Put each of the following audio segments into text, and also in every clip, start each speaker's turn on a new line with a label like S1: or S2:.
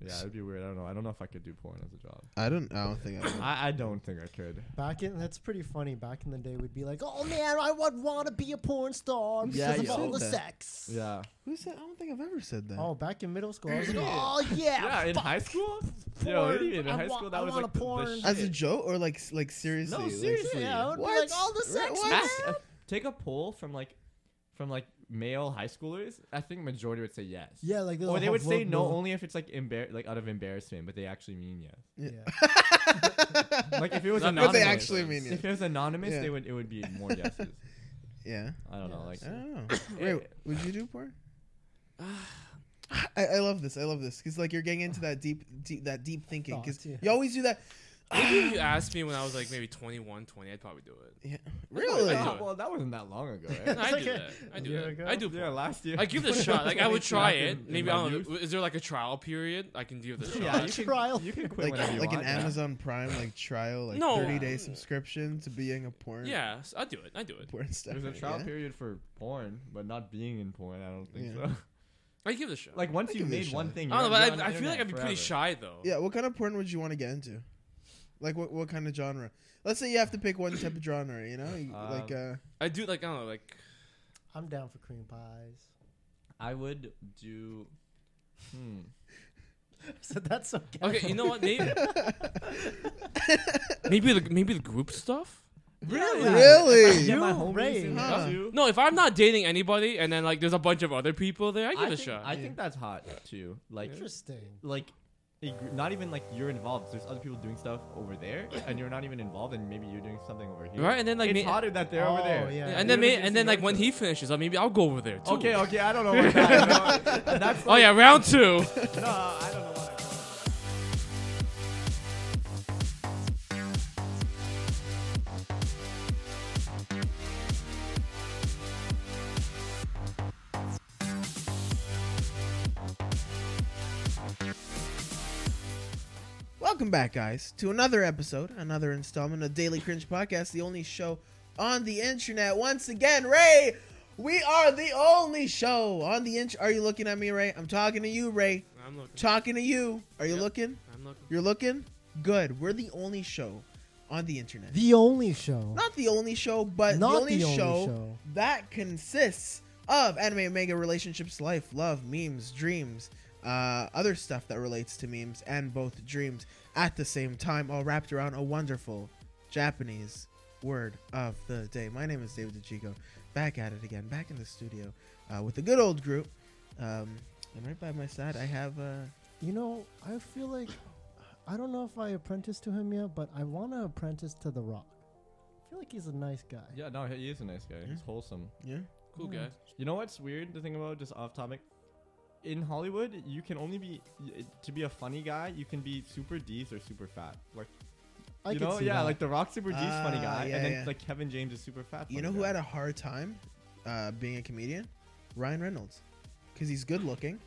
S1: Yeah, it'd be weird. I don't know. I don't know if I could do porn as a job.
S2: I don't. I don't think I. Would.
S1: I, I don't think I could.
S3: Back in that's pretty funny. Back in the day, we'd be like, "Oh man, I would want to be a porn star because
S1: Yeah,
S3: of
S1: yeah.
S3: all the
S2: Said that.
S3: sex."
S1: Yeah.
S2: Who said? I don't think I've ever said that.
S3: Oh, back in middle school, I was like,
S1: Yeah.
S3: "Oh yeah,
S1: Yeah, in
S3: fuck
S1: high school. Yo, what do you mean? In
S3: I
S1: high
S3: wa-
S1: school,
S3: I
S1: that was
S3: want
S1: like
S3: a
S1: the-
S3: porn.
S1: the
S2: As a
S1: shit.
S2: joke or like s- like seriously?
S1: No,
S2: like-
S1: seriously.
S3: yeah, I would be
S2: What?
S3: like all the
S2: Right,
S3: sex,
S2: what?
S3: man."
S1: Ask- uh, take a poll from like, from like male high schoolers. I think majority would say yes.
S3: Yeah, like
S1: Or they would say no
S3: only.
S1: only if it's like embar- like out of embarrassment, but they actually mean yes.
S3: Yeah.
S1: Like if it was
S4: But
S1: anonymous,
S2: but they actually mean
S1: if
S2: it.
S1: it was anonymous,
S2: Yeah.
S1: they would it would be more yeses.
S2: Yeah.
S1: I don't know,
S3: Yeah,
S1: like
S2: I don't know. Wait,
S1: Eh.
S2: would you do porn? I, I love this. I love this because like you're getting into that deep, deep that deep thinking because
S3: Thoughts, yeah.
S2: you always do that.
S4: Maybe if you asked me when I was like maybe 21, 20, I'd probably do it.
S2: Yeah.
S4: I
S2: Really?
S4: do it.
S1: well, that wasn't that long ago.
S3: It's
S4: No, I
S3: like
S4: do
S3: a-
S4: that. I
S3: a
S4: do
S3: year
S4: that.
S3: ago?
S4: I do.
S1: yeah,
S4: porn.
S1: last year.
S4: I give it a shot. Like I would try it.
S1: In- in
S4: Maybe
S1: my
S4: I don't know.
S1: youth.
S4: Is there like a trial period? I can give it a try.
S1: Yeah, you
S3: Trial.
S1: can, you can quit
S2: Like
S1: whenever Oh, you
S2: like an
S1: want. yeah.
S2: Amazon Prime like trial like
S4: No.
S2: 30 day subscription to being a porn.
S4: Yeah, so I'll do it. I do it.
S2: Porn star.
S1: There's a trial
S2: yeah?
S1: period for porn, but not being in porn. I don't think
S2: Yeah.
S1: so.
S4: I give it a shot.
S1: Like once
S2: I
S1: you
S2: give it a
S1: made one
S2: shot.
S1: thing,
S4: I don't know,
S1: you're on-
S4: but
S1: you're
S4: I, I
S1: on the
S4: feel like I'd be
S1: internet
S4: pretty
S1: forever.
S4: shy though.
S2: Yeah. What kind of porn would you want to get into? Like what what kind of genre? Let's say you have to pick one type of genre. You know, You- like uh,
S4: I do like I don't know, like
S3: I'm down for cream pies.
S1: I would do. Hmm.
S3: So that's okay.
S4: okay, you know what? Maybe maybe the maybe the group stuff.
S1: Really?
S2: Really?
S1: Yeah, my
S3: You
S1: homies
S3: rave.
S1: and
S2: Huh.
S1: stuff too.
S4: No, if I'm not dating anybody and then like there's a bunch of other people there, I give it a
S1: think,
S4: shot.
S1: I think that's hot too. Like,
S3: Interesting.
S1: like, a gr- not even like you're involved. There's other people doing stuff over there, and you're not even involved, and maybe you're doing something over here.
S4: Right, and then, like,
S1: it's
S4: me-
S1: hotter that they're over
S3: Oh,
S1: there.
S3: yeah.
S4: and then
S1: You're
S4: may,
S1: not
S4: and then like
S1: getting
S4: when
S1: to know
S4: he finishes up, maybe I'll go over there too.
S1: each other. Okay, okay, I don't know what that. no, that's
S4: Oh
S1: like-
S4: yeah, round two.
S1: No, I don't know what. I call it.
S2: Welcome back, guys, to another episode, another installment of Daily Cringe Podcast, the only show on the internet. Once again, Ray, we are the only show on the inch. Are you looking at me, Ray? I'm talking to you, Ray.
S4: I'm looking.
S2: Talking to you. Are you
S4: Yep.
S2: looking?
S4: I'm looking.
S2: You're looking? Good. We're the only show on the internet.
S3: The only show.
S2: Not the only show, but
S3: Not
S2: the only,
S3: the only
S2: show,
S3: show.
S2: that consists of anime, mega, relationships, life, love, memes, dreams, uh, other stuff that relates to memes and both dreams at the same time, all wrapped around a wonderful Japanese word of the day. My name is David DeChico. Back at it again, back in the studio uh, with the good old group. Um, and right by my side, I have. Uh,
S3: You know, I feel like I don't know if I apprenticed to him yet, but I want to apprentice to The Rock. I feel like he's a nice guy.
S1: Yeah, no, he is a nice guy.
S2: Hmm?
S1: He's wholesome.
S2: yeah.
S4: Cool guy.
S1: You know what's weird to think about, just off topic? In Hollywood, you can only be y- to be a funny guy. You can be super D's or super fat. Like
S3: I
S1: you
S3: can
S1: know,
S3: see
S1: yeah,
S3: that.
S1: like The Rock's super D's funny
S2: Ah,
S1: guy,
S2: yeah,
S1: and then
S2: yeah.
S1: like Kevin James is super fat.
S2: You know who had a hard time uh, being a comedian? Ryan Reynolds, because he's good looking,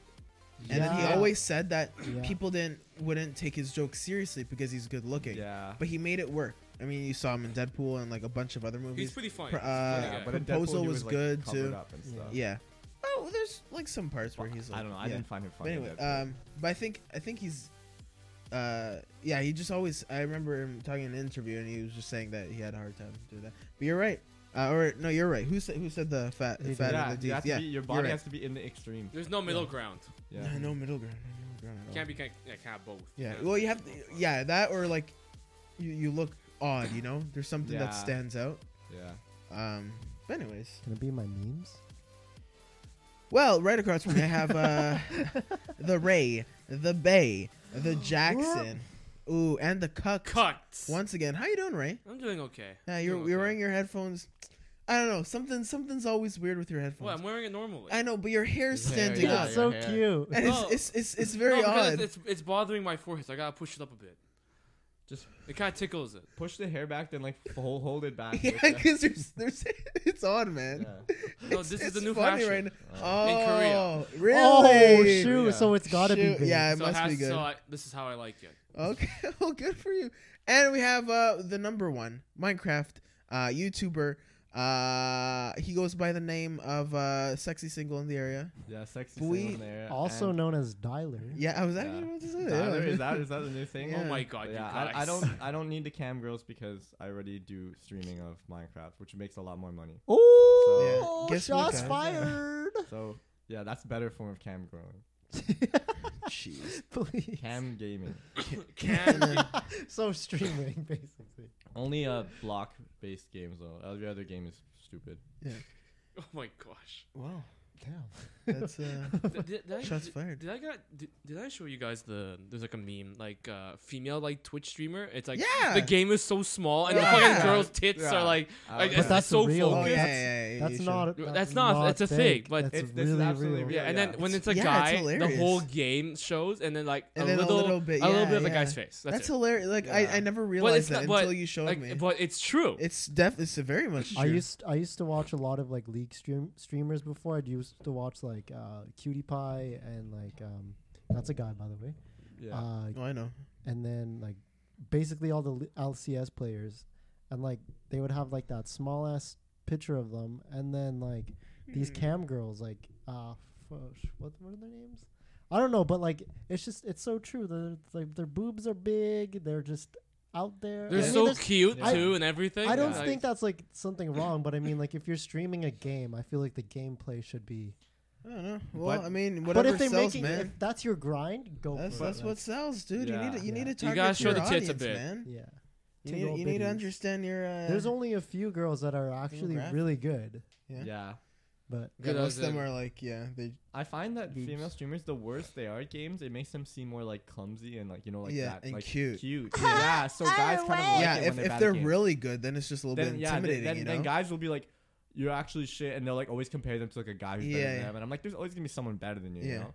S2: and then he
S3: Yeah.
S2: always said that
S3: Yeah.
S2: people didn't wouldn't take his jokes seriously because he's good looking.
S1: yeah,
S2: But he made it work. I mean, you saw him in Deadpool and like a bunch of other
S4: He's
S2: movies.
S4: pretty funny.
S2: Pr-
S4: He's a funny
S2: uh,
S4: guy.
S1: but in Deadpool,
S2: Proposal
S1: he
S2: was good,
S1: covered
S2: too.
S1: Up and
S3: Yeah.
S1: stuff.
S2: yeah. Oh, there's like some parts where
S1: Well,
S2: he's. Like,
S1: I don't know. I
S2: yeah.
S1: didn't find him
S2: But
S1: funny.
S2: anyway,
S1: in Deadpool.
S2: um, but I think I think he's, uh, yeah, he just always. I remember him talking in an interview, and he was just saying that he had a hard time doing that. But you're right, uh, or no, you're right. Who said who said the fat, the
S3: He
S2: fat
S3: did.
S1: yeah,
S2: and the
S1: you
S2: deep?
S1: have to
S2: Yeah,
S1: be, your
S2: you're
S1: body
S2: right.
S1: has to be in the extreme.
S4: There's no middle ground.
S1: Yeah,
S2: No, no middle ground. No middle ground at
S4: Can't
S2: all.
S4: be. Can't, yeah, can't have both.
S2: Yeah.
S4: Can't-
S2: Well, you have to. Yeah, that or like, you you look odd. You know, there's something
S1: Yeah.
S2: that stands out.
S1: yeah.
S2: Um. But anyways,
S3: Can it be my memes?
S2: well, right across from me, I have uh, the Ray, the Bay, the Jackson, ooh, and the Cuck.
S4: Cut.
S2: Once again, how you doing, Ray?
S4: I'm doing okay.
S2: Yeah,
S4: I'm
S2: you're
S4: doing
S2: you're
S4: okay.
S2: wearing your headphones. I don't know. Something something's always weird with your headphones.
S4: Well, I'm wearing it normally.
S2: I know, but your hair's
S1: His hair,
S2: standing
S1: yeah,
S2: up.
S3: That's so
S1: yeah.
S3: cute.
S2: And
S4: No.
S2: it's, it's it's it's very
S4: no, because
S2: odd.
S4: It's, it's it's bothering my forehead. So I gotta push it up a bit.
S1: Just
S4: It kind of tickles it.
S1: push the hair back, then like hold, hold it back.
S2: Yeah,
S1: Like that.
S2: because there's there's it's odd, man.
S1: Yeah.
S4: No,
S2: It's-
S4: this is
S2: it's
S4: the new
S2: funny
S4: fashion.
S2: right now.
S1: Uh,
S4: In Korea.
S2: Oh, really?
S3: Oh shoot!
S1: Yeah.
S3: So it's gotta be
S2: Shoot,
S3: big.
S2: Yeah, it
S4: so
S2: must
S4: has,
S2: be good.
S4: So I, this is how I like it.
S2: Okay, well, good for you. And we have uh, the number one Minecraft uh, YouTuber, Uh, he goes by the name of uh, sexy single in the area.
S1: Yeah, sexy
S2: Boy,
S1: single in there.
S3: also
S1: and
S3: known as Dialer.
S2: Yeah, I was
S1: Yeah.
S2: actually about to say that.
S1: Tyler, is that is that the new thing?
S2: Yeah.
S4: Oh my god,
S1: yeah,
S4: you guys.
S1: I, I don't I don't need the cam girls because I already do streaming of Minecraft, which makes a lot more money.
S3: Oh,
S2: Yeah. Guess what,
S3: shots
S2: guys?
S3: fired!
S1: So yeah, that's a better form of cam growing.
S2: Jeez.
S3: Please.
S1: Cam gaming.
S2: And
S4: Can
S2: then
S3: so streaming, basically.
S1: Only uh block based games though. Every other game is stupid.
S4: oh my gosh.
S2: wow,
S3: Damn.
S2: that's uh,
S4: Did, did, did I,
S2: shots
S4: did,
S2: fired.
S4: did I got did, did I show you guys the there's like a meme like uh female like Twitch streamer it's like
S2: Yeah.
S4: the game is so small and the
S2: Yeah.
S4: fucking girl's tits
S1: Yeah.
S4: are like
S1: Uh,
S4: like,
S1: but
S4: it's
S3: that's
S4: so
S3: real.
S2: Oh, yeah,
S4: focused
S2: yeah, yeah, yeah,
S3: That's
S2: you
S3: not.
S4: That's not- that's a
S3: fake.
S4: thing, but
S3: that's
S1: It's- this is
S3: really
S1: absolutely
S3: real.
S1: real.
S4: Yeah, and
S1: Yeah.
S4: then when it's a
S2: Yeah,
S4: guy,
S2: it's
S4: the whole
S2: hilarious.
S4: game shows, and then like
S2: And
S4: a,
S2: then
S4: little, a little
S2: bit,
S4: bit, a little
S2: yeah,
S4: bit of the
S2: yeah.
S4: guy's face.
S2: should.
S4: That's,
S2: That's
S4: it.
S2: hilarious. Like
S1: Yeah.
S2: I, I never
S4: it's
S2: realized
S4: not-
S2: that
S4: but,
S2: until you showed
S4: like,
S2: me.
S4: but it's true.
S2: it's def. It's very much.
S3: I
S2: true.
S3: used I used to watch a lot of like league stream streamers before. I used to watch like uh, Cutie Pie and like um, that's a guy by the way.
S1: Yeah.
S3: Uh,
S2: Oh, I know.
S3: and then like basically all the li- LCS players, and like they would have like that small ass picture of them, and then like these cam girls like uh fush, what what are their names? I don't know, but like it's just it's so true. They're, like their boobs are big. They're just out there.
S4: They're
S3: I mean,
S4: so
S3: there's-
S4: cute
S1: I-
S4: too, and everything.
S3: I don't
S4: Like,
S3: think that's like something wrong, but I mean, like if you're streaming a game, I feel like the gameplay should be.
S2: I don't know. Well,
S1: But-
S2: I mean, whatever
S3: but if they're
S2: sells,
S3: making,
S2: man.
S3: if that's your grind, go
S2: That's
S3: for
S2: that's
S3: it.
S2: what sells, dude.
S1: Oh, Yeah.
S2: You need to, you need
S3: Yeah.
S2: to
S3: You
S2: target
S4: gotta show
S2: your
S4: the tits a
S2: audience,
S4: bit.
S2: man.
S3: Yeah,
S2: You
S3: Tig
S2: need,
S3: old
S2: you need to
S3: biddies.
S2: understand your. Uh,
S3: There's only a few girls that are actually
S2: Demographic.
S3: really good,
S2: yeah.
S1: yeah.
S3: but
S2: Yeah,
S4: Good
S2: most
S4: as
S2: of them
S4: in-
S2: are like, yeah, they
S1: I find that
S3: Boobs.
S1: female streamers, the worse they are at games, it makes them seem more like clumsy and like you know like
S2: Yeah,
S1: that,
S2: and
S1: like
S2: cute.
S1: cute. Yeah, so guys kind of like
S2: yeah,
S1: it
S2: if,
S1: when
S2: if
S1: bad
S2: they're
S1: at games.
S2: really good, then it's just a little
S1: then
S2: bit
S1: yeah,
S2: intimidating,
S1: then, then,
S2: you know.
S1: then guys will be like, "You're actually shit," and they'll like always compare them to like a guy who's better
S2: Yeah,
S1: than
S2: yeah.
S1: them, and I'm like, "There's always gonna be someone better than you." you
S2: Yeah.
S1: know?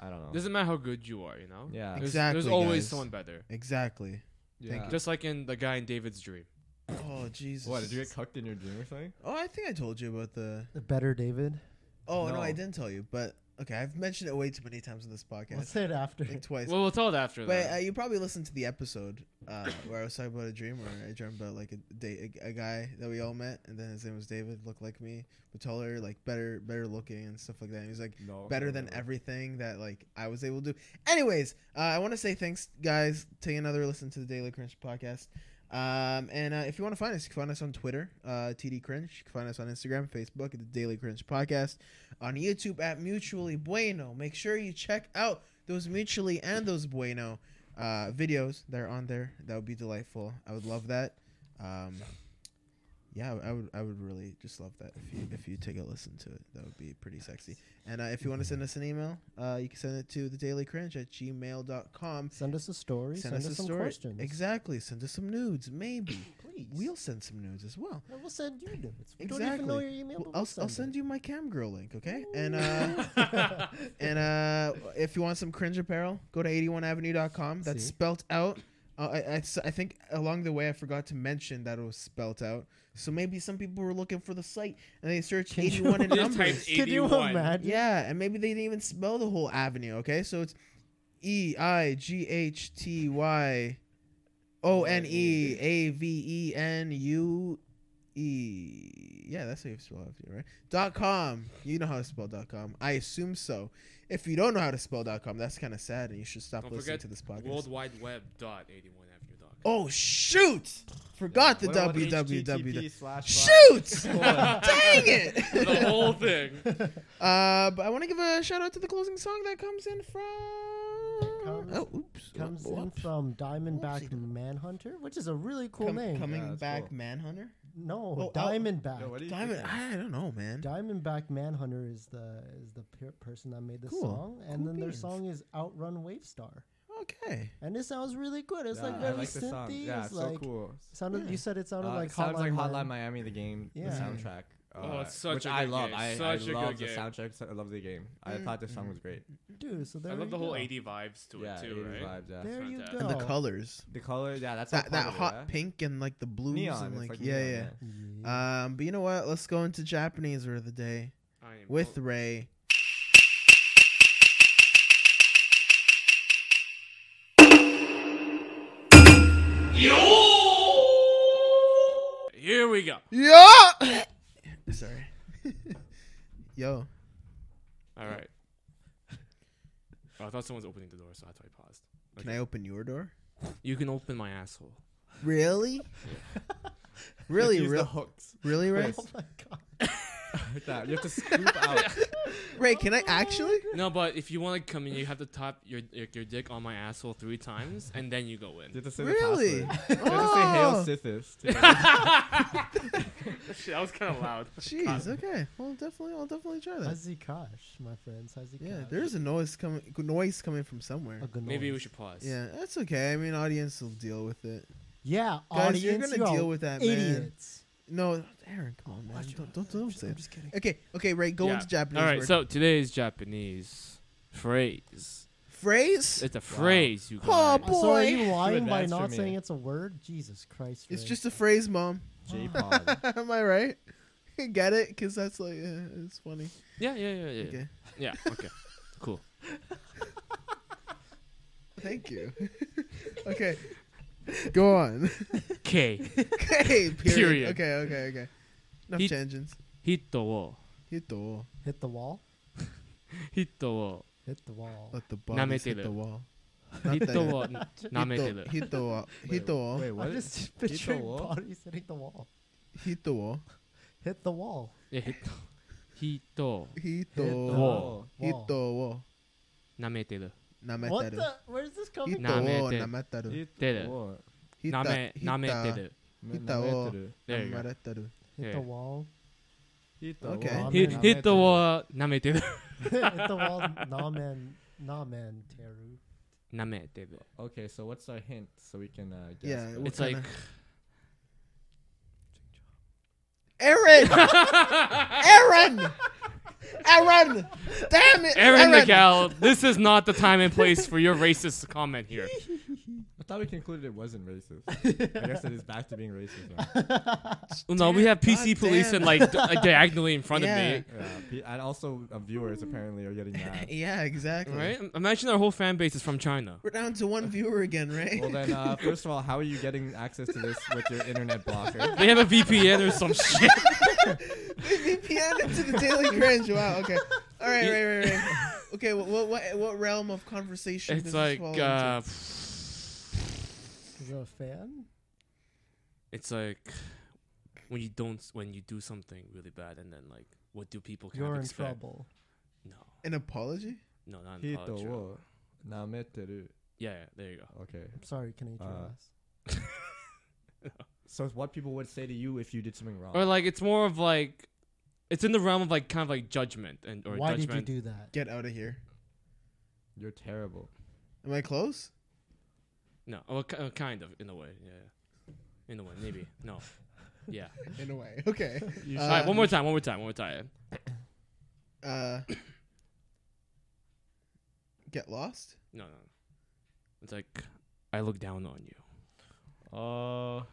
S1: I don't know.
S4: doesn't matter how good you are, you know.
S1: yeah,
S4: There's, there's
S2: Exactly,
S4: always
S2: guys.
S4: someone better.
S2: exactly.
S1: yeah.
S2: you.
S4: Just like in the guy in David's dream.
S2: Oh Jesus!
S1: what did you get cucked in your dream or something?
S2: oh, I think I told you about the.
S3: the better David.
S2: Oh no.
S1: No.
S2: I didn't tell you, but okay, I've mentioned it way too many times in this
S3: We'll
S2: podcast,
S3: say it after.
S2: I think twice.
S4: Well, we'll tell it after
S2: but
S4: that.
S2: uh, you probably listened to the episode uh, where I was talking about a dream where I dreamed about like a, day, a, a guy that we all met, and then his name was David, looked like me, but taller, like better, better looking, and stuff like that. And he was like,
S1: No, okay,
S2: better than
S1: whatever.
S2: everything that like I was able to do. Anyways, uh, I want to say thanks, guys. Take another listen to the Daily Cringe podcast. Um, and uh, if you want to find us, you can find us on Twitter, uh, TD Cringe. You can find us on Instagram, Facebook at the Daily Cringe Podcast, on YouTube at Mutually Bueno. Make sure you check out those Mutually and those Bueno uh, videos that are on there. That would be delightful. I would love that. Um, yeah, I would I would really just love that if you if you take a listen to it. That would be pretty sexy. And uh, if you want to send us an email, uh, you can send it to thedailycringe at gmail.com.
S3: Send us a story. Send, us, some questions.
S2: Exactly. Send us some nudes, maybe.
S3: Please. We'll,
S2: we'll send some nudes as well.
S3: we'll send you nudes. We don't even know
S2: Exactly.
S3: your email.
S2: Well,
S3: but
S2: I'll,
S3: we'll
S2: s- I'll send you my cam girl link, okay? And uh,
S4: But
S2: and uh, if you want some cringe apparel, go to 81avenue.com. That's
S3: See?
S2: spelt out. Uh, I, I s- I think along the way I forgot to mention that it was spelt out. So maybe some people were looking for the site and they searched
S3: Can you
S2: 81 in
S4: They typed
S2: numbers.
S3: Could you
S4: 81.
S3: imagine?
S2: Yeah, and maybe they didn't even spell the whole avenue. Okay, so it's E I G H T Y O N E A V E N U E. Yeah, that's how you spell avenue, right? Dot com. You know how to spell dot com. I assume so. If you don't know how to spell dot com, that's kind of sad, and you should stop
S4: Don't
S2: listening
S4: forget
S2: to this podcast.
S4: World Wide Web dot eighty one avenue dot. com.
S2: oh shoot! Forgot
S1: What about
S2: the www.
S1: HTTP//
S2: Shoot!
S1: colon?
S2: Dang it!
S4: the whole thing.
S2: Uh, but I want to give a shout out to the closing song that comes in from.
S3: Comes-
S2: oh, oops.
S3: Comes
S2: Oh,
S3: in
S2: oops.
S3: from Diamondback
S2: Oopsie.
S3: Manhunter, which is a really cool
S2: Com-
S3: name.
S2: Coming
S1: Yeah, that's
S2: back,
S1: cool.
S2: Manhunter.
S3: no,
S2: Oh, oh.
S3: Diamondback.
S1: Yo, what do you
S2: Diamond.
S1: think?
S2: I don't know, man.
S3: Diamondback Manhunter is the is the per- person that made the
S2: Cool.
S3: song, and
S2: Cool
S3: then their
S2: beans.
S3: song is Outrun Wavestar,
S2: okay.
S3: and it sounds really good. It's
S1: Yeah,
S3: like
S1: I
S3: very
S1: like the
S3: synthy.
S1: song. Yeah,
S3: it's
S1: it's so
S3: like
S1: cool.
S3: sounded.
S2: Yeah.
S3: You said it sounded
S1: Uh,
S3: like
S1: it sounds
S3: Hotline
S1: like Hotline
S3: Miami.
S1: Miami, the game, the
S3: Yeah.
S1: soundtrack.
S4: Oh,
S1: uh,
S4: it's such
S1: which
S4: a
S1: I
S4: good
S1: love.
S4: game.
S1: I,
S4: Such a
S1: I
S4: good
S1: love the
S4: game.
S1: soundtrack. so- I love the game. I
S2: Mm.
S1: thought this song was great.
S3: Dude, so there
S4: I love
S3: you
S4: the whole
S3: go.
S4: eighty vibes to
S1: yeah,
S4: it too,
S1: 80s
S4: right?
S1: vibes. Yeah.
S3: There you
S4: Fantastic.
S3: go.
S2: And the colors.
S1: The color, yeah, that's all
S2: That that
S1: part of it,
S2: hot
S1: yeah?
S2: pink and like the blues
S1: neon.
S2: and
S1: it's
S2: like,
S1: like
S2: yeah,
S1: neon,
S2: yeah.
S3: Yeah.
S2: Um, but you know what? Let's go into Japanese word of the day
S4: I am
S2: with
S4: all-
S2: Ray.
S4: Here we go.
S2: Yeah. sorry. Yo,
S4: All right. Oh, I thought someone's opening the door, so that's why I paused.
S2: can I open your door?
S4: You can open my asshole.
S2: Really? really,
S1: Use the
S2: real,
S1: hooks.
S2: really, Ray?
S3: Oh my god.
S1: Like that. You have to scoop out.
S2: Ray, can I actually?
S4: No, but if you want to come in, you have to tap your your, your dick on my asshole three times, and then you go
S1: You
S4: in.
S1: have to say
S2: Really? Oh.
S1: the password. You have to say Hail Sithis. to get-
S4: Shit, that was kind of loud.
S2: Jeez. Okay. Well, definitely, I'll definitely try that.
S3: Hazikash, my friends. Hazikash.
S2: Yeah, there's a noise coming, noise coming from somewhere.
S3: a good
S4: Maybe we
S3: noise.
S4: should pause.
S2: Yeah, that's okay. I mean, audience will deal with it.
S3: Yeah,
S2: Guys,
S3: audience,
S2: you're gonna
S3: you all
S2: deal with that, man.
S3: idiots.
S2: No, Aaron, come on, man.
S3: Watch
S2: Don't,
S3: out.
S2: don't, don't
S3: I'm
S2: say
S3: just- I'm
S2: it.
S3: just kidding.
S2: Okay, okay, Ray, go
S4: Yeah.
S2: into Japanese.
S4: All right,
S2: word.
S4: so today's Japanese phrase.
S2: phrase.
S4: It's a phrase, you
S2: Oh,
S4: guys.
S2: boy.
S3: So are you lying by
S1: advanced for
S3: not
S1: me.
S3: saying it's a word? Jesus Christ.
S2: It's
S3: Ray.
S2: just a phrase, mom.
S1: J-Pod.
S2: Am I right? Get it? Cause that's like uh, it's funny.
S4: yeah, yeah, yeah, yeah.
S2: Okay,
S4: Yeah, okay. Cool.
S2: thank you. okay, go on.
S4: K.
S2: okay, period.
S4: Period.
S2: Okay, okay, okay. Enough
S4: He-
S2: tangents.
S4: Hito wo.
S2: Hit the wall.
S3: hit the wall.
S4: Hito wo.
S3: Hit the wall.
S2: Let the ball hit
S4: Nameteru.
S2: the wall. Not that-
S4: Hito wo
S2: Hit the-
S4: nameteru.
S2: Hit the wall. Hit the wall.
S1: Wait, what?
S3: I'm
S1: is-
S3: just
S1: the
S3: picturing
S1: wall?
S3: bodies hitting the wall.
S2: Hit the wall.
S3: Hit the wall.
S4: Yeah, Hito. Hito
S2: Hit the
S3: Hit the
S2: wall.
S1: Oh.
S3: Wall.
S2: Hit the wall.
S4: nameteru.
S3: What
S2: Nameteru.
S3: the? Where is this coming
S2: Hit
S3: from?
S2: the wall.
S4: Nameteru.
S2: Nametaru.
S1: Hit
S4: Did
S1: the
S4: it.
S1: wall.
S2: Hit the-
S4: Name
S2: hit the-
S4: nameteru.
S2: Hit the wall.
S4: There you go.
S2: Nameteru.
S3: Hit
S4: Yeah.
S3: the wall.
S1: Hit the
S2: Okay.
S1: wall.
S4: Hit hit the wall nameteru.
S3: hit the wall. Nah, man. Nah, man. Teru.
S4: Nameteru.
S1: Okay, so what's our hint so we can uh, guess?
S2: Yeah,
S1: better?
S4: It's
S2: kinda-
S4: like
S2: Aaron! Aaron! Aaron! Damn it!
S4: Aaron Miguel, this is not the time and place for your racist comment here.
S1: I thought we concluded it wasn't racist. I guess it is back to being racist. Now.
S4: No, we have PC
S2: God
S4: police
S2: damn.
S4: and like di- like, diagonally in front
S2: Yeah.
S4: of me.
S1: Yeah, pe- and also uh, viewers apparently are getting mad.
S2: Yeah, exactly.
S4: Right? Imagine our whole fan base is from China.
S2: We're down to one viewer again, right?
S1: Well then, uh, first of all, how are you getting access to this with your internet blocker?
S4: They have a VPN or some shit.
S2: VPN into the Daily Cringe. Wow. Okay. All right.
S4: You-
S2: Right. Right. Right. Okay. What what what, what realm of conversation?
S4: It's
S2: does this
S4: like
S2: fall
S4: uh,
S3: Is it a fan?
S4: it's like when you don't when you do something really bad and then like what do people kind
S3: You're
S4: of
S3: in
S4: expect?
S3: trouble.
S4: No,
S2: into? an apology?
S4: no, not in
S1: Hit the
S4: college. Yeah,
S1: wall. Nameteru.
S4: yeah, there you go.
S1: Okay.
S3: I'm sorry, Canadian
S1: Uh,
S3: ass.
S1: So it's what people would say to you if you did something wrong.
S4: Or like it's more of like it's in the realm of like kind of like judgment and or
S3: Why
S4: judgment.
S3: did you do that?
S2: Get out of here.
S1: You're terrible.
S2: Am I close?
S4: No, well, ki- uh, kind of in a way, yeah, yeah. in a way, maybe no, yeah.
S2: In a way. Okay.
S1: You
S4: All right,
S2: Uh,
S4: one more time, one more time, one more time.
S2: Uh. Get lost.
S4: No, no, it's like I look down on you.
S1: Oh,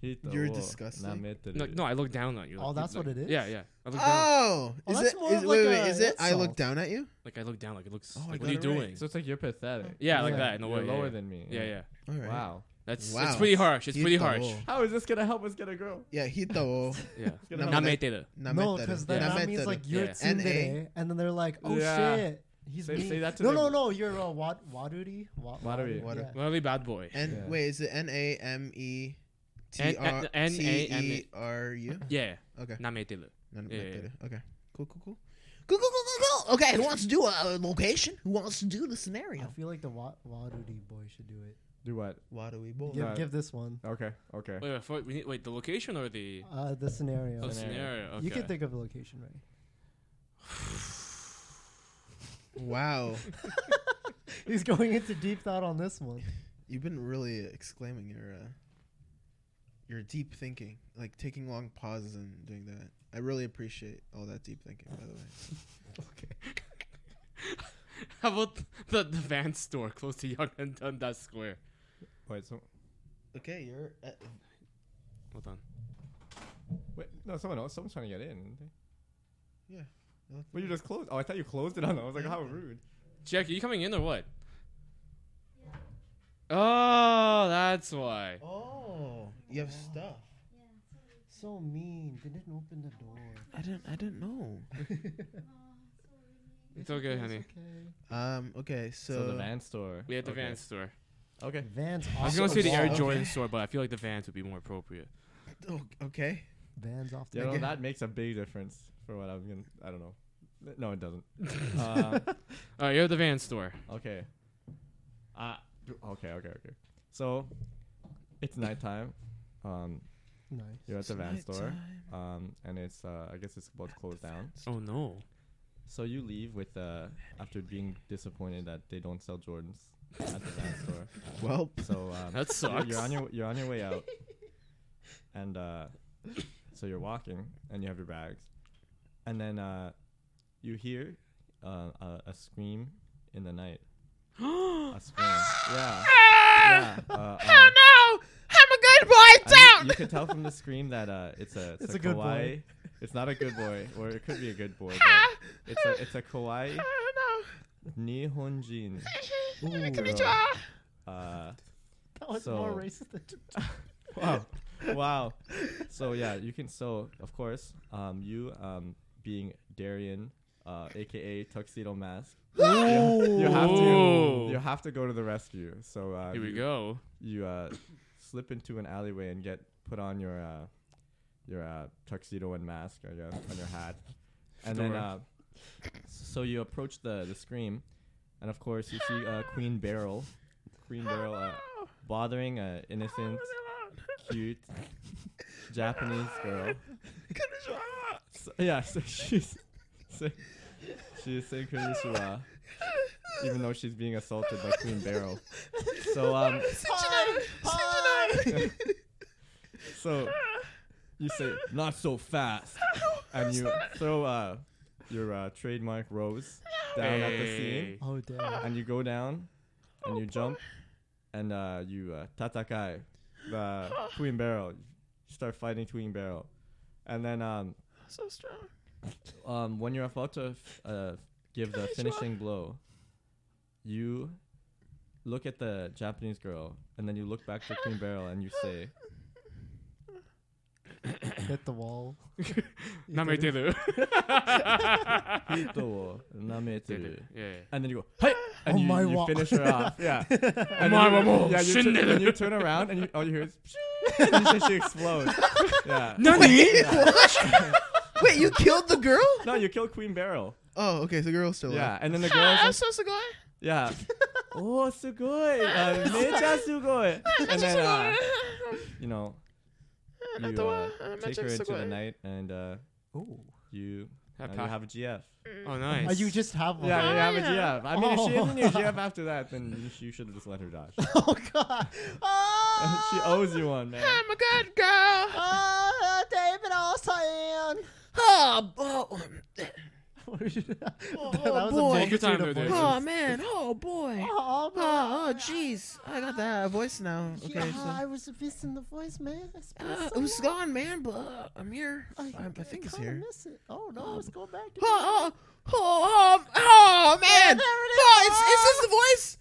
S1: hit the
S2: You're
S1: wall.
S2: disgusting.
S1: Nameteru.
S4: No, no, I look down on you.
S3: Oh,
S4: Like,
S3: that's
S4: like-
S3: what it is?
S4: Yeah, yeah. I look down,
S2: Oh,
S3: Oh,
S2: is
S3: that's
S2: it?
S3: more
S2: Is,
S3: of
S2: wait,
S3: like
S2: wait,
S3: a
S2: is it? I look
S3: insult.
S2: down at you.
S4: like I look down, like it looks.
S2: Oh, I
S4: like,
S2: got
S4: what are you
S2: it right.
S4: doing?
S1: So it's like you're pathetic.
S4: Yeah,
S3: Yeah.
S4: like that in a
S1: You're
S4: way. yeah,
S1: lower
S4: yeah.
S1: than me.
S4: Yeah, yeah.
S2: All right.
S1: Wow.
S4: That's
S2: Wow.
S4: it's pretty harsh. It's
S2: Hit
S4: pretty
S2: the
S4: harsh.
S2: wall.
S1: How is this gonna help us get a girl?
S2: Yeah. Hit the wall.
S4: Yeah.
S1: gonna
S2: help.
S4: Nameteru.
S3: No,
S2: Nameteru.
S3: because then that means
S2: Nameteru.
S3: like you're
S4: Yeah.
S3: tsundere,
S2: NA.
S3: and then they're like, oh
S1: Yeah.
S3: shit, he's
S1: Say-
S3: being-
S1: say that to
S3: no,
S1: them.
S3: no, no, you're a wat waduri, wa-
S1: Waduri.
S2: Wadu-
S3: yeah.
S4: Really bad boy.
S2: N
S1: Yeah.
S2: wait, is it N A M E T
S4: N-
S2: R
S4: N-
S2: T
S4: N-A-M-E.
S2: E R U?
S4: Yeah.
S2: Okay.
S4: Nameteru.
S2: None of
S4: Yeah,
S2: my
S4: yeah,
S2: data. Okay. Cool, cool, cool. Cool, cool, cool, cool, cool. Okay, who wants to do a location? Who wants to do the
S3: I
S2: scenario?
S3: feel like the wa- waduri boy should do it.
S1: Do what?
S2: Why do we boy?
S3: Give,
S1: Uh,
S3: give this one,
S1: Okay. Okay.
S4: Wait, wait, for, we need, wait. The location or the
S3: uh, the scenario.
S4: oh,
S1: Scenario.
S4: scenario? Okay.
S3: You can think of the location, right?
S2: Wow.
S3: He's going into deep thought on this one.
S2: You've been really exclaiming your uh, your deep thinking, like taking long pauses and doing that. I really appreciate all that deep thinking, by the way.
S4: How about the the Van store close to Young and Dundas Square?
S1: Wait. So
S2: Okay, you're at,
S4: Hold on.
S1: wait. No, someone else. Someone's trying to get in. aren't they?
S2: yeah. you're at the-
S1: Well, you just closed. Oh, I thought you closed it on. I was like, how rude.
S4: Jack, are you coming in or what? Oh, that's why.
S2: Oh, you have stuff.
S3: So mean. They didn't open the door.
S2: I didn't. I didn't know.
S4: It's okay, honey.
S3: Okay.
S2: Um. Okay. So,
S1: So, the Van store.
S4: We had the
S1: Okay.
S4: Vans store.
S1: Okay.
S3: Vans.
S4: I was
S3: off
S4: gonna say the Air
S3: wall.
S2: Okay.
S4: Jordan store, but I feel like the Vans would be more appropriate.
S2: Oh, okay.
S3: Vans off the
S1: You know,
S2: Okay.
S1: that makes a big difference for what I'm going to. I don't know. No, it doesn't. uh,
S4: All right, you're at the Vans store.
S1: okay. Uh, okay, okay, okay. So it's nighttime. Um,
S3: Nice.
S1: you're at the Van store.
S2: Nighttime.
S1: Um, and it's, uh, I guess it's about to close down.
S4: Oh no.
S1: So you leave with, uh, after being disappointed that they don't sell Jordans at the Van store.
S2: Well,
S1: So um,
S4: That
S1: you're- You're
S4: sucks.
S1: on your you're on your way out, and uh, so you're walking, and you have your bags, and then uh, you hear uh, a, a scream in the night. a scream. Yeah. yeah. Uh, uh,
S2: no, I'm a good boy
S1: and you, you could tell from the scream that uh, it's a it's,
S3: It's
S1: a,
S3: a good boy.
S1: kawaii. It's not a good boy, or it could be a good boy. But it's a it's a kawaii
S2: Oh
S1: Nihonjin.
S3: Ooh.
S1: girl. Uh,
S3: That was more
S1: So-
S3: racist than
S1: wow wow so yeah you can so of course um you um being darian uh aka tuxedo mask you have to
S4: Ooh.
S1: you have to go to the rescue so uh
S4: Here we
S1: you,
S4: go.
S1: you uh slip into an alleyway and get put on your uh your uh tuxedo and mask i guess on your hat and then
S4: Sure.
S1: uh so you approach the the scream and of course you see uh queen barrel queen barrel uh, bothering a innocent cute Japanese girl. So, yeah, so she's so she's saying konnichiwa, even though she's being assaulted by Queen Barrel. So um, so you say not so fast, and you throw uh your uh, trademark rose down at the scene,
S4: Hey.
S3: Oh damn.
S1: and you go down, and you jump, and uh, you uh, tatakai the Queen Barrel. You start fighting Queen Barrel, and then um,
S2: So strong.
S1: um, when you're about to f- uh, give the finishing blow, you look at the Japanese girl, and then you look back to Queen Barrel, and you say,
S3: Hit the wall.
S4: Nameteru.
S1: "Hito nameteru,"
S4: Yeah.
S1: and then you go, "Hey!" and
S3: Oh
S1: you,
S3: my
S1: you
S3: wa-
S1: finish her off. Yeah, and
S4: My
S1: then
S4: wa-
S1: you, yeah, you, tu-
S4: shinderu.
S1: and you turn around, and you, all you hear is, and then she explodes. Yeah.
S4: Nani?
S2: Wait, you killed the girl?
S1: No, you kill Queen Barrel.
S2: Oh, okay. So the girl's still
S1: Yeah,
S2: alive.
S1: and then the girl. is
S2: so sugoi.
S1: Yeah. oh, sugoi. Uh, mecha sugoi. And then, uh, you know, you uh, take her into the night and uh,
S3: Ooh.
S1: you,
S4: Have
S1: and you
S4: pa-
S1: have a GF.
S4: Oh nice.
S3: Oh, you just have one.
S1: Yeah, you have a GF. I mean, if she
S3: Oh.
S1: isn't your GF after that, then you, sh- you should have just let her die.
S3: Oh god. Oh,
S2: Ah,
S1: she owes you one, man.
S2: a good girl.
S3: Oh,
S2: ah,
S3: David Olsen.
S2: Oh, oh,
S3: that,
S2: oh,
S3: was
S2: boy.
S3: a
S4: Take your time
S3: multitude
S4: there,
S3: of
S4: dude.
S3: voices.
S2: oh man. Oh boy. Oh,
S3: Oh,
S2: oh, jeez. I got that voice now. Okay,
S3: yeah,
S2: so.
S3: I was missing the voice, man. I spent
S2: Uh,
S3: so
S2: it was
S3: long.
S2: gone, man, but uh, I'm here. I, I, think it's
S3: kinda
S2: here.
S3: miss it. Oh no, it's going back. To
S2: Oh, oh, oh, oh, man.
S3: there it is.
S2: Oh, it's, is this the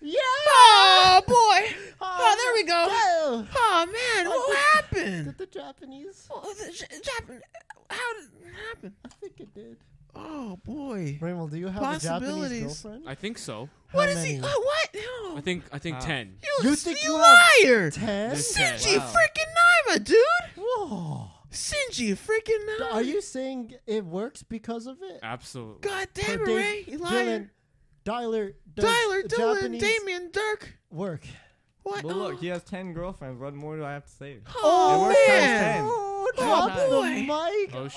S2: voice?
S3: yeah.
S2: Oh, boy. Oh, there we go.
S3: Oh,
S2: Oh, man, what happened?
S3: Did the Japanese?
S2: Oh, the j- Japan- How did it happen?
S3: I think it did.
S2: Oh, boy.
S3: Raymond, do you have a Japanese
S2: Possibilities.
S3: girlfriend?
S4: I think so.
S2: What
S3: How
S2: is he?
S3: many?
S2: Oh, what? No.
S4: I think I think
S1: Uh,
S4: ten.
S2: You,
S3: You
S2: think
S3: think
S2: you
S3: you have
S2: liar.
S3: Ten.
S4: This-
S2: Sinji
S1: Wow.
S2: freaking Naima, dude.
S3: Whoa.
S2: Sinji freaking Naima.
S3: Are you saying it works because of it?
S4: Absolutely.
S2: God
S3: Or
S2: damn it,
S3: Dave-
S2: Ray. You
S3: Dylan,
S2: liar.
S3: Dyler, does
S2: Tyler, Dylan,
S3: Japanese
S2: Damien, Dirk.
S3: work.
S2: What?
S1: Well,
S2: Oh.
S1: look, he has 10 girlfriends. What more do I have to say?
S2: Oh,
S1: It works times
S2: man.
S1: 10.
S3: Oh,
S1: Oh,
S3: drop the
S2: boy.
S3: mic. Oh,
S4: Oh,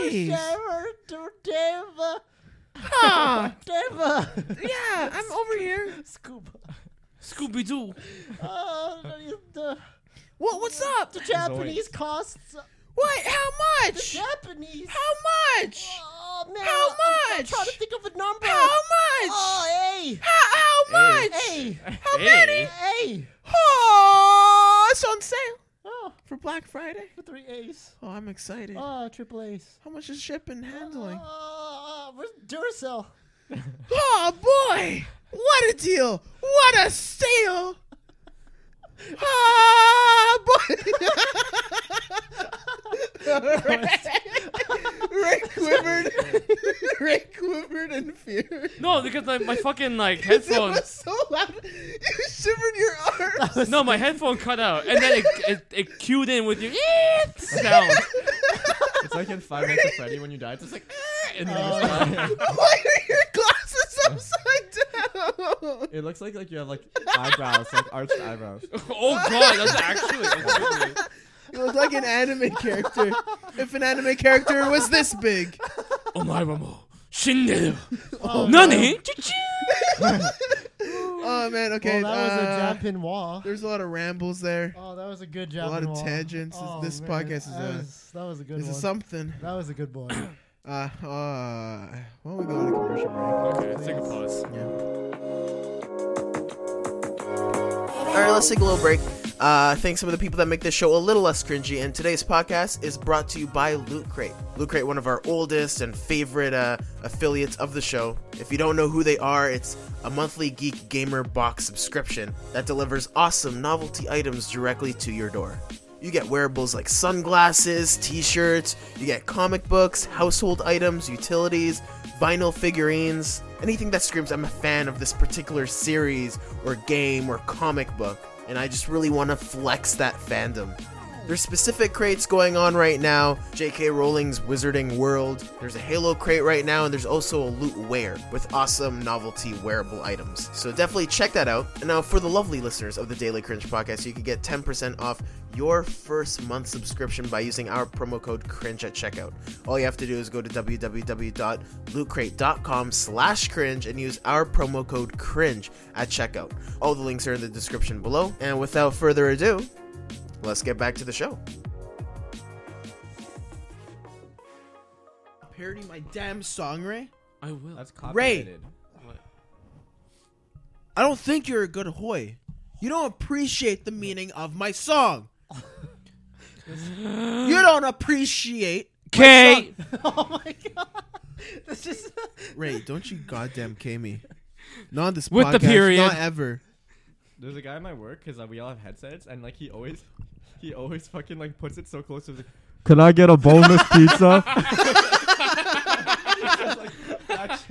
S4: shit, here we go.
S2: Jeez.
S3: Sarah to Deva.
S2: Ah,
S3: Deva.
S2: yeah, I'm over here.
S3: Scuba.
S4: Scooby Doo.
S3: Oh, the,
S2: What? What's up?
S3: the Japanese costs.
S2: What? How
S3: The
S2: much?
S3: Japanese.
S2: How much?
S3: Oh, man.
S2: How
S3: I'm- I'm trying
S2: much?
S3: to think of a number.
S2: How much?
S3: Oh, hey.
S2: How, how much?
S3: Hey.
S2: How
S4: Hey.
S2: many?
S3: Hey.
S2: Oh, it's on sale
S3: Oh,
S2: for Black Friday.
S3: for three A's.
S2: Oh, I'm excited.
S3: Oh, triple A's.
S2: How much is shipping handling?
S3: Oh, where's Duracell?
S2: Oh boy! What a deal! What a steal! Ah, boy! Ray quivered. Ray quivered in fear.
S4: No, because like, my fucking like
S2: It
S4: headphone.
S2: was so loud. You shivered your arms.
S4: No, my headphone cut out, and then it it, it cued in with your sound.
S1: It's like in Five Nights at Freddy when you die, it's just like, "Ah," and then you just die.
S2: Why are your glasses upside down?
S1: It looks like like you have like eyebrows, like arched eyebrows.
S4: Oh god, that's actually. That's really-
S2: You look like an anime character. If an anime character was this big.
S4: Omaramo, Oh, shinderu.
S3: Oh,
S4: Nani? Choo-choo.
S2: Oh man, okay.
S3: Well, that was a
S2: uh,
S3: Jap Pinoir.
S2: there's a lot of rambles there.
S3: Oh, that was a good Jap
S2: A lot of
S3: Pinoir.
S2: tangents.
S3: Oh,
S2: This
S3: man,
S2: podcast is
S3: that
S2: a-
S3: was, that was a good
S2: This
S3: one.
S2: is something.
S3: that was a good one.
S2: Uh, uh, why don't we go on a commercial break?
S4: Okay, let's take a pause.
S2: All right, let's take a little break. Uh, thanks some of the people that make this show a little less cringy. And today's podcast is brought to you by Loot Crate. Loot Crate, one of our oldest and favorite uh, affiliates of the show. If you don't know who they are, it's a monthly geek gamer box subscription that delivers awesome novelty items directly to your door. You get wearables like sunglasses, t shirts, you get comic books, household items, utilities, vinyl figurines, anything that screams, I'm a fan of this particular series or game or comic book, and I just really want to flex that fandom. There's specific crates going on right now. J.K. Rowling's Wizarding World. There's a Halo crate right now, and there's also a Loot Wear with awesome novelty wearable items. So definitely check that out. And now, for the lovely listeners of the Daily Cringe podcast, you can get 10% off your first month subscription by using our promo code cringe at checkout. All you have to do is go to www.lootcrate.com slash cringe and use our promo code cringe at checkout. All the links are in the description below. And without further ado, Let's get back to the show. Parody my damn song, Ray.
S4: I will.
S1: That's
S2: Ray.
S1: copyrighted.
S2: I don't think you're a good hoy. You don't appreciate the meaning of my song. you don't appreciate.
S4: K.
S3: oh my god, this is
S2: Ray, don't you goddamn K me. Not on this
S4: With the
S2: podcast.
S4: period.
S2: Not ever.
S1: There's a guy at my work because uh, we all have headsets, and like he always, he always fucking like puts it so close to. The, Can I get a bonus pizza?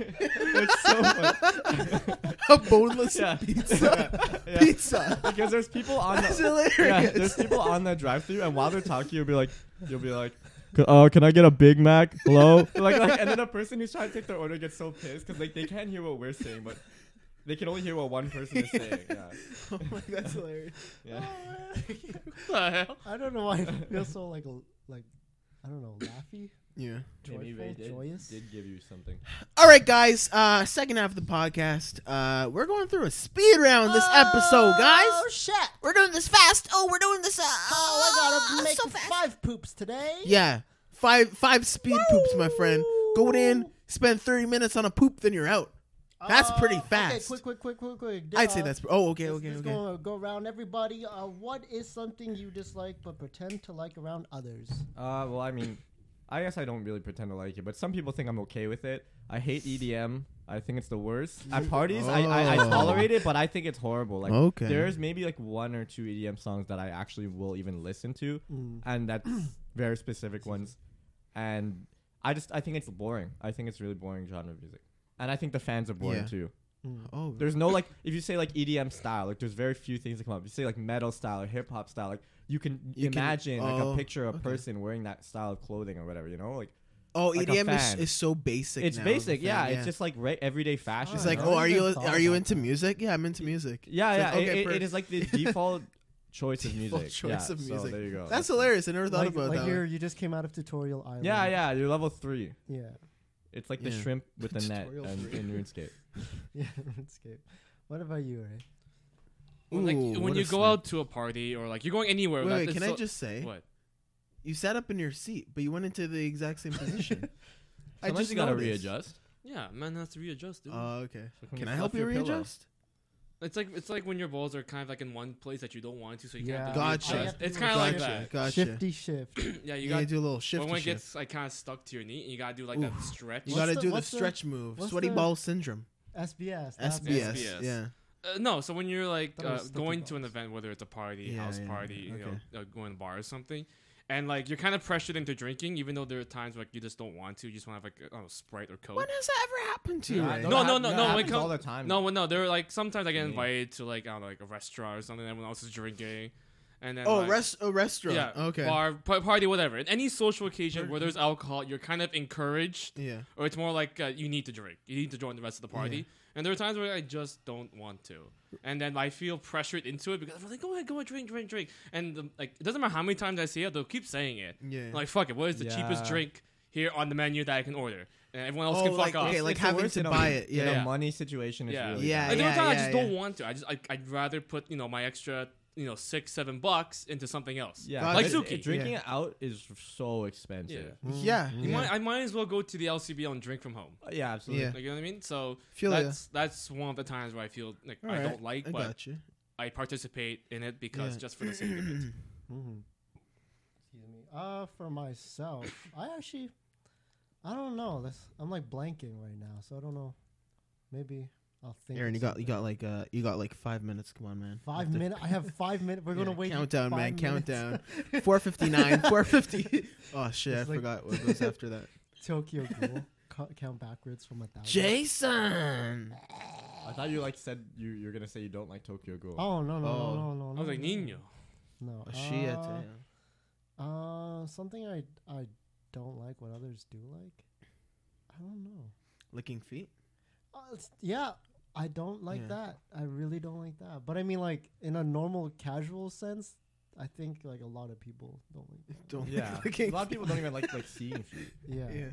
S1: it's so funny.
S2: A boneless
S1: Yeah.
S2: pizza.
S1: Yeah.
S2: Pizza.
S1: because there's people on
S2: That's
S1: the
S2: hilarious.
S1: yeah, there's people on the drive-through, and while they're talking, you'll be like, you'll be like. Oh, can I get a Big Mac? Hello? like, like, and then a person who's trying to take their order gets so pissed because like they can't hear what we're saying, but they can only hear what one person is saying. Yeah,
S2: oh my, that's hilarious.
S1: yeah.
S4: What the hell?
S3: I don't know why I feel so like l- like I don't know laughy,
S2: Yeah.
S1: Maybe they
S3: joyful,
S1: did,
S3: joyous.
S1: did give you something.
S2: All right, guys. Uh, second half of the podcast. Uh, we're going through a speed round this episode, guys.
S3: Oh shit!
S2: We're doing this fast. Oh, we're doing this. Uh,
S3: Oh, I
S2: uh,
S3: gotta make
S2: so fast.
S3: five poops today.
S2: Yeah, five five speed poops, my friend. Go in, spend thirty minutes on a poop, then you're out. That's pretty
S3: Oh, Uh, Okay,
S2: fast.
S3: quick, quick, quick, quick, quick.
S2: I'd say
S3: Uh,
S2: that's. Oh, okay,
S3: let's-
S2: okay,
S3: let's
S2: okay.
S3: Go, go around everybody. Uh, what is something you dislike but pretend to like around others?
S1: Uh, well, I mean, I guess I don't really pretend to like it, but some people think I'm okay with it. I hate EDM. I think it's the worst. At parties, I, I, I
S2: Oh.
S1: tolerate it, but I think it's horrible. Like,
S2: Okay.
S1: there's maybe like one or two EDM songs that I actually will even listen to, and that's very specific ones. And I just I think it's boring. I think it's really boring genre of music, and I think the fans are boring
S2: Yeah.
S1: too.
S2: Oh,
S1: There's no like if you say like EDM style, like there's very few things that come up. If you say like metal style or hip hop style, like you can
S2: You can-
S1: imagine like
S2: oh,
S1: a picture of a
S2: okay.
S1: person wearing that style of clothing or whatever, you know? Like
S2: oh,
S1: like a
S2: EDM is,
S1: fan.
S2: is so basic.
S1: it's
S2: now,
S1: basic,
S2: the
S1: yeah,
S2: thing,
S1: It's just like re- everyday fashion.
S2: It's
S3: I
S1: you
S2: like,
S1: know?
S2: oh,
S3: never
S2: are
S3: even
S2: you
S3: thought
S2: are you
S3: about
S2: into music? Yeah, I'm into music.
S1: yeah,
S2: It's
S1: yeah.
S2: like,
S1: it-
S2: okay,
S1: it- it
S2: first-
S1: is like the default choice of
S2: Default
S1: music.
S2: choice
S1: yeah,
S2: of
S1: so
S2: music.
S1: there you go.
S2: That's hilarious. I never thought
S3: like
S2: about
S3: like
S2: that.
S3: you're-
S2: one.
S3: you just came out of Tutorial Island.
S1: yeah, yeah. You're level three.
S3: yeah,
S1: It's like the
S2: Yeah.
S1: shrimp with the net
S2: Tutorial
S1: and,
S2: three.
S1: in RuneScape.
S3: yeah. RuneScape. What about you, Ray?
S4: When, like,
S2: Ooh,
S4: when
S2: what
S4: you
S2: a
S4: go
S2: snap.
S4: out to a party or like you're going anywhere.
S2: Wait,
S4: that
S2: wait,
S4: is
S2: can I
S4: so-
S2: just say
S4: What?
S2: you sat up in your seat, but you went into the exact same position?
S1: Sometimes you gotta
S2: noticed.
S1: readjust.
S4: Yeah, man has to readjust, dude.
S2: Oh, okay.
S1: Can
S2: Can
S1: you
S2: I
S1: fluff
S2: help you
S1: your pillow?
S2: readjust?
S4: It's like it's like when your balls are kind of like in one place that you don't want to, so you
S3: Yeah.
S4: can't.
S2: Gotcha.
S4: It's
S3: I
S4: kind of like that.
S2: Gotcha.
S3: Shifty shift.
S4: yeah, you
S2: You
S4: got
S2: gotta do a little shift.
S4: when it gets like kind of stuck to your knee, and you gotta do like that stretch.
S2: You
S3: What's
S2: gotta
S3: the-
S2: do the Ah,
S3: what's the-
S2: stretch move.
S3: what's
S2: Sweaty
S3: the-
S2: ball syndrome.
S3: SBS. that's it.
S2: SBS.
S4: SBS.
S2: Yeah.
S4: Uh, no, so when you're like
S3: That
S4: uh,
S3: was stuck in
S4: going to an
S3: bars.
S4: event, whether it's a party,
S2: Yeah,
S4: house
S2: yeah,
S4: party, you
S2: okay.
S4: know, uh, going to a bar or something, And like you're kind of pressured into drinking, even though there are times like you just don't want to. You just want to have like I don't know, Sprite or Coke.
S2: When has that ever happened to you?
S1: I- that
S4: No, no,
S1: hap-
S4: no,
S1: that
S4: no, when it
S1: happens all
S4: come-
S1: the time.
S4: No, well, no. There were like sometimes I get
S1: Yeah.
S4: invited to like I don't know, like a restaurant or something. Everyone else is drinking, and then
S2: oh,
S4: like,
S2: rest, a restaurant.
S4: yeah,
S2: okay.
S4: bar, pa- party, whatever. At any social occasion where there's alcohol, you're kind of encouraged,
S2: Yeah.
S4: or it's more like uh, you need to drink. You need to join the rest of the party.
S2: Yeah.
S4: And there are times where I just don't want to, and then I feel pressured into it because I'm like, go ahead, go ahead, drink, drink, drink. And the, like it doesn't matter how many times I say it, they'll keep saying it.
S2: Yeah.
S4: Like fuck it, what is the cheapest
S1: Yeah.
S4: drink here on the menu that I can order? And everyone else
S2: Oh,
S4: can fuck
S2: like,
S4: off.
S2: okay, like
S1: It's the
S2: having
S1: worst
S2: to
S1: in a-
S2: buy it.
S1: in a
S2: Yeah.
S1: money situation is
S4: Yeah.
S1: really bad.
S2: Yeah,
S4: Like, there are
S2: yeah,
S4: times I
S2: yeah,
S4: just don't
S2: yeah.
S4: want to. I just I, I'd rather put you know my extra you know six seven bucks into something else.
S1: Yeah,
S4: like
S1: it-
S4: Suki.
S1: it- Drinking it out is so expensive.
S4: Yeah.
S2: Mm-hmm. Yeah.
S4: You might, I might as well go to the LCBO and drink from home.
S1: Uh, Yeah, absolutely.
S2: Yeah.
S4: Like you know what I mean? So
S2: Feel ya.
S4: that's that's one of the times where I feel like I
S2: Alright,
S4: don't like,
S2: I
S4: but
S2: got you.
S4: I participate in it because
S2: Yeah.
S4: just for the sake of it.
S3: Mhm. Excuse me. Uh, for myself, I actually, I don't know. That's I'm like blanking right now, so I don't know. Maybe I'll think. of
S2: Aaron, you got you
S3: something.
S2: got like uh you got like five minutes. Come on, man.
S3: five minutes. I have five minutes. We're gonna
S2: Yeah,
S3: wait.
S2: countdown,
S3: five
S2: man,
S3: minutes.
S2: countdown. Four fifty nine. Four fifty. Oh shit! I
S3: It's like-
S2: forgot what goes after that.
S3: Tokyo Ghoul. Co- count backwards from a thousand.
S2: Jason.
S1: I thought you like said you you're gonna say you don't like Tokyo Ghoul.
S3: Oh no no
S2: Oh.
S3: no no no!
S4: I was
S3: no,
S4: like
S3: no,
S4: Nino.
S3: No.
S2: Shit.
S4: Oh.
S3: Uh, uh, something I I don't like. What others do like. I don't know.
S2: Licking feet.
S3: Uh, it's- yeah, I don't like
S2: Yeah.
S3: that. I really don't like that. But I mean, like in a normal casual sense, I think like a lot of people don't like. That.
S2: Don't. lick
S1: Yeah, a
S2: licking
S1: lot of
S2: feet.
S1: people don't even like like seeing feet.
S3: Yeah.
S2: Yeah.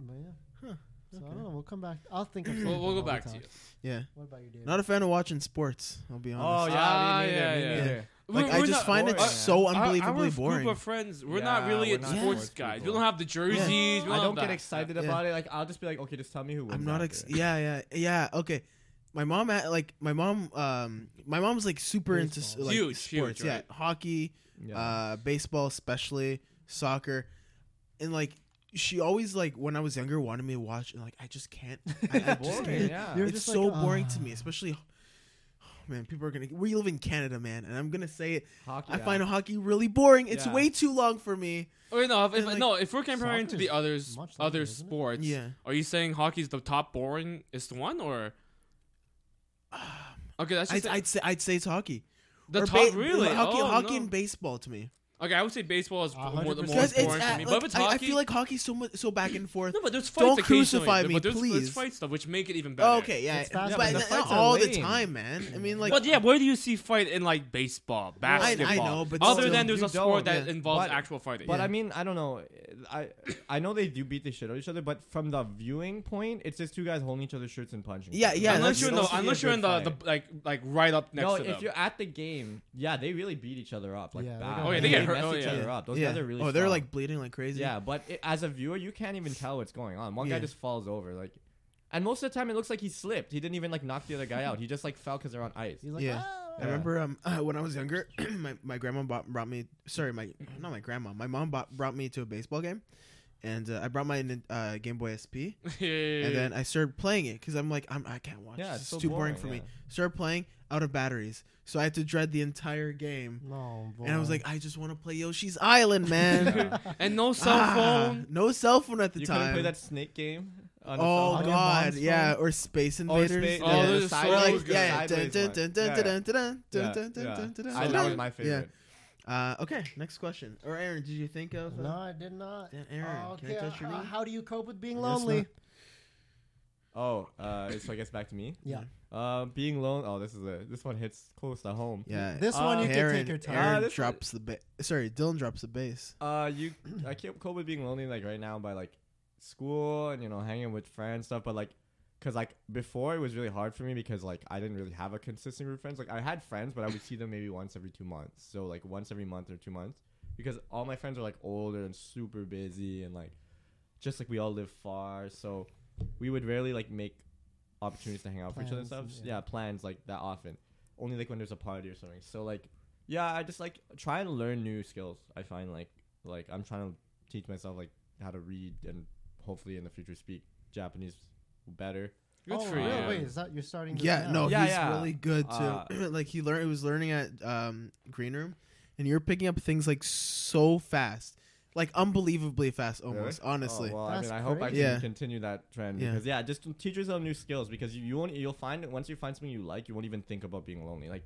S3: But yeah.
S2: Huh,
S3: So I
S2: okay.
S3: don't know. We'll come back. I'll think of.
S4: We'll,
S3: something
S4: we'll go
S3: while we
S4: back to
S3: talk.
S4: you.
S2: Yeah.
S3: What about you, David?
S2: Not a fan of watching sports. I'll be
S1: Oh
S2: honest.
S1: yeah,
S4: Ah,
S1: me neither,
S4: yeah,
S1: me
S4: yeah.
S1: neither.
S2: Like
S4: We're-
S2: I
S4: we're
S2: just
S4: not-
S2: find it
S1: boring, man.
S2: so
S4: our- our,
S2: unbelievably boring.
S4: group of friends, we're not
S1: Yeah,
S4: really
S1: we're
S4: a
S1: not
S4: sports
S1: sports
S4: guys. We
S1: people.
S4: don't have the jerseys. We
S1: I
S4: have
S1: don't get
S4: that.
S1: excited
S2: Yeah.
S1: about it. Like I'll just be like, okay, just tell me who wins.
S2: I'm not.
S1: out
S2: Ex-
S1: there.
S2: yeah, yeah, yeah. Okay. My mom had like my mom. Um, my mom's like super into s-
S3: Baseball.
S2: like
S4: Huge,
S2: sports.
S4: huge, right?
S2: Yeah, hockey,
S1: Yeah.
S2: uh, baseball, especially soccer, and like she always like when I was younger wanted me to watch, and like I just can't. I, I just
S1: Boring,
S2: can't.
S1: yeah.
S3: You're
S2: it's
S3: just
S2: so
S1: uh,
S3: like,
S2: boring
S3: "Ah."
S2: to me, especially. oh, man, people are gonna. We live in Canada, man, and I'm gonna say it.
S1: Hockey,
S2: I
S1: yeah.
S2: find hockey really boring. It's
S1: Yeah.
S2: way too long for me.
S4: Wait, no, if,
S2: And,
S4: if-
S2: like,
S4: no. If we're comparing
S3: soccer
S4: to the
S3: is
S4: others,
S3: much longer,
S4: other
S3: isn't it?
S4: sports,
S2: Yeah.
S4: are you saying hockey's the top boring is the one or? Okay, that's
S2: I'd,
S4: just
S2: I'd say I'd say it's hockey.
S4: the
S2: Um, Or
S4: top.
S2: ba-
S4: really,
S2: hockey,
S4: Oh,
S2: hockey
S4: no.
S2: and baseball to me.
S4: Okay, I would say baseball is
S3: A
S4: more,
S3: hundred
S4: the more
S3: percent.
S2: Because
S4: boring
S2: it's
S4: for
S2: at-
S4: me.
S2: like,
S4: but if it's
S2: I, I
S4: hockey,
S2: feel like hockey's so much, so back and forth.
S4: no, but there's fights.
S2: Don't
S4: occasionally,
S2: crucify
S4: but
S2: me,
S4: there's,
S2: please.
S4: There's fight stuff, which make it even better.
S2: Oh, okay, yeah,
S3: It's fast,
S2: but
S1: but the
S2: not
S1: fights are
S2: all the
S1: lame.
S2: time, man. I mean, like,
S4: but yeah, where do you see fight in like baseball,
S2: I- I
S4: basketball?
S2: know, but
S4: other
S2: still,
S4: than there's
S1: you
S4: a
S1: don't,
S4: sport that
S2: yeah.
S4: involves
S1: But-
S4: actual fighting.
S1: But
S2: Yeah.
S1: I mean, I don't know. I I know they do beat the shit out of each other, but from the viewing point, it's just two guys holding each other's shirts and punching. each
S2: Yeah,
S1: other.
S2: yeah, that's-
S4: unless you're in
S2: you
S4: the
S2: don't
S1: see a
S4: unless you're in
S1: good
S4: the, the
S1: fight.
S4: like like right up next
S1: No,
S4: to
S1: if
S4: them.
S1: you're at the game, yeah, they really beat each other up. Like
S3: Yeah, they
S1: bad.
S3: don't- Oh, yeah, they
S4: get hurt.
S1: mess
S4: Oh,
S1: each
S4: yeah.
S1: other up. Those
S2: yeah.
S1: guys are really.
S2: oh, they're
S1: strong.
S2: like bleeding like crazy.
S1: Yeah, but it, as a viewer, you can't even tell what's going on. One
S2: Yeah.
S1: guy just falls over, like, and most of the time it looks like he slipped. He didn't even like knock the other guy out. He just like fell because they're on ice.
S3: He's like,
S2: Yeah.
S3: "Ah."
S2: I remember um, uh, when I was younger, my, my grandma bought, brought me. Sorry, my not my grandma. My mom bought, brought me to a baseball game, and uh, I brought my uh, Game Boy SP, and then I started playing it because I'm like, I'm, I can't watch.
S1: Yeah, it's
S2: this. It's
S1: so
S2: too boring,
S1: boring,
S2: for me.
S1: yeah.
S2: Started playing out of batteries, so I had to dread the entire game.
S3: No. Boy.
S2: And I was like, I just want to play Yoshi's Island, man.
S1: Yeah.
S4: and no cell
S2: Ah,
S4: phone.
S2: no cell phone at the
S1: you couldn't
S2: time.
S1: play that snake game. On
S2: Oh
S1: the
S3: phone.
S2: God,
S3: Audio
S2: yeah,
S3: bombs
S2: or Space
S1: Oh,
S2: Invaders.
S1: it's ba-
S4: Oh,
S1: yeah,
S4: those
S1: the
S4: are
S1: side-
S4: so
S2: Or like,
S4: good.
S2: yeah, dun,
S1: sideways
S2: dun,
S1: one.
S2: dun, dun,
S1: Yeah.
S2: dun, dun,
S1: Yeah,
S2: dun, dun,
S1: yeah.
S2: dun, dun,
S1: I- that was
S2: dun, dun.
S1: my
S2: Yeah.
S1: favorite.
S2: Uh, okay, next question. Or Aaron, did you think of? uh,
S3: no, I did not.
S2: Dan Aaron,
S3: Oh,
S2: can I
S3: okay,
S2: touch your
S3: uh,
S2: knee?
S3: how do you cope with being
S2: I guess
S3: lonely?
S2: not.
S1: Oh, uh, so I guess back to me.
S3: Yeah.
S1: Uh, being lone. Oh, this is a this one hits close to home.
S2: Yeah.
S3: This one
S1: Uh,
S3: you
S2: Aaron,
S3: can take your time.
S1: Ah,
S2: Aaron
S1: this-
S2: drops the ba- Sorry, Dylan drops the bass.
S1: Uh, you I can't cope with being lonely like right now by like school and you know hanging with friends and stuff, but like. Cause like before it was really hard for me because like I didn't really have a consistent group of friends. Like I had friends, but I would see them maybe once every two months. So like once every month or two months, because all my friends are like older and super busy and like just like we all live far, so we would rarely like make opportunities to hang out with each other and stuff.
S3: Plans, yeah.
S1: yeah. plans like that often. Only like when there's a party or something. So like yeah, I just like try and learn new skills. I find like like I'm trying to teach myself like how to read and hopefully in the future speak Japanese better.
S4: Good
S3: oh,
S4: for
S3: really?
S1: you.
S3: Wait, is that you're starting? this
S2: Yeah,
S3: now?
S2: no,
S1: Yeah,
S2: he's
S1: yeah.
S2: really good too.
S1: Uh,
S2: like he learned, he was learning at um, Green Room, and you're picking up things like so fast, like unbelievably fast, almost.
S1: Really?
S2: Honestly,
S1: Oh, well, I
S3: That's
S1: mean, I hope I can
S2: crazy. Yeah.
S1: continue that trend
S2: Yeah.
S1: because yeah, just teach yourself new skills because you, you won't you'll find that once you find something you like, you won't even think about being lonely. Like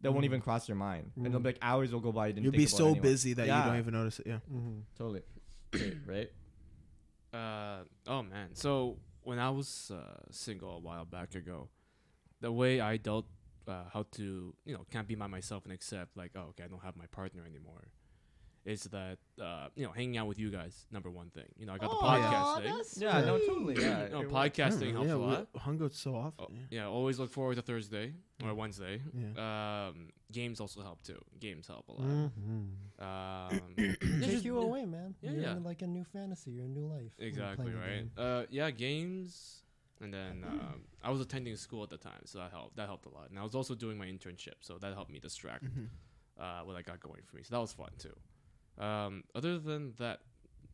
S1: that won't even cross your mind, and it'll be like hours will go by. You didn't
S2: Mm. you'll
S1: think
S2: be
S1: about
S2: so
S1: anyone.
S2: busy that
S1: Yeah,
S2: you don't even notice it. Yeah.
S3: Mm-hmm.
S1: totally right.
S4: Uh, oh man. So when I was uh, single a while back ago, the way I dealt uh, how to you know can't be by myself and accept like oh okay I don't have my partner anymore, is that uh, you know hanging out with you guys number one thing. You know I got the podcast thing.
S1: Yeah, no, totally. Yeah,
S4: You know,
S1: it works.
S4: podcasting helps
S2: yeah,
S4: a lot.
S2: we hung out so often.
S4: Oh,
S2: yeah.
S4: yeah, always look forward to Thursday or Wednesday.
S2: Yeah. Mm.
S4: Um, games also help too. Games help a lot.
S3: Mm-hmm.
S4: Um, yeah,
S3: Take
S4: just-
S3: you away, man.
S4: Yeah,
S3: You're
S4: yeah.
S3: in like a new fantasy. You're a new life. when you play
S4: Exactly
S3: the
S4: right.
S3: game.
S4: Uh, yeah, games, and then um, I was attending school at the time, so that helped. That helped a lot, and I was also doing my internship, so that helped me distract
S3: Mm-hmm.
S4: uh, what I got going for me. So that was fun too. Um, other than that,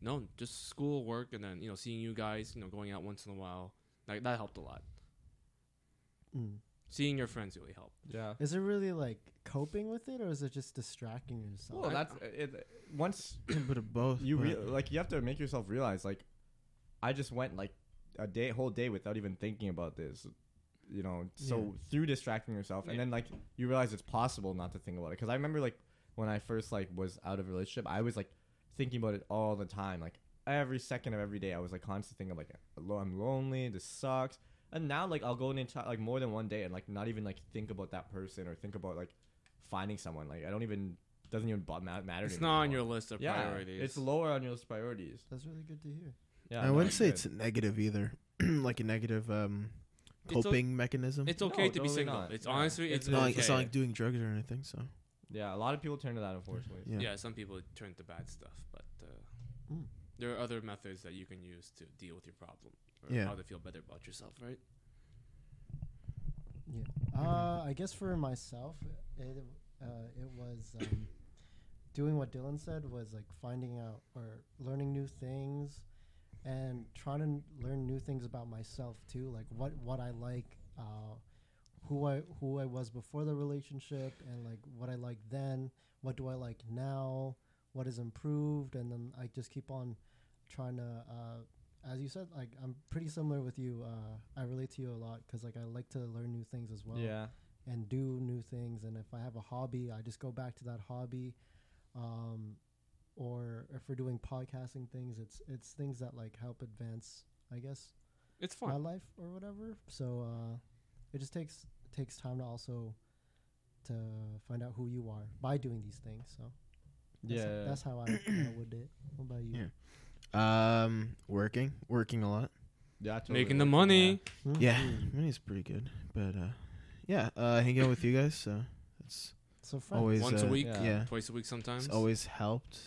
S4: no, just school, work, and then you know seeing you guys, you know going out once in a while, like that helped a lot.
S3: Mm.
S4: Seeing your friends really helped.
S1: Yeah.
S3: Is it really like coping with it, or is it just distracting yourself?
S1: Well, that's it. Once
S2: A bit of both.
S1: you
S2: but-
S1: re- like, you have to make yourself realize like, I just went like a day, whole day without even thinking about this. You know, so through distracting yourself, and
S4: Yeah.
S1: then like you realize it's possible not to think about it. Because I remember like when I first like was out of a relationship, I was like thinking about it all the time, like every second of every day. I was like constantly thinking of like I'm lonely, this sucks. And now like I'll go an entire like more than one day and like not even like think about that person or think about like finding someone. Like I don't even doesn't even bo- ma- matter. to
S4: It's
S1: me
S4: not on
S1: anymore.
S4: your list of
S1: Yeah,
S4: priorities.
S1: It's lower on your list priorities.
S3: that's really good to hear.
S1: Yeah,
S2: I
S1: no,
S2: wouldn't say
S1: good.
S2: it's a negative either, like a negative um,
S4: It's o-
S2: coping mechanism.
S4: It's
S1: No,
S4: okay to be
S1: totally
S4: single.
S1: not.
S4: It's
S1: Yeah.
S4: honestly it's,
S1: It's
S2: It's not,
S4: okay.
S2: like, it's not like doing drugs or anything. So
S1: Yeah, a lot of people turn to that unfortunately.
S2: yeah,
S4: yeah, some people turn to bad stuff, but uh,
S3: Mm.
S4: there are other methods that you can use to deal with your problem or
S2: Yeah.
S4: how to feel better about yourself, right?
S3: Yeah. Uh, I guess for myself, it uh, it was um, doing what Dylan said was like finding out or learning new things, and trying to n- learn new things about myself too, like what what I like, uh, who I who I was before the relationship, and like what I like then, what do I like now, what is improved, and then I just keep on trying to. Uh, as you said, like I'm pretty similar with you. Uh, I relate to you a lot because like I like to learn new things as well
S1: yeah.
S3: and do new things. And if I have a hobby, I just go back to that hobby. Um, or if we're doing podcasting things, it's it's things that like help advance, I guess,
S4: It's
S3: my
S4: fun.
S3: life or whatever. So uh, it just takes takes time to also to find out who you are by doing these things. So that's,
S1: Yeah.
S3: that's how I, I would it. What about you?
S2: Yeah. um, working, working a lot.
S1: Yeah, totally
S4: Making the
S1: works,
S4: money.
S1: Mm-hmm.
S3: Hmm?
S2: Yeah, money's pretty good, but uh, yeah, uh, hanging out with you guys, so it's
S3: So friends.
S2: always
S4: Once a
S2: uh,
S4: week,
S1: Yeah.
S2: Yeah,
S4: twice a week sometimes.
S2: it's always helped.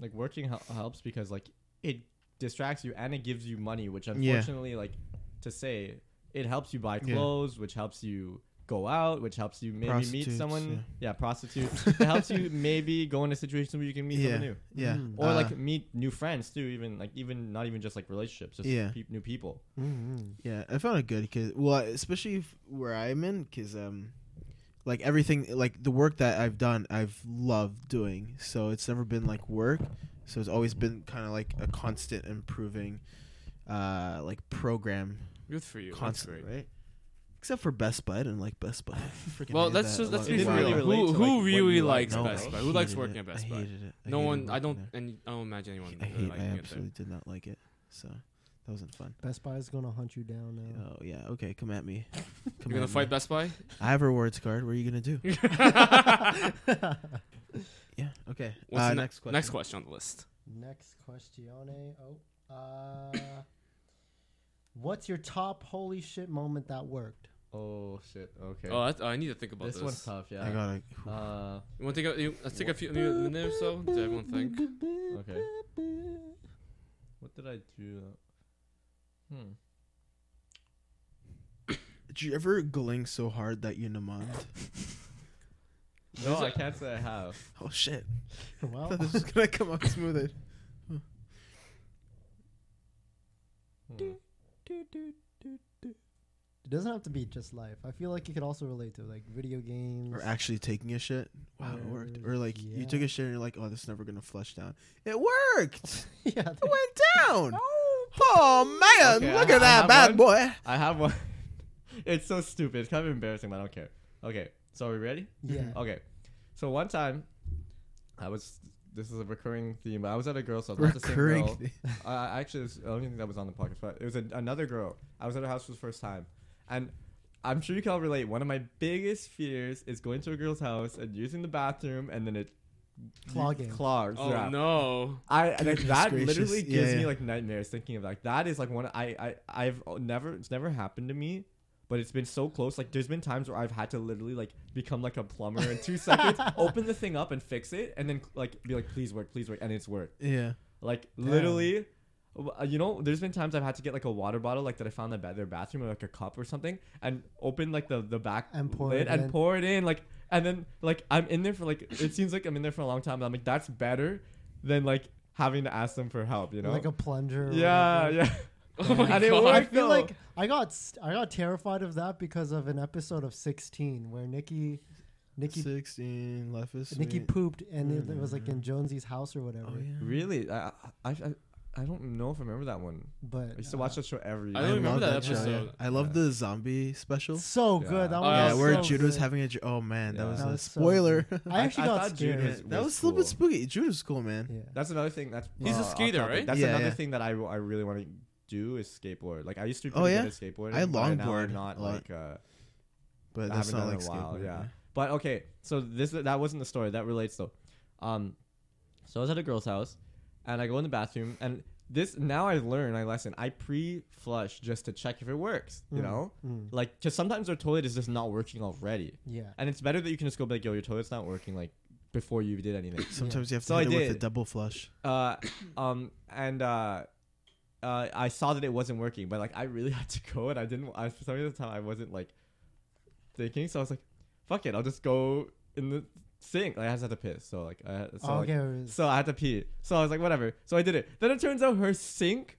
S1: Like working hel- helps because like it distracts you and it gives you money, which
S2: Yeah.
S1: unfortunately like to say it helps you buy
S2: Yeah.
S1: clothes, which helps you go out, which helps you maybe meet
S2: Prostitutes,
S1: someone. Yeah, prostitutes. it helps you maybe go in a situation where you can meet
S2: yeah,
S1: someone new.
S2: yeah,
S3: Mm.
S1: Or
S2: uh,
S1: like meet new friends too, even like even not even just like relationships, just
S2: Yeah.
S1: peop new people.
S3: Mm-hmm.
S2: Yeah, I found it good because well, especially if where I'm in, because um, like everything, like the work that I've done, I've loved doing. So it's never been like work. So it's always been kind of like a constant improving, uh, like program
S4: Good for you. That's
S2: constantly,
S4: great.
S2: right? Except for Best Buy, I didn't like Best Buy. I freaking
S4: Well,
S2: hated
S4: let's
S2: that.
S4: just let's
S1: It
S4: be
S1: didn't really
S4: real.
S1: relate to,
S4: who
S1: like,
S4: who
S1: what
S4: really
S1: you like.
S4: likes
S1: No,
S4: Best
S1: I
S4: Buy? Who likes
S2: hated
S4: working
S2: it.
S4: at Best
S2: I
S4: Buy?
S2: hated it. I
S4: No
S2: hated
S4: one. I
S2: working
S4: don't.
S2: there.
S4: And I don't imagine anyone.
S2: I
S4: really
S2: hate. I
S4: liking it there.
S2: absolutely did not like it. So that wasn't fun.
S3: Best Buy is gonna hunt you down now.
S2: Oh yeah. Okay, come at me. Come
S4: You're gonna
S2: at
S4: fight
S2: me.
S4: Best Buy?
S2: I have a rewards card. What are you gonna do?
S4: What's
S2: Yeah. Okay.
S4: the
S2: uh,
S4: ne-
S2: next question.
S4: Next question on the list.
S3: Next questione. Oh, uh, what's your top holy shit moment that worked?
S1: Oh shit. Okay.
S4: Oh, that's, oh, I need to think about
S1: this,
S4: this.
S1: one's tough, yeah.
S2: I gotta.
S1: uh
S4: You want to take a? You, let's take a few a minute or so. Does everyone think?
S1: Okay. What did I do? Hmm.
S2: Did you ever gling so hard that you numbed?
S1: No, I can't say I have.
S2: oh shit! I
S3: Well,
S2: thought this was gonna come out smoother.
S1: Hmm.
S3: it doesn't have to be just life. I feel like you could also relate to like video games.
S2: Or actually taking a shit wow, it worked. Or like you
S3: Yeah.
S2: took a shit and you're like, oh, this is never gonna flush down. It worked.
S3: yeah.
S2: It went down. Oh man,
S1: Okay,
S2: look
S1: I-
S2: at
S1: I
S2: that
S1: have
S2: bad
S1: one.
S2: boy.
S1: I have one. it's so stupid. It's kind of embarrassing, but I don't care. Okay, so are we ready?
S3: Yeah.
S1: Okay, so one time, I was. This is a recurring theme. but I was at a girl's house. Not the same
S2: Recurring.
S1: girl.
S2: thing.
S1: I I actually, it was, I don't even think that was on the podcast, but it was a, another girl. I was at her house for the first time, and I'm sure you can all relate. One of my biggest fears is going to a girl's house and using the bathroom, and then it
S3: Clogging.
S1: clogs.
S4: Oh
S1: yeah.
S4: no.
S1: I and like,
S2: Goodness
S1: that
S2: gracious.
S1: literally
S2: Yeah,
S1: gives me
S2: yeah.
S1: like nightmares thinking of like that is like one I I I've never it's never happened to me, but it's been so close. Like there's been times where I've had to literally like become like a plumber in two seconds, open the thing up and fix it, and then like be like please work, please work, and it's worked.
S2: Yeah.
S1: Like literally, w- uh, you know, there's been times I've had to get like a water bottle like that I found in the ba- their bathroom or like a cup or something, and open like the the back
S3: And pour
S1: lid
S3: it
S1: and
S3: in.
S1: pour it in like. And then, like, I'm in there for like it seems like I'm in there for a long time. And I'm like, that's better than like having to ask them for help, you know?
S3: Like a plunger. or
S1: yeah,
S3: whatever.
S1: yeah.
S4: Oh my
S1: I didn't
S4: God.
S1: work,
S3: I feel
S1: though.
S3: like I got s- I got terrified of that because of an episode of 16 where Nikki Nikki
S2: Sixteen left is
S3: Nikki
S2: sweet.
S3: pooped and it, it was like
S1: Mm-hmm.
S3: in Jonesy's house or whatever.
S2: Oh, yeah.
S1: Really, I, I, I, I don't know if I remember that one.
S3: But
S1: I used to watch
S3: uh,
S1: that show every.
S4: I
S1: year.
S4: don't remember
S2: love
S4: that
S2: show, yeah.
S4: episode.
S2: I love
S1: Yeah.
S2: the zombie special.
S3: so
S1: Yeah.
S3: good. That
S4: Oh,
S3: one
S2: yeah,
S3: was
S2: where
S3: so
S2: Jude was
S3: good.
S2: having a. dr- Oh man,
S1: Yeah.
S2: that was
S1: That
S2: a
S3: was so
S2: spoiler.
S3: I actually
S1: I
S3: got
S1: thought Jude
S3: scared.
S1: was-
S2: that was a little bit
S1: cool.
S2: spooky. Jude was cool, man.
S3: yeah.
S1: That's another thing. That's oh,
S4: He's a
S1: off
S4: skater,
S1: topic.
S4: right?
S1: That's
S2: Yeah,
S1: another
S2: yeah.
S1: thing that I, I really want to do is skateboard. Like I used to be
S2: Oh,
S1: pretty
S2: yeah?
S1: good at skateboarding.
S2: I
S1: but now I'm
S2: longboard
S1: not
S2: a lot.
S1: like. Uh,
S2: But
S1: I
S2: that's
S1: haven't
S2: not
S1: done
S2: like
S1: it in a while,
S2: skateboarding,
S1: yeah. But okay, so this that wasn't the story. That relates though. Um, so I was at a girl's house, and I go in the bathroom, and this now I learn, I lesson. I pre-flush just to check if it works. You
S3: Mm.
S1: know,
S3: Mm.
S1: like because sometimes their toilet is just not working already,
S3: Yeah.
S1: and it's better that you can just go be like, yo, your toilet's not working, like before you did anything.
S2: Sometimes you have to
S1: So I
S2: hit it with
S1: did.
S2: a double flush.
S1: uh, um, and uh, uh, I saw that it wasn't working, but like I really had to go, and I didn't. I, for some reason, at the time I wasn't like thinking, so I was like, "Fuck it, I'll just go in the sink." Like, I just had to piss, so like, I, so, like,
S3: Oh, okay. it was-
S1: so I had to pee. So I was like, "Whatever." So I did it. Then it turns out her sink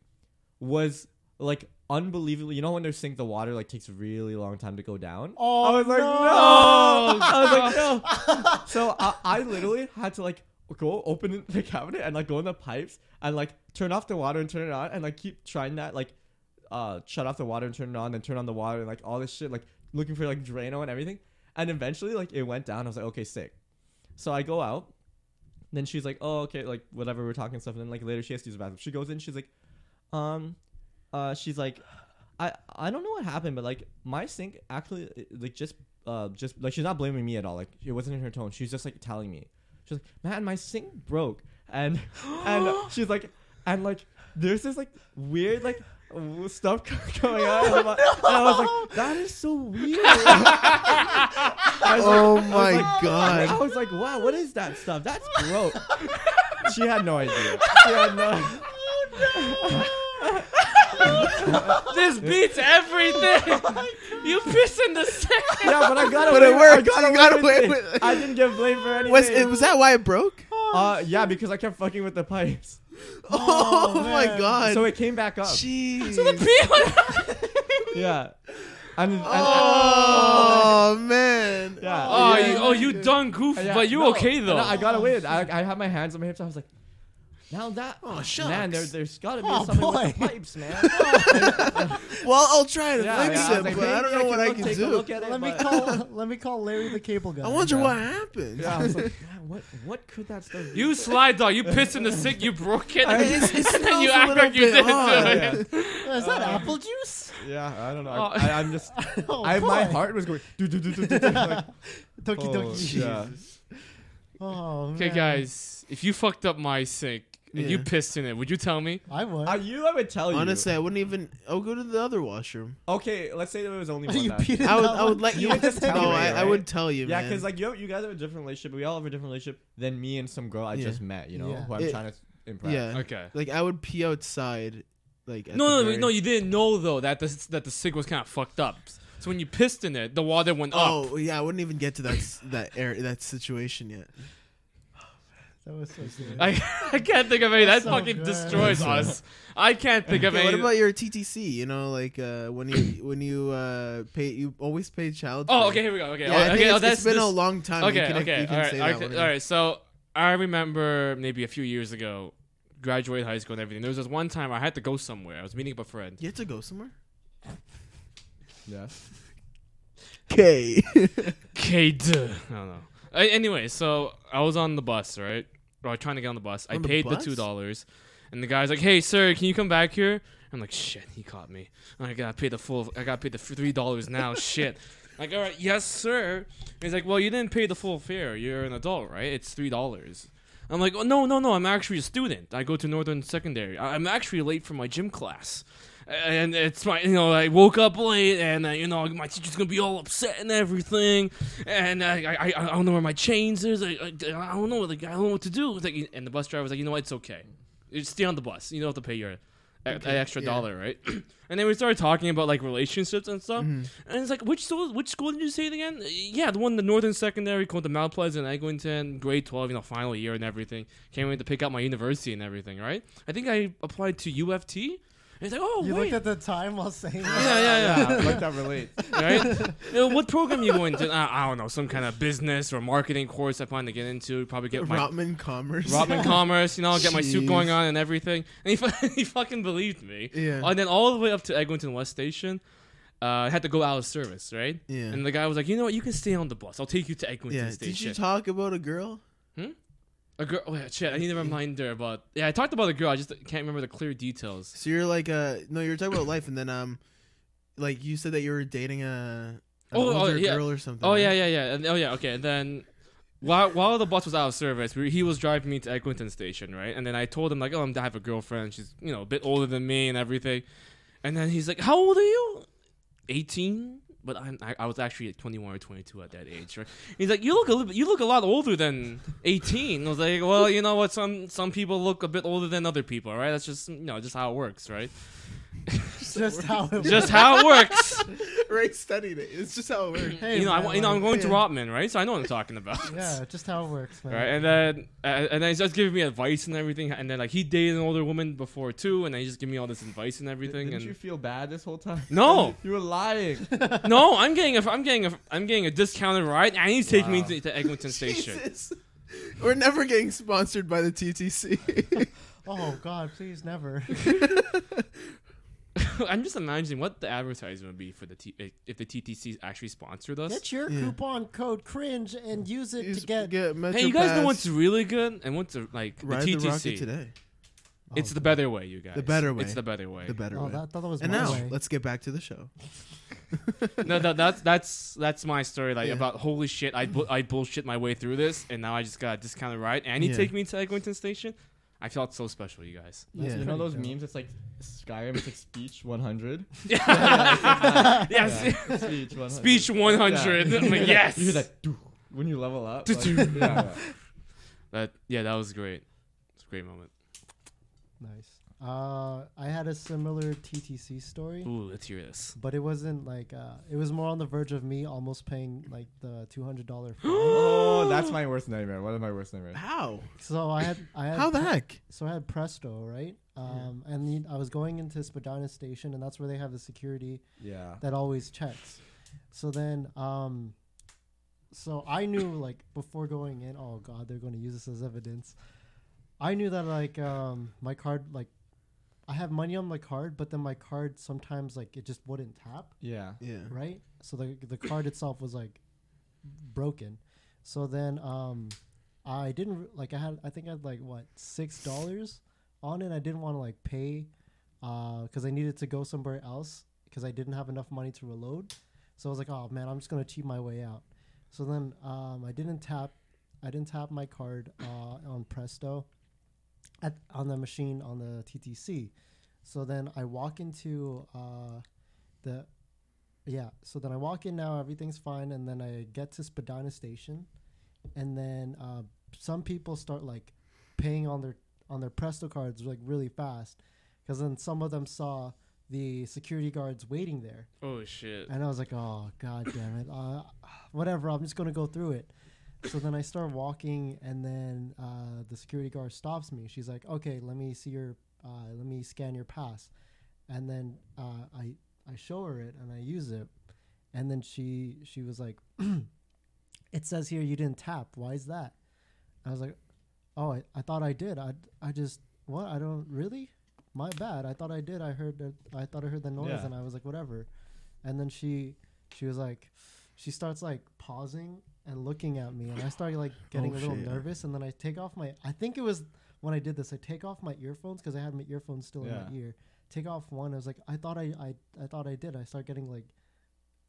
S1: was like unbelievably. You know when their sink, the water like takes a really long time to go down.
S3: oh,
S1: I was like, no. I was like, no. so I, I literally had to like go open the cabinet and like go in the pipes and like turn off the water and turn it on and like keep trying that like uh shut off the water and turn it on and turn on the water and like all this shit like looking for like Drano and everything and eventually like it went down. I was like, okay, sick. So I go out. Then she's like, oh okay, like whatever we're talking stuff. And then like later she has to use the bathroom. She goes in. She's like, um, uh, she's like, I I don't know what happened, but like my sink actually it- like just uh just like she's not blaming me at all. Like it wasn't in her tone. She's just like telling me. She's like, man, my sink broke, and and she's like, and like there's this like weird like w- stuff going on. And I'm like- and I was like, that is so weird. I was like-
S2: Oh
S1: I was
S2: my
S1: like-
S2: God.
S1: I was like, wow, what is that stuff? That's broke. she had no idea. She had no.
S4: This beats
S2: Oh
S4: everything. you piss in the sink.
S1: Yeah, but I got
S2: But
S1: away.
S2: it worked.
S1: I got
S2: You
S1: away,
S2: got away
S1: with,
S2: with
S1: it.
S2: it.
S1: I didn't get blamed for anything.
S2: Was it was that why it broke?
S1: uh, yeah, because I kept fucking with the pipes.
S2: Oh, my
S3: man.
S2: god.
S1: So it came back up.
S2: Jeez.
S1: Yeah. And, and,
S2: oh man.
S1: Yeah.
S4: Oh,
S1: yeah,
S4: you, oh, you
S2: dude.
S4: done goof,
S1: yeah,
S4: but you
S1: no,
S4: okay though.
S1: no, I got away with it. I, I had my hands on my hips. I was like, now that.
S2: Oh,
S1: Man,
S2: shucks.
S1: there, there's got to be
S3: Oh,
S1: something with the
S3: boy.
S1: pipes, man.
S2: Well, I'll try to
S1: yeah,
S2: fix
S1: yeah, I
S2: it,
S1: was like,
S2: but
S1: maybe
S2: I don't know what I
S1: look-
S2: can
S1: take a
S2: do.
S1: look at it,
S3: let me
S1: but-
S3: call let me call Larry the Cable Guy.
S2: I wonder
S1: Yeah.
S2: what happened.
S1: Yeah, I was like, man, what, what could that stuff be?
S4: You slide dog. You piss in the sink. You broke it.
S1: I-
S4: and
S2: It's- it
S4: then
S2: smells
S4: you
S2: a
S4: act
S2: little
S4: like you
S2: bit
S4: didn't
S2: odd.
S4: do it.
S1: yeah,
S3: Is that apple juice?
S1: yeah, I don't know. I,
S4: Oh.
S1: I, I'm just.
S3: Oh,
S1: I, my
S3: boy.
S1: heart was going. Do, do, do, do, do, do, like,
S3: Doki
S1: oh,
S3: doki.
S1: yeah.
S3: Oh,
S4: Okay,
S3: man.
S4: guys, if you fucked up my sink and you
S2: Yeah.
S4: pissed in it, would you tell me?
S3: I would.
S1: Are you? I would tell you.
S2: Honestly, I wouldn't even. I'll go to the other washroom.
S1: Okay, let's say there was only one.
S3: you
S1: bathroom.
S3: peed in
S2: I would.
S3: that
S2: I
S3: one?
S2: would let you.
S1: would just
S2: no,
S1: tell me,
S2: I, I
S1: right?
S2: would tell you.
S1: Yeah,
S2: man.
S1: because like you, you guys have a different relationship. but We all have a different relationship than me and some girl I
S2: Yeah.
S1: just met. You know,
S3: Yeah.
S1: who I'm
S2: It-
S1: trying to impress.
S2: yeah,
S4: Okay.
S2: like I would pee outside. Like at
S4: No,
S2: the
S4: no, no,
S2: very-
S4: no, you didn't know though that the that the sink was kind of fucked up. So when you pissed in it, the water went up.
S2: Oh yeah, I wouldn't even get to that s- that air that situation yet.
S3: That was so good.
S4: I, I can't think of any. That
S3: That's so
S4: fucking
S3: good.
S4: destroys us. I can't think of
S2: Okay,
S4: any.
S2: what about your TTC? You know, like uh, when you when you uh, pay, you always pay child.
S4: oh,
S2: care.
S4: okay. Here we go. Okay.
S2: Yeah,
S4: oh,
S2: I think
S4: okay.
S2: it's-
S4: oh,
S2: it's
S4: that's
S2: been
S4: this-
S2: a long time. You
S4: Okay.
S2: can-
S4: okay.
S2: you can
S4: all right.
S2: say
S4: I
S2: that
S4: can-
S2: one.
S4: all right. So I remember maybe a few years ago, graduated high school and everything. There was this one time I had to go somewhere. I was meeting up a friend.
S2: You have to go somewhere.
S1: Yeah.
S2: Okay.
S4: Kate. I don't know. I, anyway, so I was on the bus, right? Or trying to get on the bus. I
S2: On the
S4: paid the
S2: bus?
S4: two dollars, and the guy's like, "Hey, sir, can you come back here?" I'm like, "Shit, he caught me. I gotta pay the full. I gotta pay the three dollars now. Shit." Like, all right, yes, sir. He's like, well, you didn't pay the full fare. You're an adult, right? It's three dollars. I'm like, oh no, no, no. I'm actually a student. I go to Northern Secondary. I- I'm actually late for my gym class and it's my you know I woke up late and uh, you know my teacher's gonna be all upset and everything and uh, I I, I don't know where my chains is I, I, I don't know like I don't know what to do It's like, and the bus driver was like you know what it's okay you just stay on the bus you don't have to pay your e-
S2: Okay,
S4: extra
S2: yeah.
S4: dollar right and then we started talking about like relationships and stuff
S2: Mm-hmm.
S4: and it's like which school which school did you say it again yeah the one the Northern Secondary called the Mount Pleasant Eglinton grade twelve you know final year and everything can't wait to pick out my university and everything right I think I applied to UFT. And he's like, oh,
S3: you looked
S4: wait.
S3: at the time while saying
S4: Yeah,
S3: that.
S4: yeah, yeah.
S1: like that relates.
S4: right? You know, what program you going to? Uh, I don't know, some kind of business or marketing course I plan to get into. Probably get my
S2: Rotman Commerce.
S4: Robin Commerce, you know, get my suit
S2: Jeez.
S4: going on and everything. And he, fu- he fucking believed me.
S2: Yeah.
S4: And then all the way up to Eglinton West Station, uh, I had to go out of service, right?
S2: Yeah.
S4: And the guy was like, you know what? You can stay on the bus. I'll take you to Eglinton
S2: yeah. Did
S4: Station.
S2: you talk about a girl?
S4: a girl, oh, yeah, shit, I need a reminder about. Yeah, I talked about the girl. I just can't remember the clear details.
S2: So you're like uh no, you were talking about life, and then um, like you said that you were dating a an
S4: Oh, oh,
S2: older
S4: yeah.
S2: girl or something.
S4: Oh
S2: right?
S4: yeah, yeah, yeah. And, oh yeah, okay. And then while while the bus was out of service, we, he was driving me to Eglinton Station, right? And then I told him like, oh, I'm I have a girlfriend. She's you know a bit older than me and everything. And then he's like, how old are you? 18. But I'm, I, I was actually at 21 or 22 at that age, right? He's like, you look a little, bit- you look a lot older than 18. I was like, well, you know what? Some some people look a bit older than other people, right? That's just you know just how it works, right?
S3: just how it
S4: Just how it works.
S2: Ray studied it. It's just how it works.
S3: Hey,
S4: you know, I,
S3: man,
S4: wa- you know,
S3: like,
S4: I'm going to Rotman, right? So I know what I'm talking about.
S3: Yeah, just how it works, man.
S4: Right, and then uh, and then he starts giving me advice and everything, and then like he dated an older woman before too, and then he just give me all this advice and everything,
S1: Didn't
S4: and
S1: you feel bad this whole time?
S4: No.
S1: you were lying.
S4: no, I'm getting a I'm getting a I'm getting a discounted ride, and he's taking
S1: Wow.
S4: me to, to Eglinton Station.
S2: Jesus. We're never getting sponsored by the TTC.
S3: Oh God, please never.
S4: I'm just imagining what the advertisement would be for the T- if the TTC actually sponsored us.
S3: Get your
S2: Yeah.
S3: coupon code cringe and use it to get.
S4: Hey, you guys know what's really good and what's uh, like the
S2: Ride the, rocket
S4: TTC.
S2: today.
S4: it's
S3: Oh,
S4: the better way, you guys.
S2: better way.
S4: It's the better way.
S2: The better
S3: Oh,
S2: way.
S3: that, I thought that was
S2: and
S3: my
S2: now
S3: way.
S2: let's get back to the show.
S4: no, no, that's that's that's my story. Like
S2: Yeah.
S4: about holy shit, I bu- I bullshit my way through this, and now I just got a discounted ride, and he
S2: Yeah.
S4: take me to Eglinton Station. I felt so special, you guys.
S3: That's
S1: You know
S3: pretty
S1: those
S3: dope.
S1: memes? It's like Skyrim. It's like speech 100.
S4: yes,
S1: Yeah. Speech 100.
S4: speech one hundred.
S1: Yeah.
S4: I'm like, yes.
S1: You hear that "Doo," when you level up. like-
S4: Doo-doo.
S1: yeah.
S4: That yeah, that was great. It's a great moment.
S3: Nice. Uh, I had a similar TTC story,
S4: Ooh, let's hear this.
S3: but it wasn't like uh, it was more on the verge of me almost paying like the two hundred dollar.
S1: Oh, that's my worst nightmare. One of my worst nightmares.
S2: How?
S3: so I had I had
S2: How the heck?
S3: so I had Presto right, um, and the, I was going into Spadina Station, and that's where they have the security
S1: Yeah.
S3: that always checks. So then, um, so I knew like before going in, oh god, they're going to use this as evidence. I knew that like um, my card, like I have money on my card, but then my card sometimes like it just wouldn't tap,
S1: Yeah.
S2: Yeah.
S3: right? So the the card itself was like broken. So then um, I didn't re- like I had I think I had like what six dollars on it. I didn't want to like pay because I needed to go somewhere else because I didn't have enough money to reload. So I was like, oh man, I'm just gonna cheat my way out. So then um, I didn't tap, I didn't tap my card uh, on Presto, at on the machine on the TTC. So then I walk into uh, the, yeah. So then I walk in now, everything's fine, and then I get to Spadina Station, and then uh, some people start like paying on their on their Presto cards like really fast, because then some of them saw the security guards waiting there.
S4: Oh shit.
S3: And I was like, oh god damn it, uh, whatever. I'm just gonna go through it. So then I start walking, and then uh, the security guard stops me. She's like, "Okay, let me see your, uh, let me scan your pass," and then uh, I I show her it and I use it, and then she she was like, "It says here you didn't tap. Why is that?" I was like, "Oh, I, I thought I did. I I just what? I don't really. My bad. I thought I did. I heard that. I thought I heard the noise,
S1: Yeah.
S3: and I was like, whatever." And then she she was like, she starts like pausing and looking at me, and I started like getting
S2: Oh,
S3: a little
S2: shit.
S3: nervous, and then I take off my. I think it was when I did this. I take off my earphones because I had my earphones still in
S1: Yeah.
S3: my ear. Take off one. I was like, I thought I I, I thought I did. I start getting like,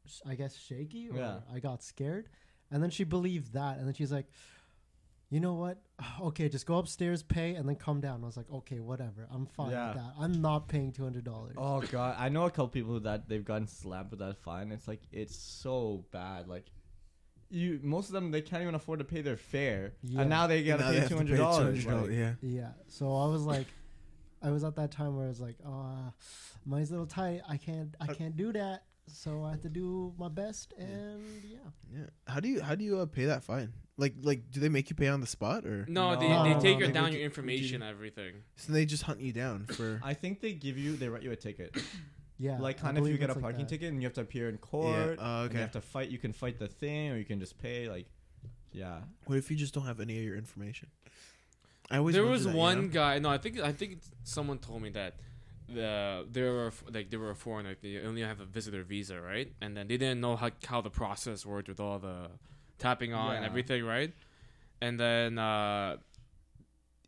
S3: sh- I guess shaky, or
S1: Yeah.
S3: I got scared, and then she believed that, and then she's like. You know what? Okay, just go upstairs, pay, and then come down. I was like, okay, whatever. I'm fine
S1: Yeah.
S3: with that. I'm not paying two hundred dollars.
S1: Oh god, I know a couple people who that they've gotten slapped with that fine. It's like it's so bad. Like you, most of them they can't even afford to pay their fare,
S3: Yeah.
S1: and now they gotta
S2: Now they
S1: pay
S2: have
S1: two
S2: to pay
S1: hundred dollars.
S2: $200, yeah.
S3: Yeah. So I was like, I was at that time where I was like, oh, money's a little tight. I can't, I
S2: Uh,
S3: can't do that. So I have to do my best, and yeah.
S2: Yeah. How do you how do you uh, pay that fine? Like like do they make you pay on the spot or
S4: No, they,
S1: No,
S4: they
S3: no,
S4: take
S3: no,
S4: your
S3: they
S4: down
S2: would-
S4: your
S2: would
S4: information, everything.
S2: so they just hunt you down for
S1: I think they give you they write you a ticket,
S3: Yeah.
S1: like
S3: I
S1: kind of if you
S3: believe
S1: get a
S3: it's like
S1: parking
S3: that.
S1: ticket and you have to appear in court.
S2: yeah. Oh,
S1: and you
S2: okay.
S1: have to fight. You can fight the thing, or you can just pay. Like, yeah,
S2: What if you just don't have any of your information? I always
S4: There
S2: wonder
S4: was
S2: that, you
S4: one
S2: know?
S4: guy. No, I think I think someone told me that the there were f- like they were a foreigner. Like, they only have a visitor visa, right? And then they didn't know how how the process worked with all the tapping on and
S1: Yeah.
S4: everything, right? And then uh,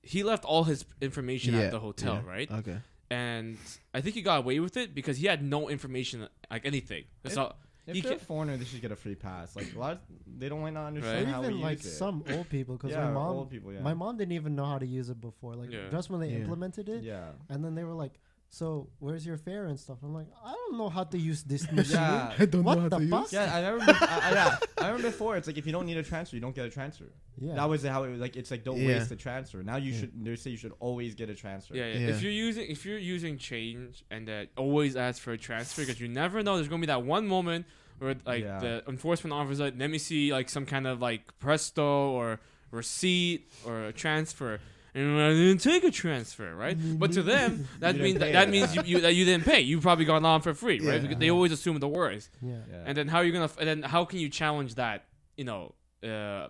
S4: he left all his information
S2: Yeah,
S4: at the hotel,
S2: yeah.
S4: right?
S2: Okay.
S4: And I think he got away with it because he had no information, like anything. That's
S1: If-
S4: all-
S1: if
S4: You
S1: they're a
S4: ca-
S1: foreigner, they should get a free pass. Like, a lot of- they don't might not
S4: Right.
S1: understand
S3: Or
S1: how
S3: even
S1: we
S3: like
S1: use it.
S3: some old people, because
S1: yeah,
S3: my
S1: or
S3: mom,
S1: old people, yeah,
S3: my mom didn't even know how to use it before. Like
S4: Yeah.
S3: just when they
S2: Yeah.
S3: implemented it,
S1: yeah,
S3: and then they were like, "So where's your fare and stuff?" I'm like, "I don't know how to use this machine."
S1: yeah.
S2: I don't
S3: What the fuck?
S1: Yeah, I remember. I, I- yeah, I remember before. It's like if you don't need a transfer, you don't get a transfer.
S3: Yeah.
S1: That was how it was. Like it's like don't
S2: Yeah.
S1: waste a transfer. Now you
S3: Yeah.
S1: should. They say you should always get a transfer.
S4: Yeah, yeah.
S2: Yeah.
S4: If you're using if you're using change and that always ask for a transfer because you never know there's gonna be that one moment where like
S1: Yeah.
S4: the enforcement officer like, let me see like some kind of like presto or receipt or a transfer. And I didn't take a transfer, right? But to them, that
S1: You didn't
S4: means that,
S1: pay,
S4: that
S1: yeah.
S4: means you, you that you didn't pay. You probably got on for free,
S2: Yeah.
S4: right? Because they always assume the worst.
S3: yeah.
S1: Yeah.
S4: And then how are you gonna? f- And then how can you challenge that? You know, uh,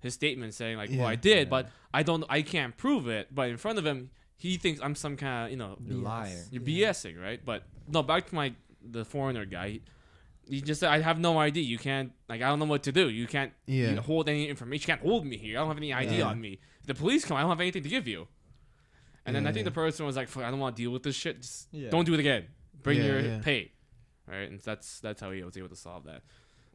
S4: his statement saying like,
S2: Yeah.
S4: "Well, I did,
S1: Yeah.
S4: but I don't. I can't prove it." But in front of him, he thinks I'm some kind of you know,
S1: You're
S3: BS.
S1: lying.
S4: you're
S3: Yeah.
S4: BSing, right? But no, back to my the foreigner guy. He, he just said, "I have no ID. You can't. Like, I don't know what to do. You can't.
S2: Yeah.
S4: You hold any information. You can't hold me here. I don't have any ID
S2: Yeah.
S4: on me. If the police come, I don't have anything to give you." And then I
S2: Yeah,
S4: think
S2: yeah.
S4: the person was like, "Fuck, I don't want to deal with this shit. Just
S1: Yeah.
S4: don't do it again. Bring
S2: Yeah,
S4: your
S2: yeah.
S4: pay." Right, and that's that's how he was able to solve that.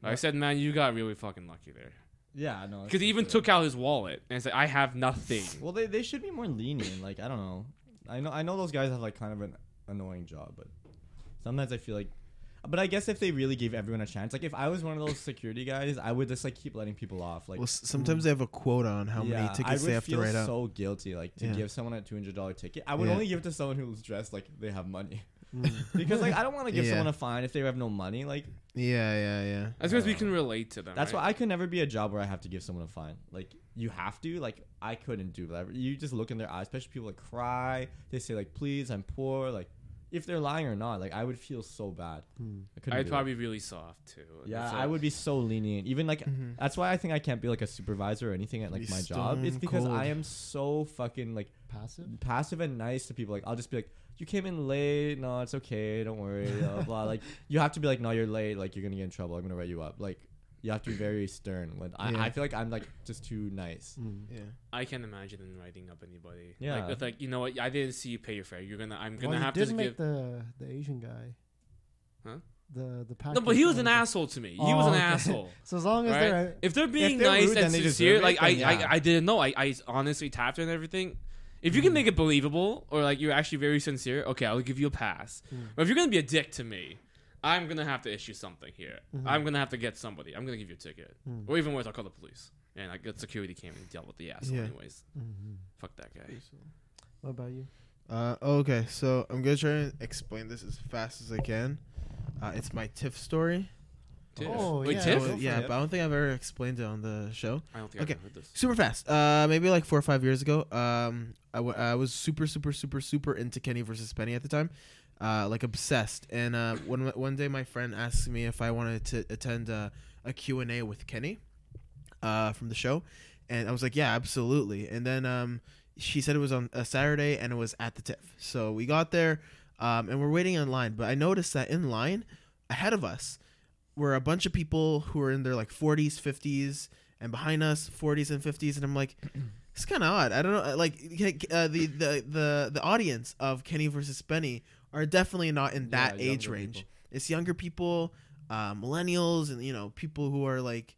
S4: Like I
S1: Yeah.
S4: said, man, you got really fucking lucky there.
S1: Yeah, no.
S4: Because he even took out his wallet and said, "I have nothing."
S1: Well, they they should be more lenient. Like I don't know. I know I know those guys have like kind of an annoying job, but sometimes I feel like. But I guess if they really gave everyone a chance, like if I was one of those security guys, I would just like keep letting people off. Like
S2: well, s- sometimes they have a quota on how
S1: yeah,
S2: many tickets
S1: I would
S2: they have
S1: feel
S2: to write out.
S1: so guilty, like to
S2: Yeah.
S1: give someone a two hundred dollar ticket. I would
S2: Yeah.
S1: only give it to someone who's dressed like they have money,
S3: Mm.
S1: because like I don't want to give
S2: Yeah.
S1: someone a fine if they have no money. Like
S2: yeah, yeah, yeah.
S4: That's because we
S1: Uh,
S4: can relate to them.
S1: that's
S4: right?
S1: why I could never be a job where I have to give someone a fine. Like you have to. Like I couldn't do that. You just look in their eyes, especially people that cry. They say like, "Please, I'm poor." Like if they're lying or not, like I would feel so bad.
S2: Hmm.
S3: Mm.
S1: I couldn't.
S4: I'd
S1: do it.
S4: probably be really soft too. And
S1: Yeah,
S4: it's
S1: I
S4: like-
S1: would be so lenient. Even like
S2: Mhm.
S1: that's why I think I can't be like a supervisor or anything at like
S2: Be
S1: my job. It's
S2: stone
S1: because
S2: cold.
S1: I am so fucking like
S3: Passive.
S1: passive and nice to people. Like I'll just be like, "You came in late. No, it's okay. Don't worry." Blah blah. blah. Like you have to be like, "No, you're late. Like you're gonna get in trouble. I'm gonna write you up." Like you have to be very stern. When I,
S2: Yeah.
S1: I feel like I'm like just too nice.
S3: Mm.
S2: Yeah.
S4: I can't imagine him writing up anybody.
S1: Yeah.
S4: like, it's like you know what? I didn't see you pay your fare. You're gonna. I'm gonna
S3: well,
S4: have
S3: Oh, you
S4: to
S3: did make
S4: give.
S3: the the Asian guy.
S4: Huh?
S3: The the
S4: no, but he was
S3: package
S4: an
S3: manager.
S4: asshole to me. He was
S3: Oh,
S4: an
S3: okay.
S4: asshole.
S3: So as long as
S4: Right?
S3: they're
S4: If they're being
S1: they're
S4: nice
S1: rude,
S4: and
S1: then they deserve
S4: sincere,
S1: it,
S4: like I,
S1: then yeah.
S4: I, I didn't know. I, I honestly tapped her and everything. If you can make it believable or like you're actually very sincere, okay, I'll give you a pass.
S3: Mm.
S4: But if you're gonna be a dick to me, I'm gonna have to issue something here.
S3: Mhm.
S4: I'm gonna have to get somebody. I'm gonna give you a ticket,
S3: Mm.
S4: or even worse, I'll call the police. And I get security came and dealt with the asshole
S2: Yeah.
S4: anyways.
S3: Mhm.
S4: Fuck that guy.
S3: What about you?
S2: Uh, okay, so I'm gonna try and explain this as fast as I can. Uh, it's my TIFF story.
S4: Tiff.
S3: Oh,
S4: Wait,
S3: yeah.
S4: Tiff?
S2: So,
S1: Go
S2: yeah,
S1: for it.
S2: but I don't think I've ever explained it on the show.
S4: I don't think
S2: Okay.
S4: I've heard this.
S2: Super fast. Uh, maybe like four or five years ago. Um, I, w- I was super, super, super, super into Kenny versus Penny at the time. Uh, like obsessed. And uh, one one day my friend asked me if I wanted to attend uh, a Q and A with Kenny, uh, from the show, and I was like, yeah, absolutely. And then um, she said it was on a Saturday and it was at the TIFF. So we got there, um, and we're waiting in line. But I noticed that in line, ahead of us, were a bunch of people who were in their like 40s, 50s, and behind us 40s and 50s. And I'm like, it's kind of odd. I don't know. Like uh, the, the the the audience of Kenny versus Penny are definitely not in that
S1: Yeah,
S2: age
S1: younger
S2: range.
S1: people.
S2: It's younger people, uh, millennials, and you know people who are like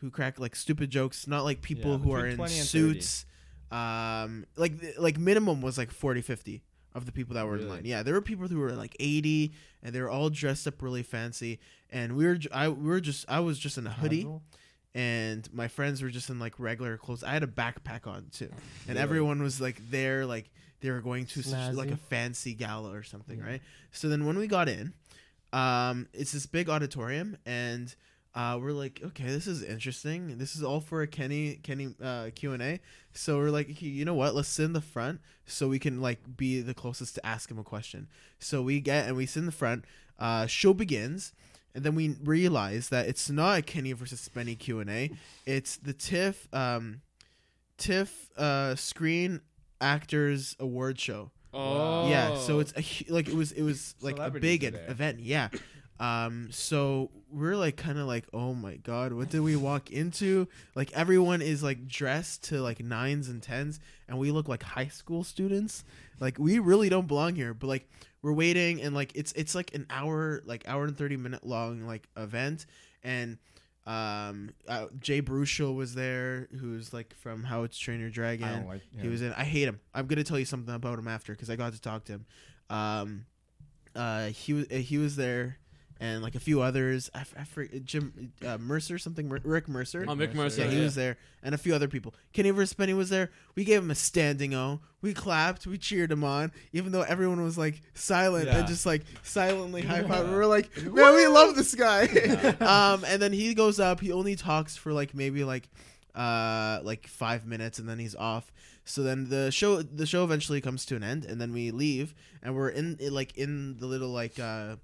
S2: who crack like stupid jokes, not like people
S1: Yeah,
S2: who are
S1: between
S2: in
S1: 20 and 30.
S2: suits. Um, like th- like minimum was like 40, 50 of the people that were in
S1: Really?
S2: line. Yeah, there were people who were like eighty, and they were all dressed up really fancy. And we were j- I we were just I was just in a hoodie,
S3: Casual?
S2: and my friends were just in like regular clothes. I had a backpack on too, and
S1: Really?
S2: everyone was like there like they were going to such, like
S3: Snazzy.
S2: a fancy gala or something,
S3: Yeah.
S2: right? So then when we got in, um, it's this big auditorium, and uh, we're like, okay, this is interesting. This is all for a Kenny Kenny uh, Q and A. So we're like, okay, you know what? Let's sit in the front so we can like be the closest to ask him a question. So we get and we sit in the front. Uh, show begins, and then we realize that it's not a Kenny versus Spenny Q and A. It's the TIFF um, TIFF uh, Screen Actors Award Show.
S4: Oh.
S2: Yeah, so it's a, hu- like it was it was like a
S1: Celebrities
S2: big
S1: are
S2: ev-
S1: there.
S2: event. Yeah. Um so we're like kind of like oh my god, what did we walk into? Like everyone is like dressed to like 9s and 10s and we look like high school students. Like we really don't belong here, but like we're waiting and like it's it's like an hour like hour and 30 minute long like event and um uh, Jay Baruchel was there who's like from How It's Train Your Dragon.
S1: I don't like
S2: He
S1: him.
S2: was in. I hate him. I'm gonna tell you something about him after because I got to talk to him. Um, uh, he was he was there, and like a few others. I, f- I fr- Jim uh, Mercer something Mer- Rick Mercer.
S4: Oh, Mick Mercer.
S2: yeah, he was there, and a few other people. Kenny versus Penny was there. We gave him a standing O. We clapped. We cheered him on, even though everyone was like silent
S1: Yeah.
S2: and just like silently high
S1: Yeah.
S2: five. We were like, man, we love this guy. um, and then he goes up. He only talks for like maybe like uh like five minutes and then he's off so then the show the show eventually comes to an end and then we leave and we're in like in the little like uh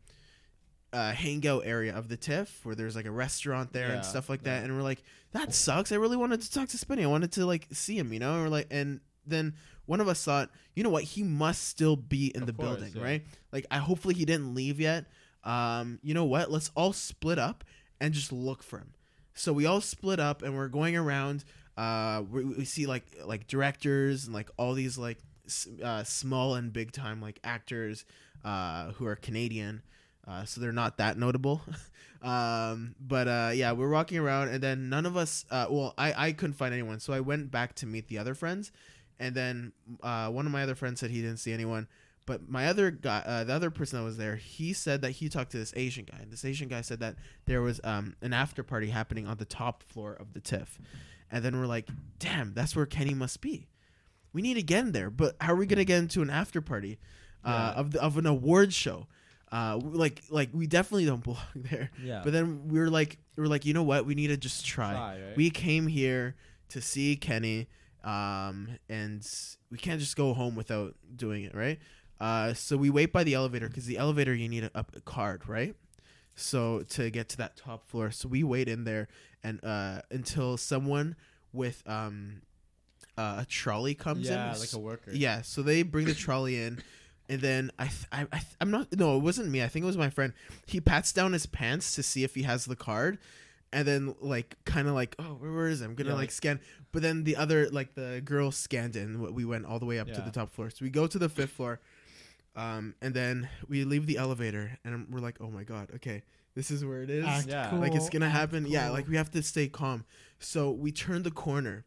S2: uh, hangout area of the TIFF where there's like a restaurant there
S1: Yeah,
S2: and stuff like
S1: yeah.
S2: that. And we're like, that sucks. I really wanted to talk to Spenny. I wanted to like see him, you know? And we're like, and then one of us thought, you know what? He must still be in
S1: Of
S2: the
S1: course,
S2: building,
S1: yeah.
S2: right? Like, I hopefully he didn't leave yet. Um, you know what? Let's all split up and just look for him. So we all split up and we're going around. Uh, we, we see like like directors and like all these like s- uh, small and big time like actors uh, who are Canadian. Uh, so they're not that notable. um, but uh, yeah, we're walking around, and then none of us. Uh, well, I, I couldn't find anyone, so I went back to meet the other friends, and then uh, one of my other friends said he didn't see anyone. But my other guy, uh, the other person that was there, he said that he talked to this Asian guy, and this Asian guy said that there was um, an after party happening on the top floor of the TIFF, and then we're like, damn, that's where Kenny must be. We need to get in there, but how are we gonna get into an after party uh,
S1: Yeah.
S2: of the, of an award show? Uh, w- like like we definitely don't belong there.
S1: Yeah.
S2: But then we were like we were like, you know what? We need to just try.
S1: Try, right?
S2: We came here to see Kenny, um, and we can't just go home without doing it, right? Uh, so we wait by the elevator because the elevator you need a, a card, right? So to get to that top floor, so we wait in there and uh, until someone with um, uh, a trolley comes in.
S1: yeah,
S2: S-
S1: like a worker.
S2: yeah, so they bring the trolley in, and then I, th- I, I, th- I'm not. No, it wasn't me. I think it was my friend. He pats down his pants to see if he has the card, and then like kind of like, oh, where, where is it? I'm gonna
S1: Yeah,
S2: like,
S1: like-
S2: scan. But then the other like the girl scanned it, and w- we went all the way up to
S1: Yeah.
S2: the top floor. So we go to the fifth floor, um, and then we leave the elevator, and we're like, oh my god, okay, this is where it is.
S3: Act
S1: Yeah.
S3: cool.
S2: Like it's gonna happen. Yeah,
S3: Oh, cool.
S2: like we have to stay calm. So we turn the corner,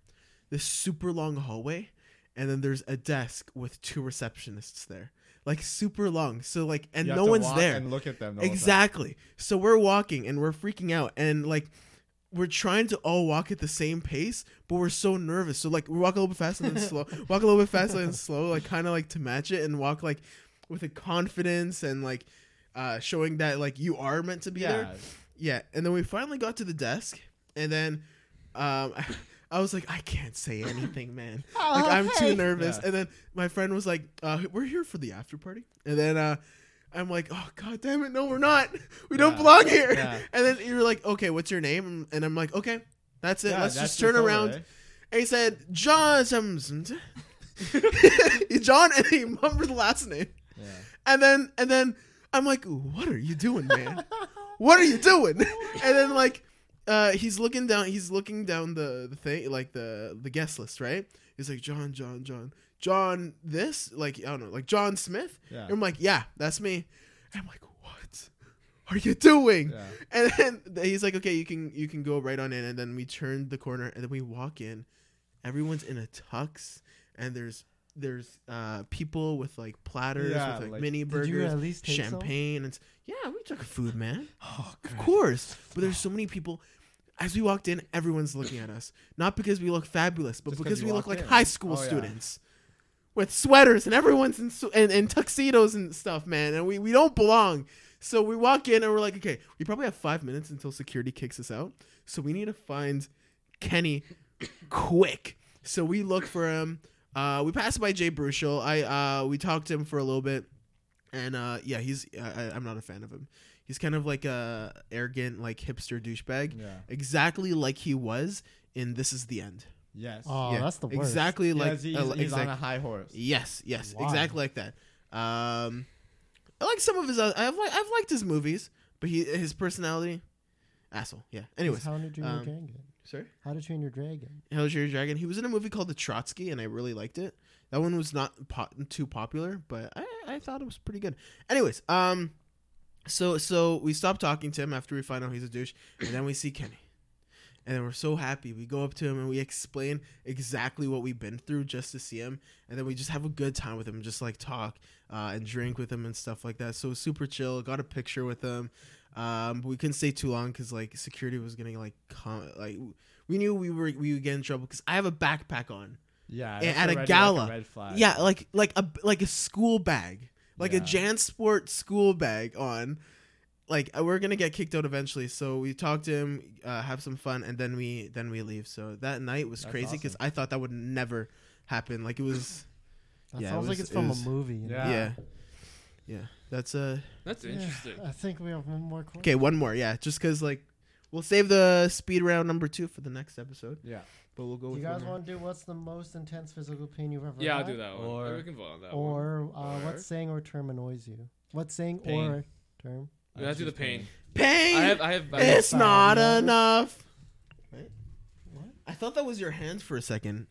S2: this super long hallway, and then there's a desk with two receptionists there. Like super long. So like and
S1: You have
S2: no
S1: to
S2: one's
S1: walk
S2: there.
S1: And look at them. the whole time.
S2: Exactly. So we're walking and we're freaking out and like we're trying to all walk at the same pace, but we're so nervous. So like we walk a little bit fast and then slow, walk a little bit fast and slow, like kind of like to match it and walk like with a confidence and like uh showing that like you are meant to be
S1: Yeah.
S2: there Yeah, and then we finally got to the desk, and then um, I, was like, I can't say anything, man. Like I'm too nervous.
S1: Yeah.
S2: And then my friend was like, uh, "We're here for the after party," and then uh, I'm like, "Oh god damn it, no, we're not. We don't
S1: Yeah.
S2: belong here."
S1: Yeah.
S2: And then you were like, "Okay, what's your name?" And I'm like, "Okay, that's it.
S1: Yeah,
S2: Let's
S1: that's
S2: just turn
S1: over,
S2: around."
S1: eh?
S2: And he said, "John something." John, and he mumbled the last name.
S1: Yeah.
S2: And then and then I'm like, what are you doing, man? what are you doing? and then like uh he's looking down he's looking down the, the thing like the the guest list, right? He's like John, John, John, John this, like I don't know, like John Smith.
S1: Yeah.
S2: And I'm like, yeah, that's me. And I'm like, what are you doing?
S1: Yeah.
S2: And then th- he's like, okay, you can you can go right on in. And then we turned the corner and then we walk in. Everyone's in a tux and there's there's uh people with like platters
S1: Yeah,
S2: with like,
S1: like-
S2: mini
S3: Did you
S2: burgers,
S3: at least take some?
S2: champagne, and s- yeah, we took food, man.
S1: Oh,
S2: Of course. But there's so many people. As we walked in, everyone's looking at us. Not because we look fabulous, but
S1: Just 'cause
S2: because
S1: you
S2: we look
S1: walked
S2: like
S1: in.
S2: high school
S1: Oh, yeah.
S2: students with sweaters and everyone's in, su- and, and tuxedos and stuff, man. And we, we don't belong. So we walk in and we're like, okay, we probably have five minutes until security kicks us out. So we need to find Kenny quick. So we look for him. Uh, we passed by Jay Bruchel. I uh, we talked to him for a little bit, and uh, yeah, he's I, I- I'm not a fan of him. He's kind of like a arrogant, like hipster douchebag,
S1: Yeah.
S2: exactly like he was in This Is the End.
S1: Yes.
S3: Oh,
S2: Yeah,
S3: that's the worst.
S2: Exactly like
S1: Yes, he's,
S2: uh,
S1: he's on
S2: exact-
S1: a high horse.
S2: Yes, yes,
S3: Why?
S2: exactly like that. Um, I like some of his. Other, I've li- I've liked his movies, but he his personality, asshole. Yeah.
S3: It's
S2: Anyways,
S3: How to Train Your
S2: um,
S3: Dragon.
S2: sorry.
S3: How to Train Your Dragon.
S2: How to Train Your Dragon. He was in a movie called The Trotsky, and I really liked it. That one was not po- too popular, but I, I thought it was pretty good. Anyways, um, so so we stop talking to him after we find out he's a douche, and then we see Kenny, and then we're so happy. We go up to him and we explain exactly what we've been through just to see him, and then we just have a good time with him, just like talk uh, and drink with him and stuff like that. So it was super chill. Got a picture with him. Um, but we couldn't stay too long because like security was gonna like come like we knew we were we would get in trouble because I have a backpack on.
S1: Yeah.
S2: And
S1: that's
S2: at a
S1: already like
S2: gala.
S1: red flag.
S2: Yeah, uh, like like a like a school bag, like a
S1: Yeah.
S2: JanSport school bag on. Like uh, we're gonna get kicked out eventually, so we talk to him, uh, have some fun, and then we then we leave. So that night was
S1: That's
S2: crazy because
S1: awesome.
S2: I thought that would never happen. Like it was,
S3: That
S2: Yeah, it
S3: sounds
S2: was-
S3: like it's
S2: it
S3: from
S2: was-
S3: a movie. you know?
S1: Yeah.
S2: yeah, yeah. That's uh
S4: That's
S3: Yeah,
S4: interesting.
S3: I think we have one more question.
S2: okay. One more, yeah. Just because like we'll save the speed round number two for the next episode,
S1: Yeah.
S2: but we'll go.
S3: Do
S2: with
S3: you guys
S2: one more.
S3: want to do what's the most intense physical pain you've ever
S4: Yeah,
S3: had?
S4: I'll do that one.
S1: Or-
S4: we can vote on that one.
S3: Or, uh,
S4: Or-
S3: what saying or term annoys you? What saying
S1: Pain.
S3: or term?
S1: I
S4: Yeah, let's do
S1: choose
S4: the pain. I
S2: pain?
S4: have, I have, I have
S2: It's
S3: found
S2: not
S3: out.
S2: enough.
S3: What?
S2: I thought that was your hands for a second.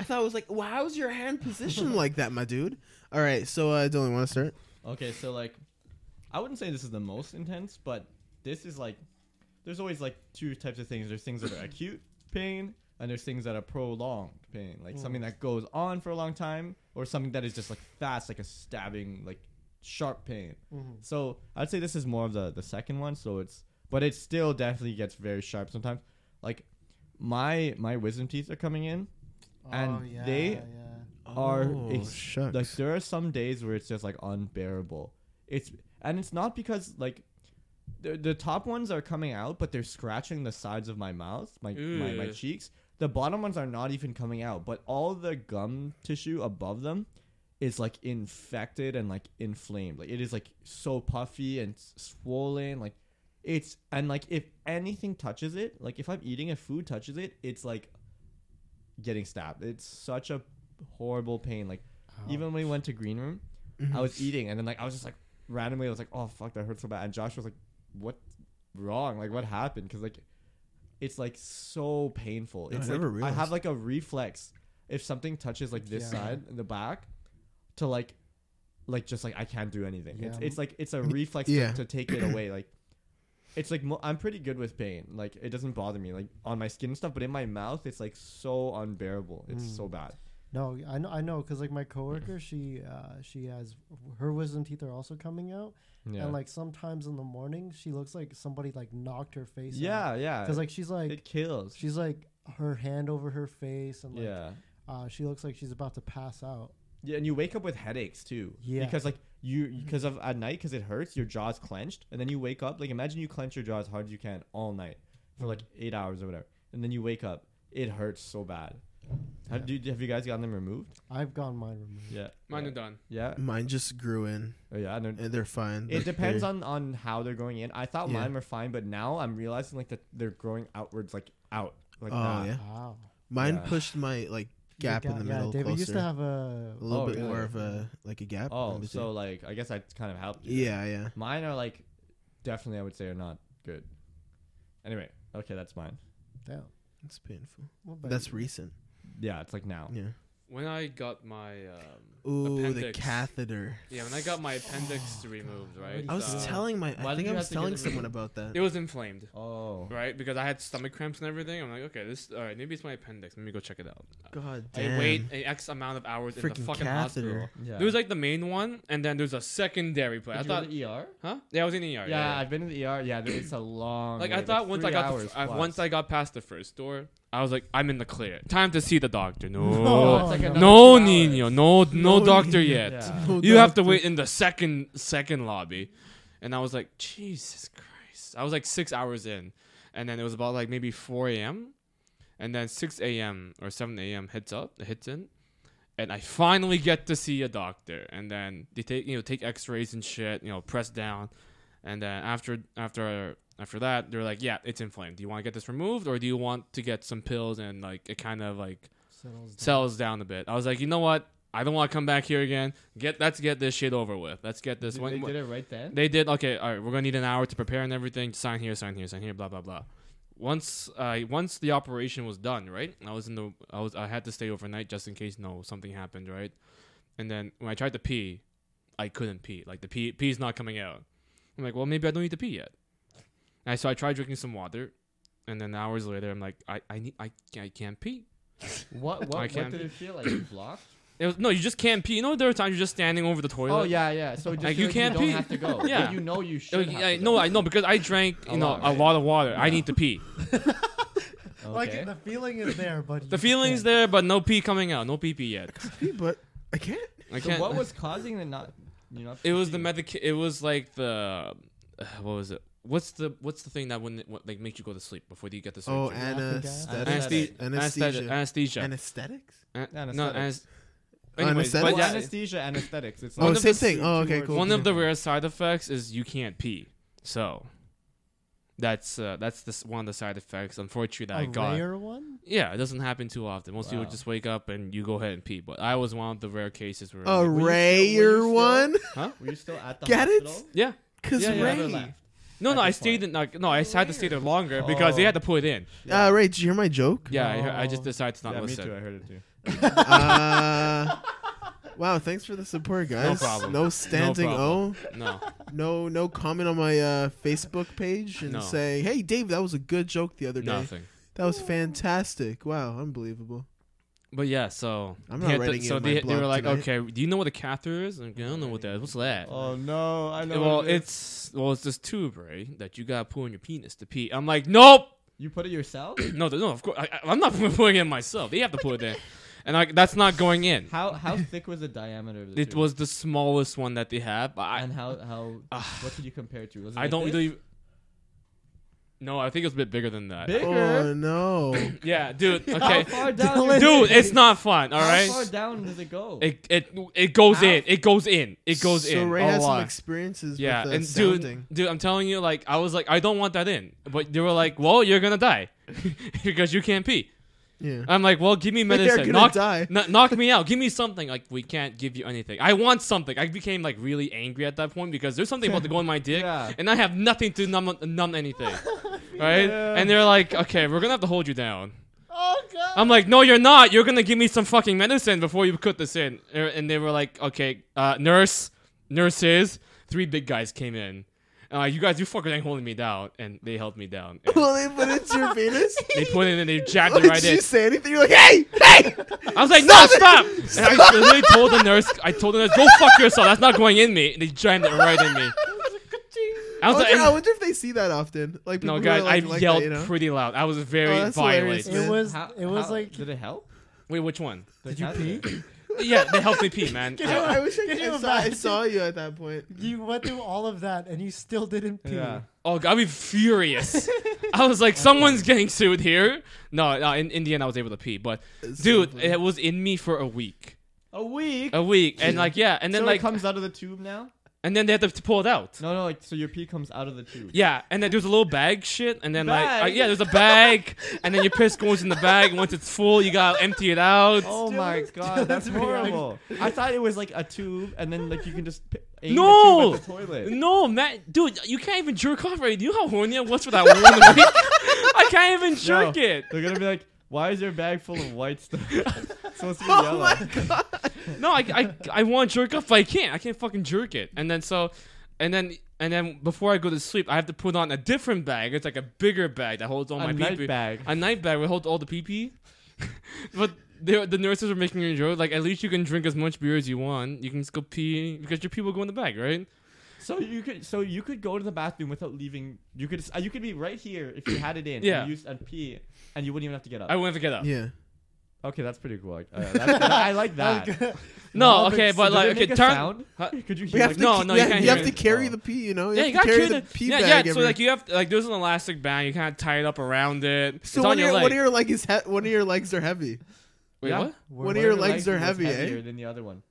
S2: I thought it was like, well, how's your hand positioned like that, my dude? All right, so uh, Dylan, want to start?
S1: Okay, so like, I wouldn't say this is the most intense, but this is like, there's always like two types of things. There's things that are acute pain, and there's things that are prolonged pain, like something that goes on for a long time, or something that is just like fast, like a stabbing, like sharp pain. So I'd say this is more of the the second one. So it's, but it still definitely gets very sharp sometimes. Like, my my wisdom teeth are coming in,
S2: Oh,
S1: And
S3: Oh,
S1: they- are ex-
S2: shucks.
S1: like there are some days where it's just like unbearable. It's and it's not because like the the top ones are coming out, but they're scratching the sides of my mouth, my my, my
S4: Ew.
S1: cheeks. The bottom ones are not even coming out, but all the gum tissue above them is like infected and like inflamed. Like it is like so puffy and s- swollen. Like it's and like if anything touches it, like if I'm eating a food touches it, it's like getting stabbed. It's such a horrible pain. Like even when we went to green room, I was
S3: Mm-hmm.
S1: eating and then like I was just like randomly I was like, oh fuck, that hurts so bad. And Josh was like, what wrong? Like what happened? Because like it's like so painful.
S2: No, I
S1: It's like,
S2: never
S1: I
S2: realized.
S1: have like a reflex if something touches like this
S3: Yeah.
S1: side in the back to like like just like I can't do anything. It's,
S3: Yeah.
S1: it's like it's a reflex
S2: yeah.
S1: to, to take it away. Like it's like mo- I'm pretty good with pain. Like it doesn't bother me like on my skin and stuff, but in my mouth it's like so unbearable. It's
S3: Mm.
S1: so bad.
S3: No, I know, I know, because like my coworker, she uh, she has her wisdom teeth are also coming out,
S1: Yeah.
S3: and like sometimes in the morning, she looks like somebody like knocked her face.
S1: yeah, yeah.
S3: because like she's like
S1: it kills.
S3: she's like her hand over her face, and like
S1: yeah.
S3: uh, she looks like she's about to pass out.
S1: Yeah, and you wake up with headaches too.
S3: Yeah.
S1: Because like you because of at night because it hurts, your jaw's clenched, and then you wake up. Like imagine you clench your jaw as hard as you can all night for like eight hours or whatever, and then you wake up. It hurts so bad. How, do you, have you guys gotten them removed?
S3: I've gone mine removed.
S1: Yeah.
S4: Mine
S1: yeah.
S4: are done.
S1: Yeah.
S2: Mine just grew in,
S1: Oh, yeah. and they're-
S2: and they're fine.
S1: It
S2: Like,
S1: depends
S2: they're-
S1: on on how they're going in. I thought
S2: Yeah.
S1: mine were fine, but now I'm realizing like that they're growing outwards, like out, like
S2: Oh,
S1: that.
S2: yeah.
S3: Wow.
S2: Mine
S1: Yeah.
S2: pushed my like gap
S3: You
S2: in
S3: got-
S2: the middle
S3: Yeah, David
S2: closer.
S3: used to have a.
S2: a little
S1: Oh,
S2: bit
S1: really?
S2: more of a like a gap. in
S1: Oh,
S2: between.
S1: so like I guess I kind of helped. you.
S2: yeah, yeah.
S1: Mine are like definitely I would say are not good. Anyway, okay, that's mine.
S3: Damn.
S2: It's painful.
S3: What about
S2: That's
S3: you?
S2: recent.
S1: Yeah, it's like now.
S2: Yeah.
S4: When I got my um,
S2: Ooh, the
S4: appendix-
S2: catheter.
S4: Yeah, when I got my appendix removed, right?
S2: I was
S4: uh,
S2: telling my.
S1: why
S2: I
S1: did
S2: think
S1: you
S2: I
S1: have
S2: was
S1: to get
S2: telling
S1: it
S2: someone
S1: removed?
S2: about that.
S4: It was inflamed.
S1: Oh,
S4: right? Because I had stomach cramps and everything. I'm like, okay, this, all right, maybe it's my appendix. Let me go check it out.
S2: God
S4: I
S2: damn.
S4: wait an X amount of hours in
S2: Freaking
S4: the fucking
S2: catheter.
S4: hospital.
S1: yeah.
S4: There was like the main one, and then there's a secondary place. I thought,
S1: the ER.
S4: huh? Yeah, I was in the ER.
S1: Yeah,
S4: Yeah, yeah.
S1: I've been in the ER. Yeah, there- it's a long.
S4: like
S1: wait,
S4: I thought once I
S1: three
S4: got
S1: hours
S4: the, I,
S1: plus.
S4: once I got past the first door, I was like, I'm in the clear. Time to see the doctor.
S1: Oh,
S4: No,
S1: it's like
S3: no.
S1: another
S4: no,
S1: two hours.
S4: Nino, no, no,
S2: No Nino.
S4: doctor yet.
S1: Yeah.
S2: No
S4: You have to
S2: doctor.
S4: wait in the second second lobby, and I was like, Jesus Christ! I was like six hours in, and then it was about like maybe four a.m., and then six a.m. or seven a.m. hits up, hits in, and I finally get to see a doctor, and then they take you know take X-rays and shit, you know press down, and then after after after that they're like, yeah, it's inflamed. Do you want to get this removed, or do you want to get some pills and like it kind of like
S3: Settles down.
S4: sells down a bit. I was like, you know what? I don't want to come back here again. Get let's get this shit over with. Let's get this
S1: Did
S4: one.
S1: they did it right then.
S4: They did okay. All right, we're gonna need an hour to prepare and everything. Sign here, sign here, sign here. Blah blah blah. Once I once the operation was done, right? I was in the I was I had to stay overnight just in case no something happened, right? And then when I tried to pee, I couldn't pee. Like the pee pee's not coming out. I'm like, well, maybe I don't need to pee yet. And so I tried drinking some water, and then hours later, I'm like, I I need I I can't pee.
S1: what what,
S4: I
S1: what
S4: can't-
S1: did it feel like? It blocked.
S4: It was, no, you just can't pee. You know, there are times you're just standing over the toilet.
S1: Oh yeah, yeah. So just
S4: Like,
S1: so
S4: you
S1: you
S4: can't
S1: you don't
S4: pee.
S1: have to go.
S4: Yeah.
S1: But you know you
S4: No,
S1: should. have
S4: I
S1: to
S4: no,
S1: go.
S4: I know because I drank you
S1: A
S4: know
S1: lot,
S4: a
S1: right?
S4: lot of water. I need to pee.
S1: Okay.
S3: Like the feeling is there, but
S4: The
S3: you
S4: feeling's
S3: can't.
S4: there, but no pee coming out. No pee pee yet.
S2: but I can't.
S4: I
S1: So
S4: can't.
S1: what was causing the not? You know,
S4: it was the medic. It was like the uh, what was it? What's the what's the thing that when what, like makes you go to sleep before you get the surgery?
S2: Oh,
S3: and-
S2: anesthetic.
S1: Anesthetic.
S4: anesthesia. Anesthesia.
S2: Anesthesia.
S4: Anesthesia.
S2: Anesthetics.
S4: An- no,
S2: Anesthetic.
S4: anes- anyways, but
S1: well,
S2: Anesthetic?
S4: yeah,
S1: anesthesia, anesthetics. It's
S2: Oh,
S1: like
S4: of
S2: same
S4: the
S2: thing.
S1: two-
S2: Oh,
S1: two
S2: okay,
S1: words.
S2: cool.
S4: one of the rare side effects is you can't pee. So that's uh, that's this one of the side effects. Unfortunately, that I
S3: a
S4: got.
S3: rare one.
S4: Yeah, it doesn't happen too often. Most people
S1: Wow.
S4: just wake up and you go ahead and pee. But I was one of the rare cases where.
S2: A
S1: you still- were you
S2: rayer
S1: still-
S2: one?
S1: Were you still at the
S2: Get it?
S1: hospital?
S4: yeah.
S2: Cause
S4: Yeah, yeah.
S1: Never
S2: ray.
S1: left.
S4: No,
S1: At
S4: no,
S1: the
S4: I stayed in. Like, no, I had to stay there longer because they
S1: Oh.
S4: had to put it in.
S2: Uh, Ray, did you hear my joke?
S4: Yeah, I, I just
S3: Oh.
S4: decided to not
S1: yeah,
S4: listen.
S1: me too. I heard it too.
S2: Uh, wow, thanks for the support, guys.
S4: problem.
S2: No standing
S4: No
S2: O.
S4: problem. No,
S2: No, no comment on my uh, Facebook page and
S4: No.
S2: say, "Hey, Dave, that was a good joke the other day.
S4: nothing.
S2: That was fantastic. Wow, unbelievable."
S4: But yeah, so
S2: I'm
S4: they
S2: not
S4: had
S2: writing it
S4: so
S2: in my
S4: they, they were
S2: blog
S4: like,
S2: tonight.
S4: okay, do you know what a catheter is? I'm like, I don't know what that. Is. What's that?
S1: Oh no, I know.
S4: well,
S1: what it is.
S4: it's well, it's this tube, right? That you gotta put in your penis to pee. I'm like, nope.
S1: you put it yourself.
S4: No, no, of course, I, I- I'm not putting it in myself. They have to put it in, and like that's not going in.
S1: How how thick was the diameter of the
S4: It
S1: tube?
S4: was the smallest one that they have. I,
S1: and how how
S4: Ah.
S1: what could you compare it to? Was it
S4: I
S1: like
S4: don't
S1: this?
S4: really. No, I think it was a bit bigger than that.
S1: Bigger?
S2: Oh no.
S4: Yeah, dude.
S1: How
S4: Okay,
S1: far down? is
S4: dude,
S1: it?
S4: it's not fun. All
S1: How far
S4: right.
S1: down does it go?
S4: It it it goes
S1: How-
S4: in. It goes in. It goes
S2: so
S4: in.
S2: Ray
S4: a
S2: has some
S4: lot.
S2: experiences
S4: yeah,
S2: with uh,
S4: and
S2: sounding.
S4: dude, dude, I'm telling you, like, I was like, I don't want that in, but they were like, well, you're gonna die because you can't pee.
S2: yeah.
S4: I'm like, well, give me
S2: They're
S4: medicine.
S2: gonna
S4: Knock,
S2: die.
S4: kn- knock me out. Give me something. Like, we can't give you anything. I want something. I became like really angry at that point because there's something about to go in my dick,
S1: Yeah.
S4: and I have nothing to numb numb anything, right? And they're like, okay, we're gonna have to hold you down.
S3: Oh god.
S4: I'm like, no, you're not. You're gonna give me some fucking medicine before you put this in. Er, And they were like, okay, uh, nurse, nurses. Three big guys came in. Uh, you guys, you fuckers ain't holding me down, and they held me down. And
S2: Well, they put it to your penis.
S4: they put it in, they jabbed
S2: Did
S4: it right in.
S2: you say anything? You're like, "Hey, hey!"
S4: I was like, no, stop! And I literally told the nurse, I told the nurse, go fuck yourself. That's not going in me. And they jammed it right in me. I
S2: I
S4: was
S2: wonder,
S4: like,
S2: I wonder if they see that often. Like, people
S4: no,
S2: who
S4: guys,
S2: are, like,
S4: I
S2: like
S4: yelled
S2: that, you know?
S4: pretty loud. I was very
S2: Oh, that's hilarious.
S4: violent.
S3: It was.
S1: How-
S3: it was
S1: how-
S3: like.
S1: Did it help?
S4: Wait, which one?
S1: Did you pee?
S4: yeah, they helped me pee, man.
S3: Get
S2: I,
S4: I-
S2: I wish I,
S3: Can
S2: could-
S3: you
S2: I, saw, I
S3: imagine?
S2: saw you at that point.
S3: You went through all of that and you still didn't pee.
S1: Yeah.
S4: Oh, God, I'd be furious. I was like, someone's getting sued here. No, no in, in the end, I was able to pee. But,
S2: It's
S4: dude,
S2: so funny.
S4: it was in me for a week.
S1: A week.
S4: A week. And, like, yeah. Oh, And
S1: then
S4: then,
S1: so
S4: like,
S1: it comes out of the tube now.
S4: and then they had to pull it out.
S1: No, no. Like so, your pee comes out of the tube.
S4: Yeah, and then there's a little bag shit, and then like uh,
S1: Bag?
S4: yeah, there's a bag, and then your piss goes in the bag. And once it's full, you gotta empty it out.
S1: Oh my god, that's
S3: that's pretty
S1: horrible. I thought it was like a tube, and then like you can just p- aim
S4: No!
S1: the tube at the toilet.
S4: No, man, dude, you can't even jerk off right. You know how horny I was for that one week. I can't even jerk
S1: No.
S4: it.
S1: They're gonna be like, "Why is your bag full of white stuff? it's supposed to be
S2: Oh
S1: yellow."
S2: my god!
S4: No, I, I, I want to jerk off, but I can't. I can't fucking jerk it. And then so, and then and then before I go to sleep, I have to put on a different bag. It's like a bigger bag that holds all
S1: A
S4: my
S1: night
S4: pee-pee.
S1: bag.
S4: A night bag will hold all the pee pee. but the the nurses are making you joke. Like at least you can drink as much beer as you want. You can just go pee because your pee will go in the bag, right?
S1: So you could, so you could go to the bathroom without leaving. You could, uh, you could be right here if you had it in.
S4: Yeah.
S1: And used and pee, and you wouldn't even have to get up.
S4: I wouldn't have to get up.
S2: Yeah.
S1: okay, that's pretty cool. Uh, that's- I like that.
S4: No, okay, but
S1: Does
S4: like
S1: it
S4: okay,
S1: make a
S4: turn.
S1: sound?
S4: Huh?
S1: Could you
S2: We
S1: hear?
S2: have
S1: like,
S2: to
S4: no,
S2: ke-
S4: no,
S2: yeah,
S4: you
S2: you,
S4: can't
S2: have
S1: hear
S2: to
S1: it.
S2: carry
S1: Oh.
S2: the pee, you know? You
S4: Yeah,
S2: have
S4: you
S2: to
S4: gotta
S2: carry
S4: carry
S2: the pee
S4: yeah,
S2: bag.
S4: yeah.
S2: every-
S4: So like you have like there's an elastic band. You kind of tie it up around it.
S2: So
S4: it's on
S2: one of
S4: your
S2: your,
S4: leg.
S2: one of your leg is he- one of your legs are heavy.
S4: Wait,
S1: Yeah.
S4: what?
S2: One of
S1: One
S2: your
S1: of
S2: legs are
S1: was
S2: heavy, eh?
S1: heavier than the other one.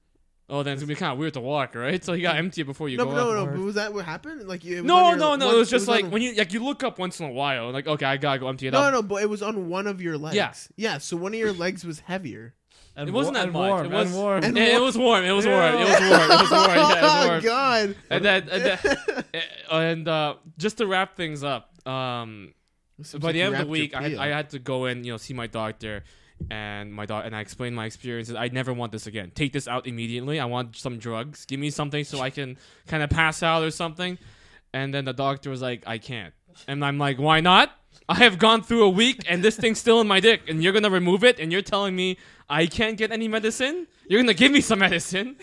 S4: Oh, then it's gonna be kind of weird to walk, right? So you gotta empty it before you
S2: No,
S4: go.
S2: but
S4: up.
S2: no, no.
S3: Or-
S2: But was that what happened? Like you? it was on
S4: No,
S2: your-
S4: no, no.
S2: one-
S4: it was just
S2: on
S4: like when you like you look up once in a while, like okay, I gotta go empty it
S2: No,
S4: out.
S2: no, but it was on one of your legs.
S4: Yeah.
S2: Yeah. So one of your legs was heavier.
S1: And
S4: It wasn't
S1: wa-
S4: that
S1: and
S4: much.
S1: warm,
S4: It was
S1: and warm.
S2: and
S4: It, it
S2: warm.
S4: was warm. It was
S1: Ew.
S4: warm. It was warm. It was warm. Yeah, it was
S2: oh
S4: warm.
S2: God!
S4: And then, and, then, uh, and uh, just to wrap things up, um,
S2: Seems
S4: by
S2: like
S4: the
S2: you
S4: end of
S2: wrapped
S4: the week,
S2: your
S4: I had,
S2: pee
S4: I
S2: up.
S4: had to go in, you know, see my doctor, and my doc, and I explained my experiences. I never want this again. Take this out immediately. I want some drugs. Give me something so I can kind of pass out or something. And then the doctor was like, "I can't," and I'm like, "Why not?" I have gone through a week and this thing's still in my dick, and you're gonna remove it, and you're telling me I can't get any medicine? You're gonna give me some medicine?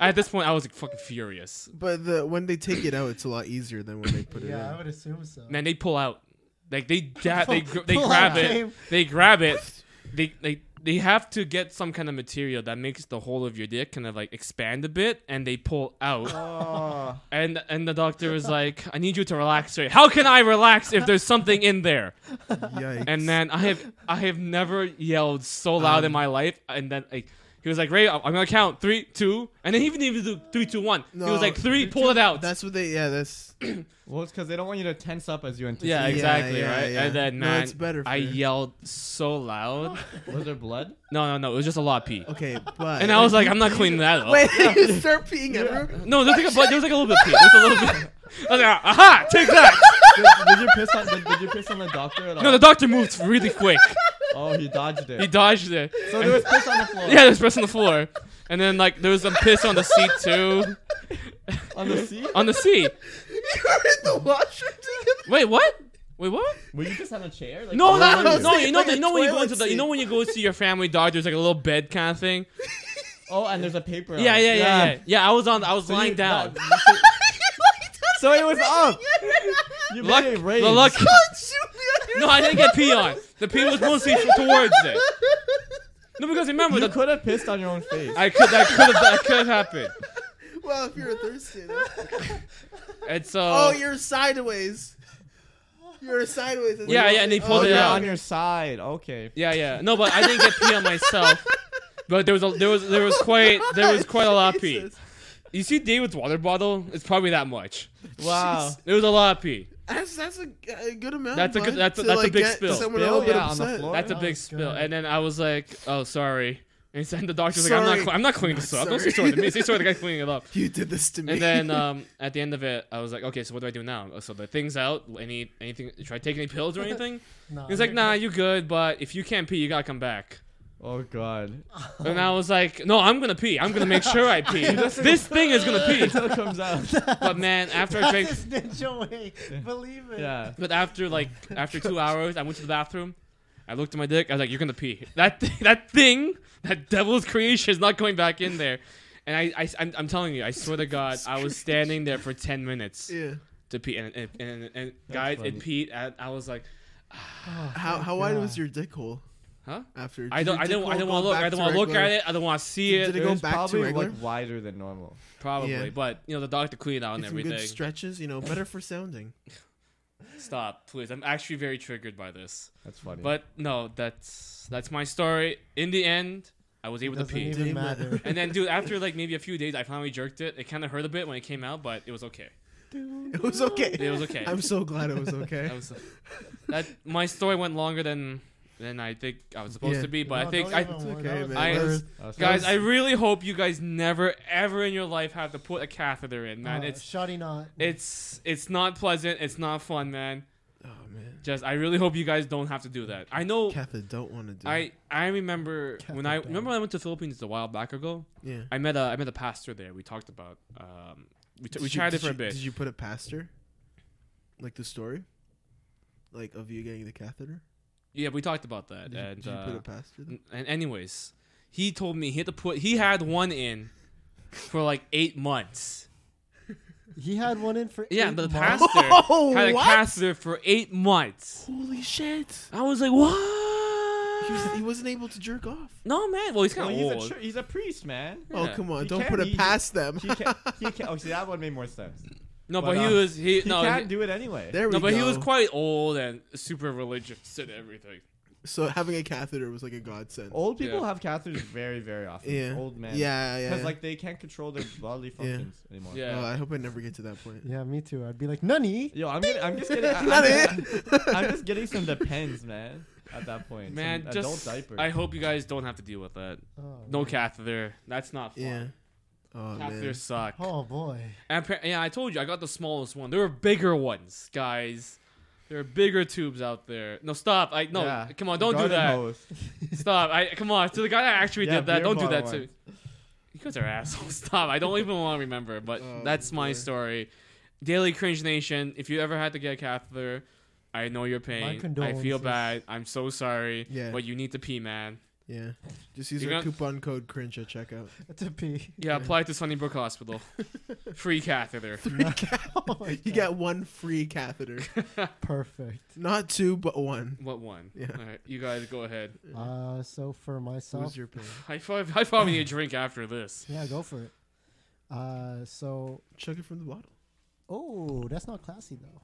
S4: At this point, I was like, fucking furious.
S2: But the, when they take it out, it's a lot easier than when they put it
S3: yeah, I
S2: in.
S3: would assume so.
S4: Man, they pull out. Like they da- they gr- they
S3: Pull
S4: grab
S3: out
S4: it.
S3: game.
S4: They grab it. They they they have to get some kind of material that makes the whole of your dick kind of like expand a bit, and they pull out.
S1: Oh,
S4: And and the doctor is like, "I need you to relax." Sir. How can I relax if there's something in there?
S2: Yikes!
S4: And then I have I have never yelled so loud in my life. And then like he was like, "Ray, I'm gonna count three, two, and then he didn't even do three, two, one. he
S2: No,
S4: was like, three,
S2: three,
S4: pull it out."
S2: that's what they. Yeah, that's
S1: well, it's because they don't want you to tense up as you anticipate.
S4: yeah,
S2: Yeah,
S4: exactly,
S2: yeah,
S4: right?
S2: yeah.
S4: And then
S2: No,
S4: man,
S2: it's better
S4: I
S2: for-
S4: yelled so loud.
S1: Was there blood?
S4: No, no, no. It was just a lot of pee.
S2: okay. But
S4: And I was like, I'm not cleaning that up.
S2: wait, you start peeing everywhere.
S4: No, there's like a but there's like a little bit of pee. There's a little bit. I was like, aha, take that.
S1: did, did you piss on? Did, did you piss on the doctor at all?
S4: No, the doctor moved really quick.
S1: oh, he dodged it.
S4: He dodged it.
S1: so there was piss on the floor.
S4: Yeah, there's piss on the floor. And then like there was some piss on the seat too.
S1: On the seat.
S4: On the seat.
S2: You were in the washroom together.
S4: Wait, what? Wait, what?
S1: Were you just on a chair? Like,
S4: No,
S1: where
S4: no,
S1: were
S4: no,
S1: you?
S4: no. You know,
S2: Like a
S4: you know when you go
S2: toilet
S4: into the, you
S2: seat.
S4: know when you go see your family doctor, there's like a little bed kind of thing.
S1: Oh, and there's a paper.
S4: Yeah,
S1: on it.
S4: yeah, yeah, yeah. Yeah, I was on, I was
S1: So you-
S4: lying down.
S1: that- so it was up. You
S4: Luck,
S1: made it raise.
S4: the luck.
S2: Don't shoot me on your
S4: No, I didn't get pee on. The pee was mostly towards it. No, because remember
S1: You
S4: the
S1: could have pissed on your own face.
S4: I could that could have that could have happened.
S2: Well, if you're thirsty.
S4: Uh,
S2: Enough.
S4: And so
S2: Oh, you're sideways. You're sideways.
S4: Yeah, yeah, and they
S1: oh,
S4: pulled it
S1: you're
S4: out.
S1: on your side. Okay.
S4: yeah, yeah. No, but I didn't get pee on myself. But there was a, there was there was quite there was quite a lot of pee.
S2: Oh Jesus.
S4: You see David's water bottle? It's probably that much.
S1: Wow.
S4: There was a lot of pee.
S2: That's that's a, a good amount.
S4: That's a good-
S2: bud,
S4: that's a-
S2: to,
S4: that's a
S2: like,
S4: big
S2: get
S4: spill.
S2: Someone a
S1: Spill,
S2: little bit
S1: yeah, on the
S2: upset.
S1: floor.
S4: That's a
S3: Oh,
S4: big
S3: God.
S4: spill. And then I was like, oh sorry. And then the doctor's like, I'm not
S2: Sorry.
S4: cl- I'm not cleaning this up. Don't say
S2: Sorry.
S4: sorry to me. Say sorry to the guy cleaning it up.
S2: You did this to me.
S4: And then um, at the end of it, I was like, okay, so what do I do now? So the thing's out. Any anything? Try taking any pills or anything?
S3: Nah.
S4: He's like, nah, you good, but if you can't pee, you gotta come back.
S1: Oh God.
S4: And I was like, no, I'm gonna pee. I'm gonna make sure I pee. this thing is gonna pee.
S1: Until it comes out.
S4: But man, after I
S3: That's
S4: drank,
S3: his ninja way. Believe it.
S1: Yeah.
S4: but after like after two hours, I went to the bathroom. I looked at my dick. I was like, you're gonna pee. That thi- that thing, that devil's creation is not going back in there. And I, I I'm, I'm telling you, I swear to God, I was standing there for ten minutes
S2: yeah.
S4: to pee, and and, and, and guys,
S1: funny.
S4: it peed. And I was like,
S3: Oh,
S2: How
S3: thank
S2: how wide
S3: God.
S2: was your dick hole?
S4: Huh?
S2: After
S4: I don't. I don't. I don't want to look. I don't want to look at it. I don't want to see
S2: Did it
S4: it.
S1: It
S2: go
S1: was
S2: back to
S1: probably
S2: regular?
S1: like wider than normal.
S4: Probably,
S2: Yeah.
S4: but you know the doctor cleaned out and
S2: Did some good
S4: everything.
S2: stretches, you know, better for sounding.
S4: Stop, please. I'm actually very triggered by this.
S1: That's funny.
S4: But no, that's that's my story. In the end, I was able to
S3: Doesn't
S4: pee.
S3: even
S2: Damn it.
S3: matter.
S4: And then, dude, after like maybe a few days, I finally jerked it. It kind of hurt a bit when it came out, but it was okay.
S2: It was okay.
S4: It was okay.
S2: I'm so glad it was okay.
S4: That was that. My story went longer than than I think I was supposed
S2: Yeah.
S4: to be, but
S3: No,
S4: I think
S3: don't
S4: I,
S3: even worry,
S2: okay,
S3: that was
S2: man.
S4: Oh I-
S3: worth-
S1: Uh, so-
S4: guys, I really hope you guys never ever in your life have to put a catheter in, man.
S3: uh,
S2: Oh,
S4: it's
S3: shoddy not.
S4: it's it's not pleasant. It's not fun, man.
S2: oh man,
S4: Just I really hope you guys don't have to do that. I know.
S2: Kathy don't want to do.
S4: I, I remember
S3: Catheter
S4: when I
S3: down.
S4: remember when I went to Philippines a while back ago.
S2: yeah.
S4: I met a I met a pastor there. We talked about um we, t-
S2: Did
S4: we
S2: you-
S4: tried it
S2: did
S4: for a
S2: you-
S4: bit.
S2: Did you put it past her? Like the story, like of you getting the catheter.
S4: yeah, we talked about that.
S2: Did you,
S4: and
S2: did you put
S4: uh,
S2: it past her?
S4: N- and anyways, he told me he had to put he had one in for like eight months.
S3: He had one in for
S4: Yeah,
S3: eight
S4: the
S3: months.
S4: pastor
S2: Oh,
S4: had a
S2: what?
S4: catheter for eight months.
S2: Holy shit!
S4: I was like,
S2: He, was,
S4: what?
S2: he wasn't able to jerk off.
S4: No man, well he's
S1: Well,
S4: kind of
S1: he's, a
S4: old.
S1: tr- he's a priest, man.
S2: Oh
S4: Yeah.
S2: come on!
S1: He
S2: don't
S1: can't-
S2: put it
S1: he-
S2: past them.
S1: He can't, he can't, oh, see, that one made more sense.
S4: no, but,
S1: but,
S4: he
S1: uh,
S4: was he,
S1: He
S4: no
S1: can't
S4: he-
S1: do it anyway.
S2: there we
S4: no, but
S2: go.
S4: he was quite old and super religious and everything.
S2: so having a catheter was like a godsend.
S1: Old people
S4: Yeah.
S1: have catheters very, very often.
S2: yeah.
S1: Old men.
S2: Yeah, yeah.
S1: Because
S2: yeah.
S1: like they can't control their bodily functions anymore.
S4: Yeah.
S2: Oh, I hope I never get to that point.
S3: Yeah, me too. I'd be like, Nani.
S1: Yo, I'm, getting, I'm just getting. I- I'm,
S2: Not
S1: just-
S2: it.
S1: I'm just getting some depends, man. At that point,
S4: Man,
S1: some adult
S4: just
S1: diaper.
S4: I hope you guys don't have to deal with that.
S3: Oh,
S4: No
S3: man.
S4: catheter. That's not fun.
S2: Yeah. Oh
S4: Catheters
S2: man.
S4: suck.
S3: Oh boy.
S4: And appar- yeah, I told you I got the smallest one. There were bigger ones, guys. There are bigger tubes out there. No, stop! I no,
S1: Yeah.
S4: come on, don't do
S1: Garden
S4: that.
S1: hose.
S4: Stop! I come on. To the guy that actually
S1: Yeah,
S4: did that,
S1: beer
S4: don't do
S1: bottle
S4: that to. You guys are assholes. Stop! I don't even want to remember, but
S2: Oh,
S4: that's my
S2: boy.
S4: story. Daily cringe nation. If you ever had to get a catheter, I know your pain. I feel
S3: condolences.
S4: bad. I'm so sorry.
S2: Yeah.
S4: But you need to pee, man.
S2: Yeah. Just use
S4: You
S2: our
S4: got-
S2: coupon code cringe at checkout.
S3: To pee.
S4: Yeah, apply to Sunnybrook Hospital. Free catheter.
S3: Oh my
S2: You
S3: God.
S2: get one free catheter.
S3: perfect.
S2: Not two, but one.
S4: What one?
S2: Yeah.
S4: All right, you guys go ahead.
S3: Uh, so for myself,
S2: Who's your pain?
S4: I probably, I probably need a drink after this.
S3: yeah, go for it. Uh, so
S2: Chug it from the bottle.
S3: oh, that's not classy though.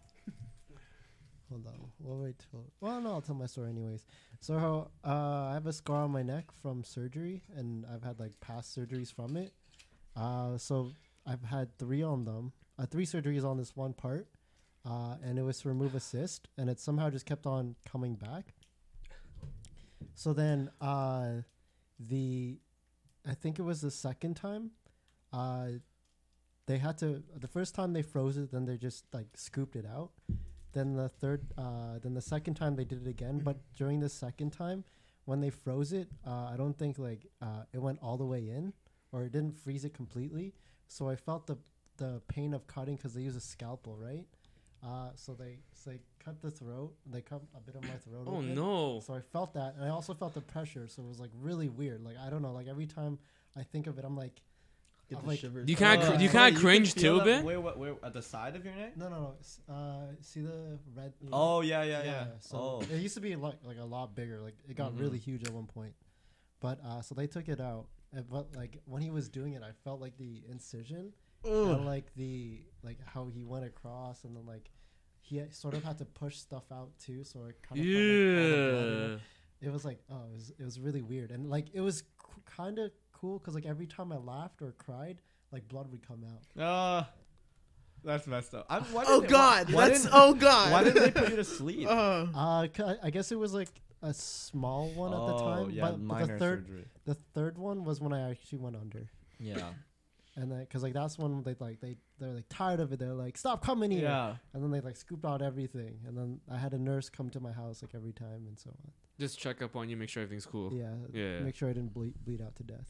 S3: Hold on, we'll wait till. Well, no, I'll tell my story anyways. So uh, I have a scar on my neck from surgery, and I've had like past surgeries from it. Uh, so I've had three on them, uh, three surgeries on this one part, uh, and it was to remove a cyst, and it somehow just kept on coming back. So then, uh, the, I think it was the second time, uh, they had to. The first time they froze it, then they just like scooped it out. Then the third, uh, then the second time they did it again. But during the second time, when they froze it, uh, I don't think like uh, it went all the way in, or it didn't freeze it completely. So I felt the the pain of cutting because they use a scalpel, right? Uh, so they so they cut the throat. They cut a bit of my throat.
S4: Oh
S3: open.
S4: no!
S3: So I felt that, and I also felt the pressure. So it was like really weird. Like I don't know. Like every time I think of it, I'm like,
S2: Get
S3: I'm
S2: the
S3: like,
S2: shivers.
S4: You can't
S1: Oh,
S4: cr- you
S1: so
S4: can't
S1: can
S4: cringe
S1: feel that-
S4: too a bit?
S1: Where, where, where, at the side of your neck?
S3: no, no, no. s- Uh, see the red?
S4: Mm.
S1: Oh yeah, yeah, yeah.
S3: So
S1: oh,
S3: it used to be like like a lot bigger. Like it got
S1: Mhm.
S3: really huge at one point. But uh, so they took it out. And, but like when he was doing it, I felt like the incision and
S2: Ugh.
S3: like the like how he went across, and then like he had- sort of had to push stuff out too. So it kind of felt like all the blood and
S4: Yeah.
S3: it was like oh it was, it was really weird and like it was c- kind of cool because like every time i laughed or cried like blood would come out
S1: Ah, that's messed up. I'm, why
S2: Oh
S1: didn't-
S2: god.
S1: Why, why
S2: That's
S1: didn't,
S2: oh god.
S1: why didn't they put you to sleep?
S2: Uh,
S3: uh c- I- i guess it was like a small one at the
S1: Oh,
S3: time
S1: yeah,
S3: but, but
S1: minor
S3: the third
S1: surgery.
S3: the third one was when i actually went under
S1: Yeah,
S3: and then because like that's when they like they they're like tired of it they're like stop coming here
S1: yeah.
S3: and then they like scooped out everything and then i had a nurse come to my house like every time and so on
S4: Just check up on you, make sure everything's cool.
S3: yeah
S4: Yeah.
S3: make sure i didn't bleed, bleed out to death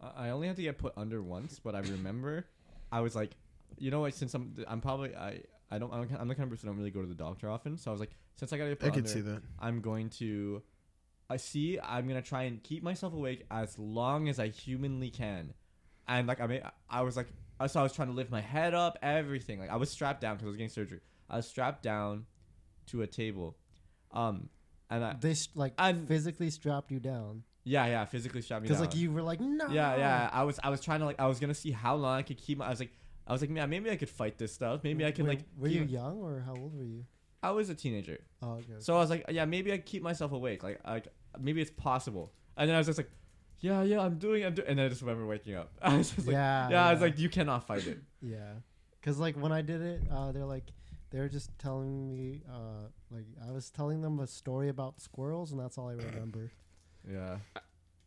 S1: I I only had to get put under once, but I remember I was like, you know what? Since I'm, I'm probably I, I don't, I don't I'm the kind of person who don't really go to the doctor often. So I was like, since I gotta get put
S2: I could
S1: under,
S2: see that.
S1: I'm going to, I see, I'm gonna try and keep myself awake as long as I humanly can, and like I mean, I was like, I so I was trying to lift my head up, everything. Like I was strapped down because I was getting surgery. I was strapped down to a table, um, and I,
S3: They sh- like
S1: And-
S3: physically strapped you down
S1: yeah, yeah, physically strapped me
S3: because
S1: down.
S3: like you were like no.
S1: yeah, yeah. I was, I was trying to like, I was gonna see how long I could keep. My, I was like, I was like, man, maybe I could fight this stuff. Maybe I can
S3: Wait,
S1: like.
S3: Were
S1: keep-
S3: you young or how old were you?
S1: I was a teenager,
S3: Oh, okay. okay.
S1: so I was like, yeah, maybe I keep myself awake. Like, I, maybe it's possible. And then I was just like, yeah, yeah, I'm doing, I'm doing. And then I just remember waking up. I was just like,
S3: yeah.
S1: yeah, I was like, you cannot fight it.
S3: Yeah, because like when I did it, uh, they're like they were just telling me uh, like I was telling them a story about squirrels, and that's all I remember.
S1: Yeah.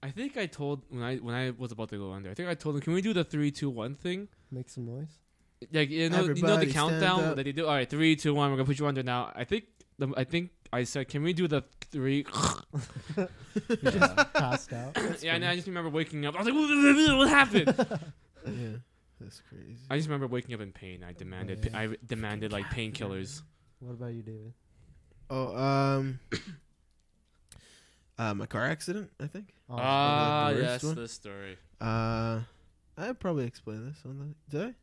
S4: I think I told when I when I was about to go under. I think I told them, can we do the three, two, one thing?
S3: Make some noise.
S4: Like you know, you know
S2: Everybody
S4: the
S2: stand
S4: countdown
S2: up.
S4: that they do. All right, three, two, one. We're gonna put you under now. I think the, I think I said, can we do the three?
S1: yeah.
S3: Passed out.
S4: yeah, and I just remember waking up. I was like, what, what happened?
S2: yeah, that's crazy.
S4: I just remember waking up in pain. I demanded.
S3: Yeah.
S4: I re- demanded like painkillers.
S3: What about you, David?
S2: Oh, um, um, a car accident, I think.
S1: Uh,
S3: Oh,
S4: Ah,
S2: the worst
S4: yes,
S2: one?
S4: this story.
S2: Uh, I probably explained this on the. Did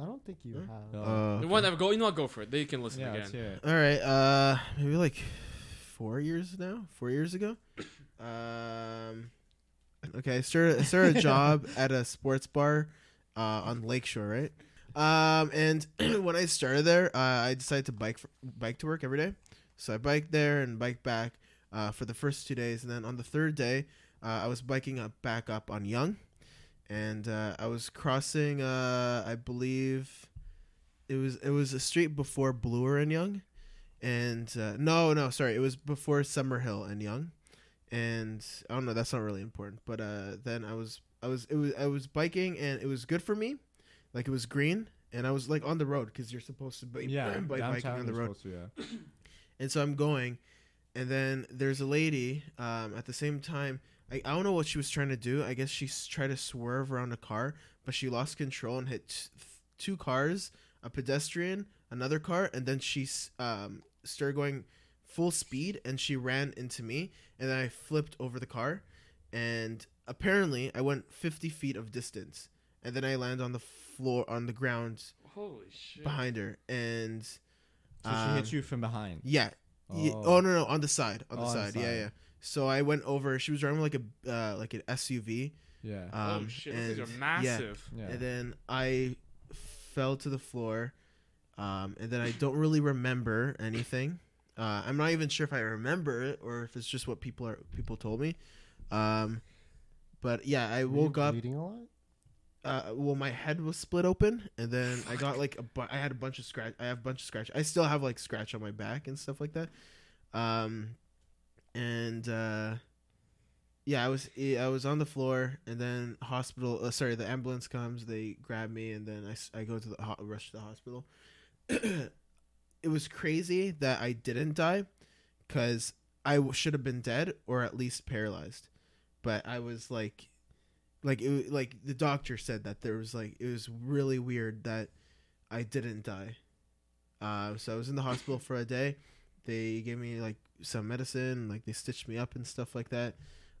S3: I don't think you
S2: Huh?
S3: have.
S2: I?
S1: No.
S2: Uh,
S4: Whatever. Go. You know what? Go for it. They can listen
S1: yeah, let's
S4: again.
S1: hear it.
S2: All right. Uh, maybe like four years now, four years ago. Um, okay. I started, I started a job at a sports bar uh, on Lakeshore, right? Um, and when I started there, uh, I decided to bike for, bike to work every day. So I biked there and biked back uh, for the first two days, and then on the third day, uh, I was biking up back up on Young, and uh, I was crossing. Uh, I believe it was it was a street before Bloor and Young, and uh, no, no, sorry, it was before Summerhill and Young, and I don't know, that's not really important. But uh, then I was I was it was I was biking and it was good for me, like it was green, and I was like on the road because you're supposed to be
S1: Yeah,
S2: bike biking
S1: downtown
S2: on the
S1: is
S2: road.
S1: supposed to, yeah.
S2: And so I'm going, and then there's a lady um, at the same time. I, I don't know what she was trying to do. I guess she s- tried to swerve around a car, but she lost control and hit t- th- two cars, a pedestrian, another car, and then she s- um, started going full speed and she ran into me, and then I flipped over the car, and apparently I went 50 feet of distance, and then I landed on the floor on the ground
S4: Holy shit!
S2: behind her, and
S1: So she
S2: um,
S1: hit you from behind.
S2: yeah. Ye-
S1: Oh.
S2: Oh. no no on the side on the
S1: Oh, on the
S2: side yeah
S1: side.
S2: yeah. So I went over. She was driving like a uh, like an SUV.
S1: Yeah.
S2: Um,
S4: oh shit! These
S2: and-
S4: things are massive.
S1: yeah.
S2: Yeah. And then I fell to the floor, um, and then I don't really remember anything. Uh, I'm not even sure if I remember it or if it's just what people are people told me. Um, but yeah, I
S3: Were
S2: woke
S3: you
S2: up.
S3: Bleeding a lot.
S2: Uh, well, my head was split open, and then I got like a bu- I had a bunch of scratch. I have a bunch of scratch. I still have like scratch on my back and stuff like that. Um, and uh, yeah, I was I was on the floor, and then hospital. Uh, sorry, the ambulance comes. They grab me, and then I, s- I go to the ho- rush to the hospital. it was crazy that I didn't die, because I w- should have been dead or at least paralyzed, but I was like, like it wa- like the doctor said that there was like it was really weird that I didn't die. Um, so I was in the hospital for a day. They gave me like some medicine, like they stitched me up and stuff like that.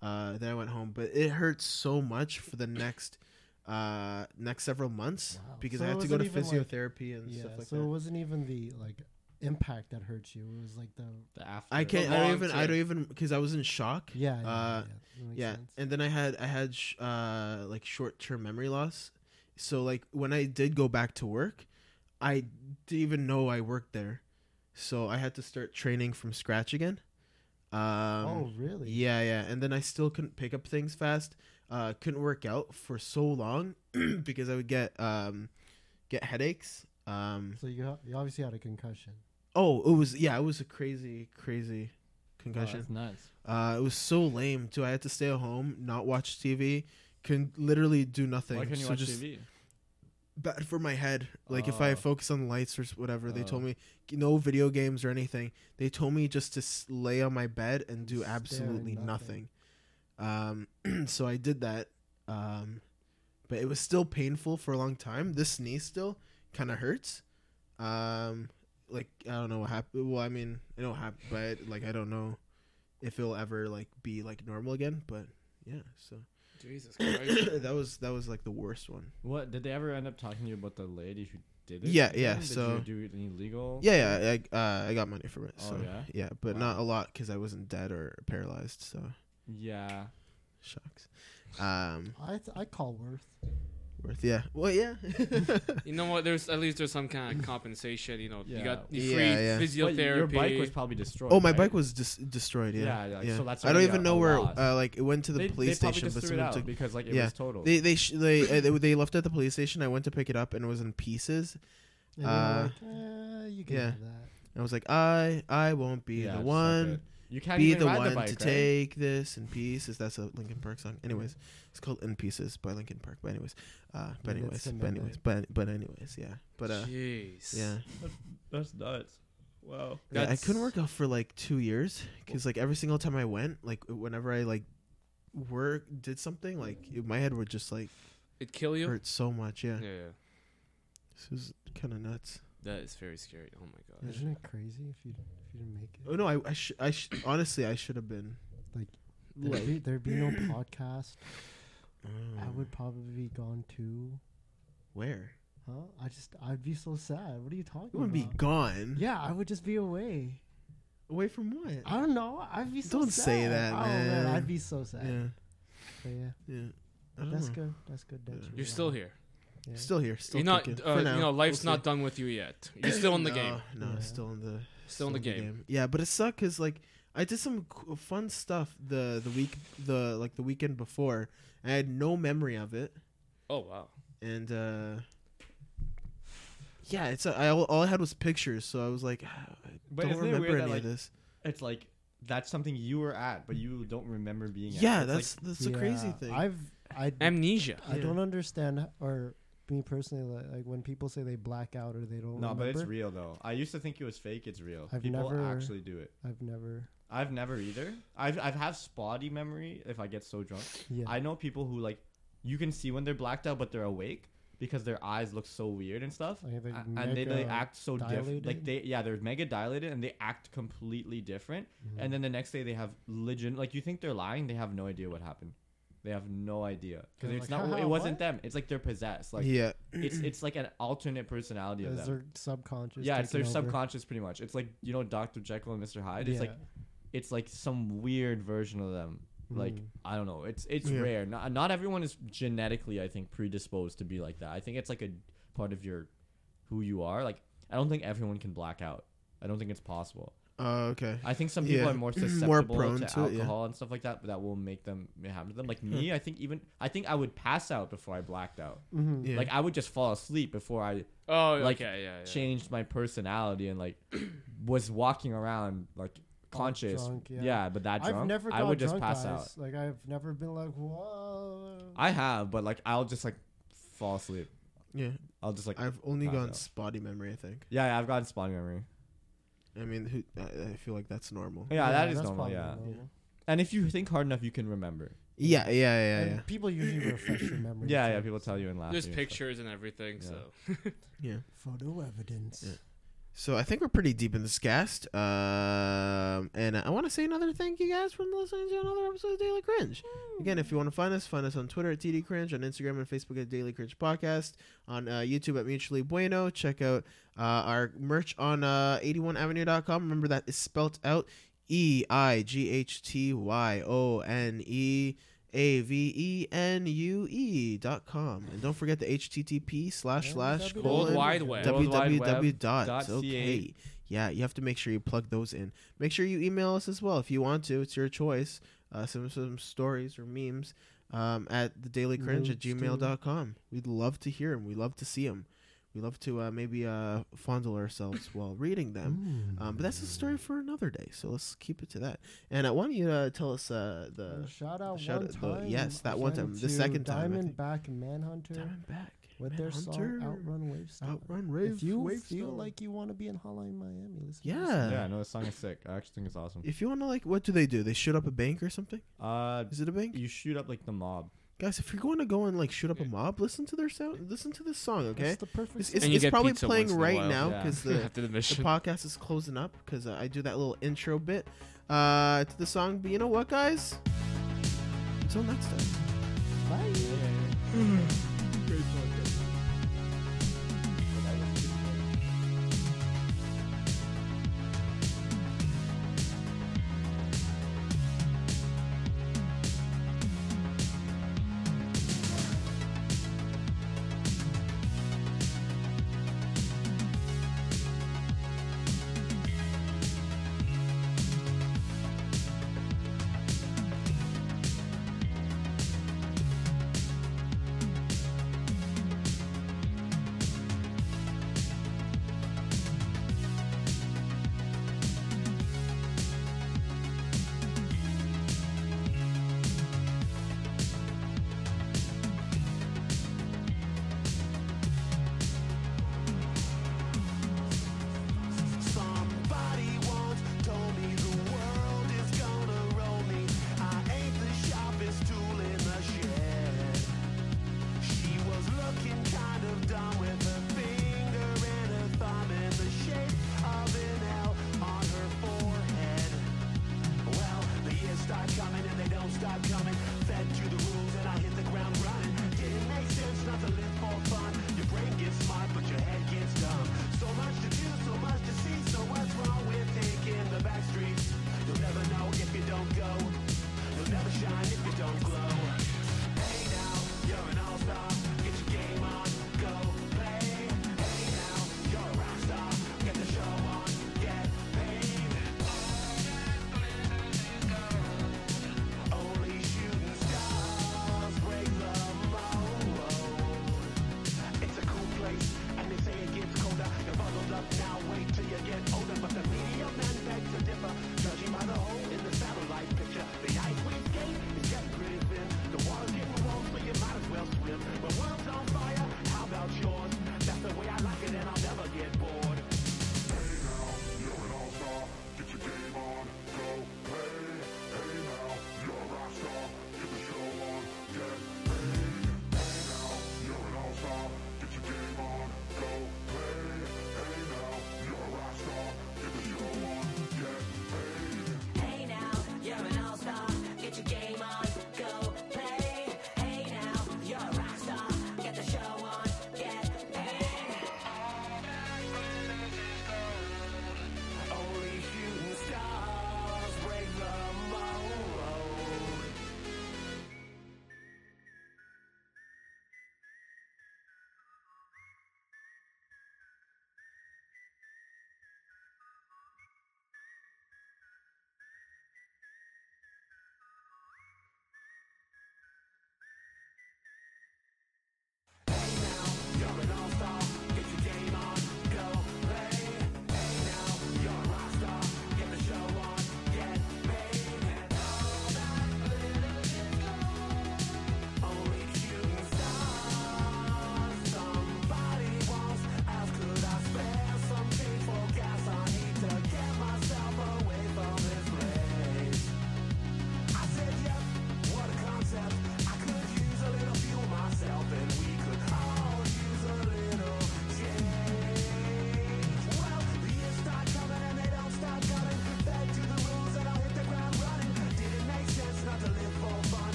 S2: Uh, then I went home, but it hurt so much for the next uh next several months
S3: Wow.
S2: because
S3: So
S2: I
S3: it
S2: had to go to
S3: wasn't even, like-
S2: physiotherapy and
S3: Yeah.
S2: stuff like
S3: so
S2: that.
S3: it wasn't even the like impact that hurt you. It was like the
S4: The after.
S2: I can't. I don't
S4: long
S2: even. I
S4: term.
S2: don't even because I was in shock.
S3: yeah.
S2: Uh,
S3: yeah, yeah, that makes
S2: yeah,
S3: sense.
S2: and then I had I had sh- uh, like short term memory loss. So like when I did go back to work, I didn't even know I worked there. So I had to start training from scratch again. Um,
S3: oh really?
S2: yeah, yeah. And then I still couldn't pick up things fast. Uh, couldn't work out for so long because I would get um, get headaches. Um,
S3: So you ha- you obviously had a concussion.
S2: oh, it was yeah, it was a crazy, crazy
S1: Oh,
S2: concussion.
S1: that's nuts.
S2: Uh, it was so lame too. I had to stay at home, not watch TV, can literally do nothing.
S1: Why can't you
S2: so
S1: watch
S2: just
S1: TV?
S2: bad for my head. Like if I
S1: Oh.
S2: focus on lights or s- whatever, they told
S1: Oh.
S2: me no video games or anything. They told me just to s- lay on my bed and do
S3: Stare at
S2: absolutely
S3: nothing.
S2: nothing. Um, so I did that. Um, but it was still painful for a long time. This knee still kind of hurts. Um, like I don't know what happened. Well, I mean, it don't happen, but like I don't know if it'll ever like be like normal again. But yeah, so
S4: Jesus Christ.
S2: that was that was like the worst one.
S1: What did they ever end up talking to you about the lady who Did
S2: Yeah,
S1: happen?
S2: yeah,
S1: Did
S2: so-
S1: you do any legal?
S2: Yeah, yeah, I uh, I got money from it.
S1: Oh,
S2: So
S1: yeah?
S2: but
S1: Wow.
S2: not a lot because I wasn't dead or paralyzed. So
S1: yeah.
S2: shucks. Um,
S3: I th- I call worth.
S2: worth yeah. Well, yeah.
S4: You know what? There's at least there's some kind of compensation. You know, you got
S2: Yeah.
S4: you free
S2: Yeah, yeah.
S1: But
S4: physiotherapy.
S1: your bike was probably destroyed.
S2: oh, my
S1: right?
S2: bike was dis- destroyed. Yeah.
S1: Yeah, yeah,
S2: Yeah.
S1: so that's
S2: I don't
S1: already
S2: even
S1: a-
S2: know
S1: a
S2: where.
S1: loss.
S2: Uh, like it went to the
S1: they,
S2: police
S1: they probably
S2: station,
S1: just
S2: but
S1: threw it
S2: someone
S1: out
S2: took.
S1: because like it
S2: Yeah.
S1: was total.
S2: They they sh- they, uh, they they left at the police station. I went to pick it up and it was in pieces.
S3: And
S2: Uh,
S3: you're like, eh, you can
S2: yeah.
S3: have that.
S2: And I was like, I I won't be
S1: Yeah,
S2: the
S1: just like
S2: one.
S1: that. You can't
S2: be
S1: even
S2: the
S1: ride
S2: one
S1: the bike,
S2: to
S1: right?
S2: take this in pieces. That's a Linkin Park song. Anyways, it's called "In Pieces" by Linkin Park. But anyways, uh, but
S3: Yeah,
S2: anyways,
S3: that's
S2: but anyways, but but anyways, yeah. But uh,
S4: Jeez.
S2: yeah,
S1: That's nuts. Wow.
S2: yeah. I
S4: That's-
S2: couldn't work out for like two years because like every single time I went, like whenever I like work did something, like it- my head would just like
S4: It kill you.
S2: hurt so much. Yeah,
S4: Yeah. yeah.
S2: this was kind of nuts.
S4: That is very scary. Oh my god.
S3: Isn't it crazy if you if you didn't make it?
S2: Oh no, I I, sh- I sh- honestly I should have been.
S3: There'd,
S2: like-
S3: be, there'd be no podcast. I
S2: Mm.
S3: would probably be gone too.
S2: where?
S3: Huh? I just I'd be so sad. What are you talking
S2: You wouldn't be
S3: about?
S2: gone.
S3: yeah, I would just be away.
S2: Away from what?
S3: I don't know. I'd be so
S2: Don't
S3: sad.
S2: say that,
S3: oh, man.
S2: man.
S3: I'd be so sad.
S2: yeah,
S3: But yeah,
S2: yeah. I don't
S3: that's
S2: know.
S3: good. That's good. That
S2: Yeah.
S4: You're still here.
S3: Yeah.
S2: Still here. Still
S4: you're not.
S2: kicking.
S4: Uh,
S2: For
S4: you
S2: now.
S4: know, life's
S2: We'll
S4: not done with you yet. You're still in the
S2: No,
S4: game.
S2: No,
S3: Yeah.
S2: still in the
S4: Still in the game.
S2: Yeah, but it sucked because like I did some co- fun stuff the the week the like the weekend before. I had no memory of it,
S4: Oh wow.
S2: and uh yeah, it's I all, all I had was pictures, so I was like, "Ah, I
S1: But
S2: don't
S1: isn't it
S2: remember
S1: weird
S2: any
S1: that like
S2: of this.
S1: it's like that's something you were at, but you don't remember being at.
S2: Yeah,
S1: It's
S2: that's that's a crazy
S3: Yeah,
S2: thing.
S3: I've I
S4: Amnesia.
S3: I
S2: Yeah.
S3: don't understand h- or me personally like, like when people say they black out or they don't.
S1: like, no, but it's
S3: remember,
S1: real though. I used to think it was fake. It's real.
S3: I've
S1: People
S3: never-
S1: actually do it.
S3: I've never.
S1: I've never either. I've I've have spotty memory if I get so drunk.
S3: Yeah.
S1: I know people who like you can see when they're blacked out, but they're awake because their eyes look so weird and stuff.
S3: Like, they're
S1: A- and they, they
S3: mega
S1: act so different. Like
S3: dilated?
S1: they yeah, they're mega dilated and they act completely different.
S3: Mm-hmm.
S1: And then the next day they have legit like you think they're lying, they have no idea what happened. They have no idea because
S3: They're
S1: it's
S3: like,
S1: not
S3: "Haha,
S1: it wasn't
S3: what?"
S1: them. It's like they're possessed. Like
S2: yeah,
S1: it's it's like an alternate personality of them.
S3: As their subconscious.
S1: Yeah, it's their
S3: taking over.
S1: subconscious pretty much. It's like you know Dr. Jekyll and Mr. Hyde. It's like it's like some weird version of them. Like
S3: Mhm.
S1: I don't know. It's it's
S2: Hmm. Yeah.
S1: rare. Not not everyone is genetically, I think, predisposed to be like that. I think it's like a part of your who you are. Like I don't think everyone can black out. I don't think it's possible.
S2: oh okay.
S1: I think some people
S2: Yeah.
S1: are more
S2: More
S1: susceptible
S2: prone
S1: to,
S2: to it, yeah.
S1: alcohol and stuff like that, but that will make them it happen to them. Like me, I think even I think I would pass out before I blacked out.
S3: Mhm.
S2: Yeah.
S1: Like I would just fall asleep before I
S4: Oh,
S1: Like,
S4: okay, yeah, yeah.
S1: changed my personality and like was walking around like conscious.
S3: drunk,
S1: yeah.
S3: yeah.
S1: but that drunk,
S3: I've never.
S1: I
S3: got
S1: would just
S3: drunk,
S1: pass
S3: guys.
S1: out.
S3: Like I've never been like whoa.
S1: I have, but like I'll just like fall asleep.
S2: yeah,
S1: I'll just like
S2: I've only
S1: Found
S2: gone
S1: out.
S2: spotty memory. I think.
S1: yeah, yeah I've gotten spotting memory.
S2: I mean, who, I, I feel like that's normal.
S1: Yeah, that is
S3: that's
S1: normal.
S3: probably
S1: Yeah,
S3: normal.
S1: and if you think hard enough, you can remember.
S2: Yeah, yeah, yeah, yeah.
S3: And people usually refresh their memory.
S1: Yeah,
S3: too,
S1: yeah. People tell you and laugh.
S4: There's
S1: at you and stuff.
S4: pictures and everything,
S1: Yeah.
S4: so
S2: yeah.
S3: Photo evidence.
S2: Yeah. So I think we're pretty deep in this cast. Um, and I want to say another thank you guys for listening to another episode of Daily Cringe. Again, if you want to find us, find us on Twitter at TD Cringe, on Instagram and Facebook at Daily Cringe Podcast, on uh, YouTube at Mutually Bueno. Check out uh, our merch on uh, 81avenue.com. Remember that is spelt out E I G H T Y O N E. A V E N U E dot com and don't forget the HTTP slash
S3: Yeah,
S2: slash
S3: that'd be
S4: World
S3: Colon-
S2: colon
S4: Wide Web.
S1: World Wide Web dot
S2: www.ca.
S1: ca.
S2: Okay. Yeah, you have to make sure you plug those in. Make sure you email us as well if you want to. It's your choice. Uh, some some stories or memes um, at the daily cringe at
S3: Nudes, too.
S2: gmail.com. We'd love to hear them. We love to see them. We love to uh, maybe uh, fondle ourselves while reading them.
S3: Hmm.
S2: Um, but that's a story for another day. So let's keep it to that. And I want you to tell us uh, the
S3: And shout out
S2: shout
S3: one
S2: out the-
S3: time.
S2: yes, that
S3: I
S2: one
S3: shout
S2: time,
S3: out
S2: the
S3: to
S2: second time, I think.
S3: Diamondback Manhunter
S2: Diamondback
S3: with their
S2: Manhunter,
S3: song "Outrun Wave Star."
S2: Outrun Rave.
S3: if you
S2: Wave
S3: feel
S2: Star.
S3: like you want to be in Hotline Miami, listen. to this
S2: yeah.
S1: Yeah, no, the song is sick. I actually think it's awesome.
S2: If you want to like, what do they do? They shoot up a bank or something?
S1: Uh,
S2: Is it a bank?
S1: you shoot up like the mob.
S2: Guys, if you're going to go and like shoot up a mob, listen to their sound. Listen to this song,
S3: song.
S2: okay?
S3: It's the perfect.
S2: It's,
S3: song.
S2: it's,
S4: And you
S2: it's
S4: get
S2: probably
S4: pizza
S2: playing
S4: once in a
S2: right
S4: while.
S2: now
S1: Yeah.
S2: because the,
S4: after the
S2: the
S4: mission.
S2: podcast is closing up because uh, I do that little intro bit uh, to the song. But you know what, guys? Until next time.
S3: Bye.
S2: Great podcast.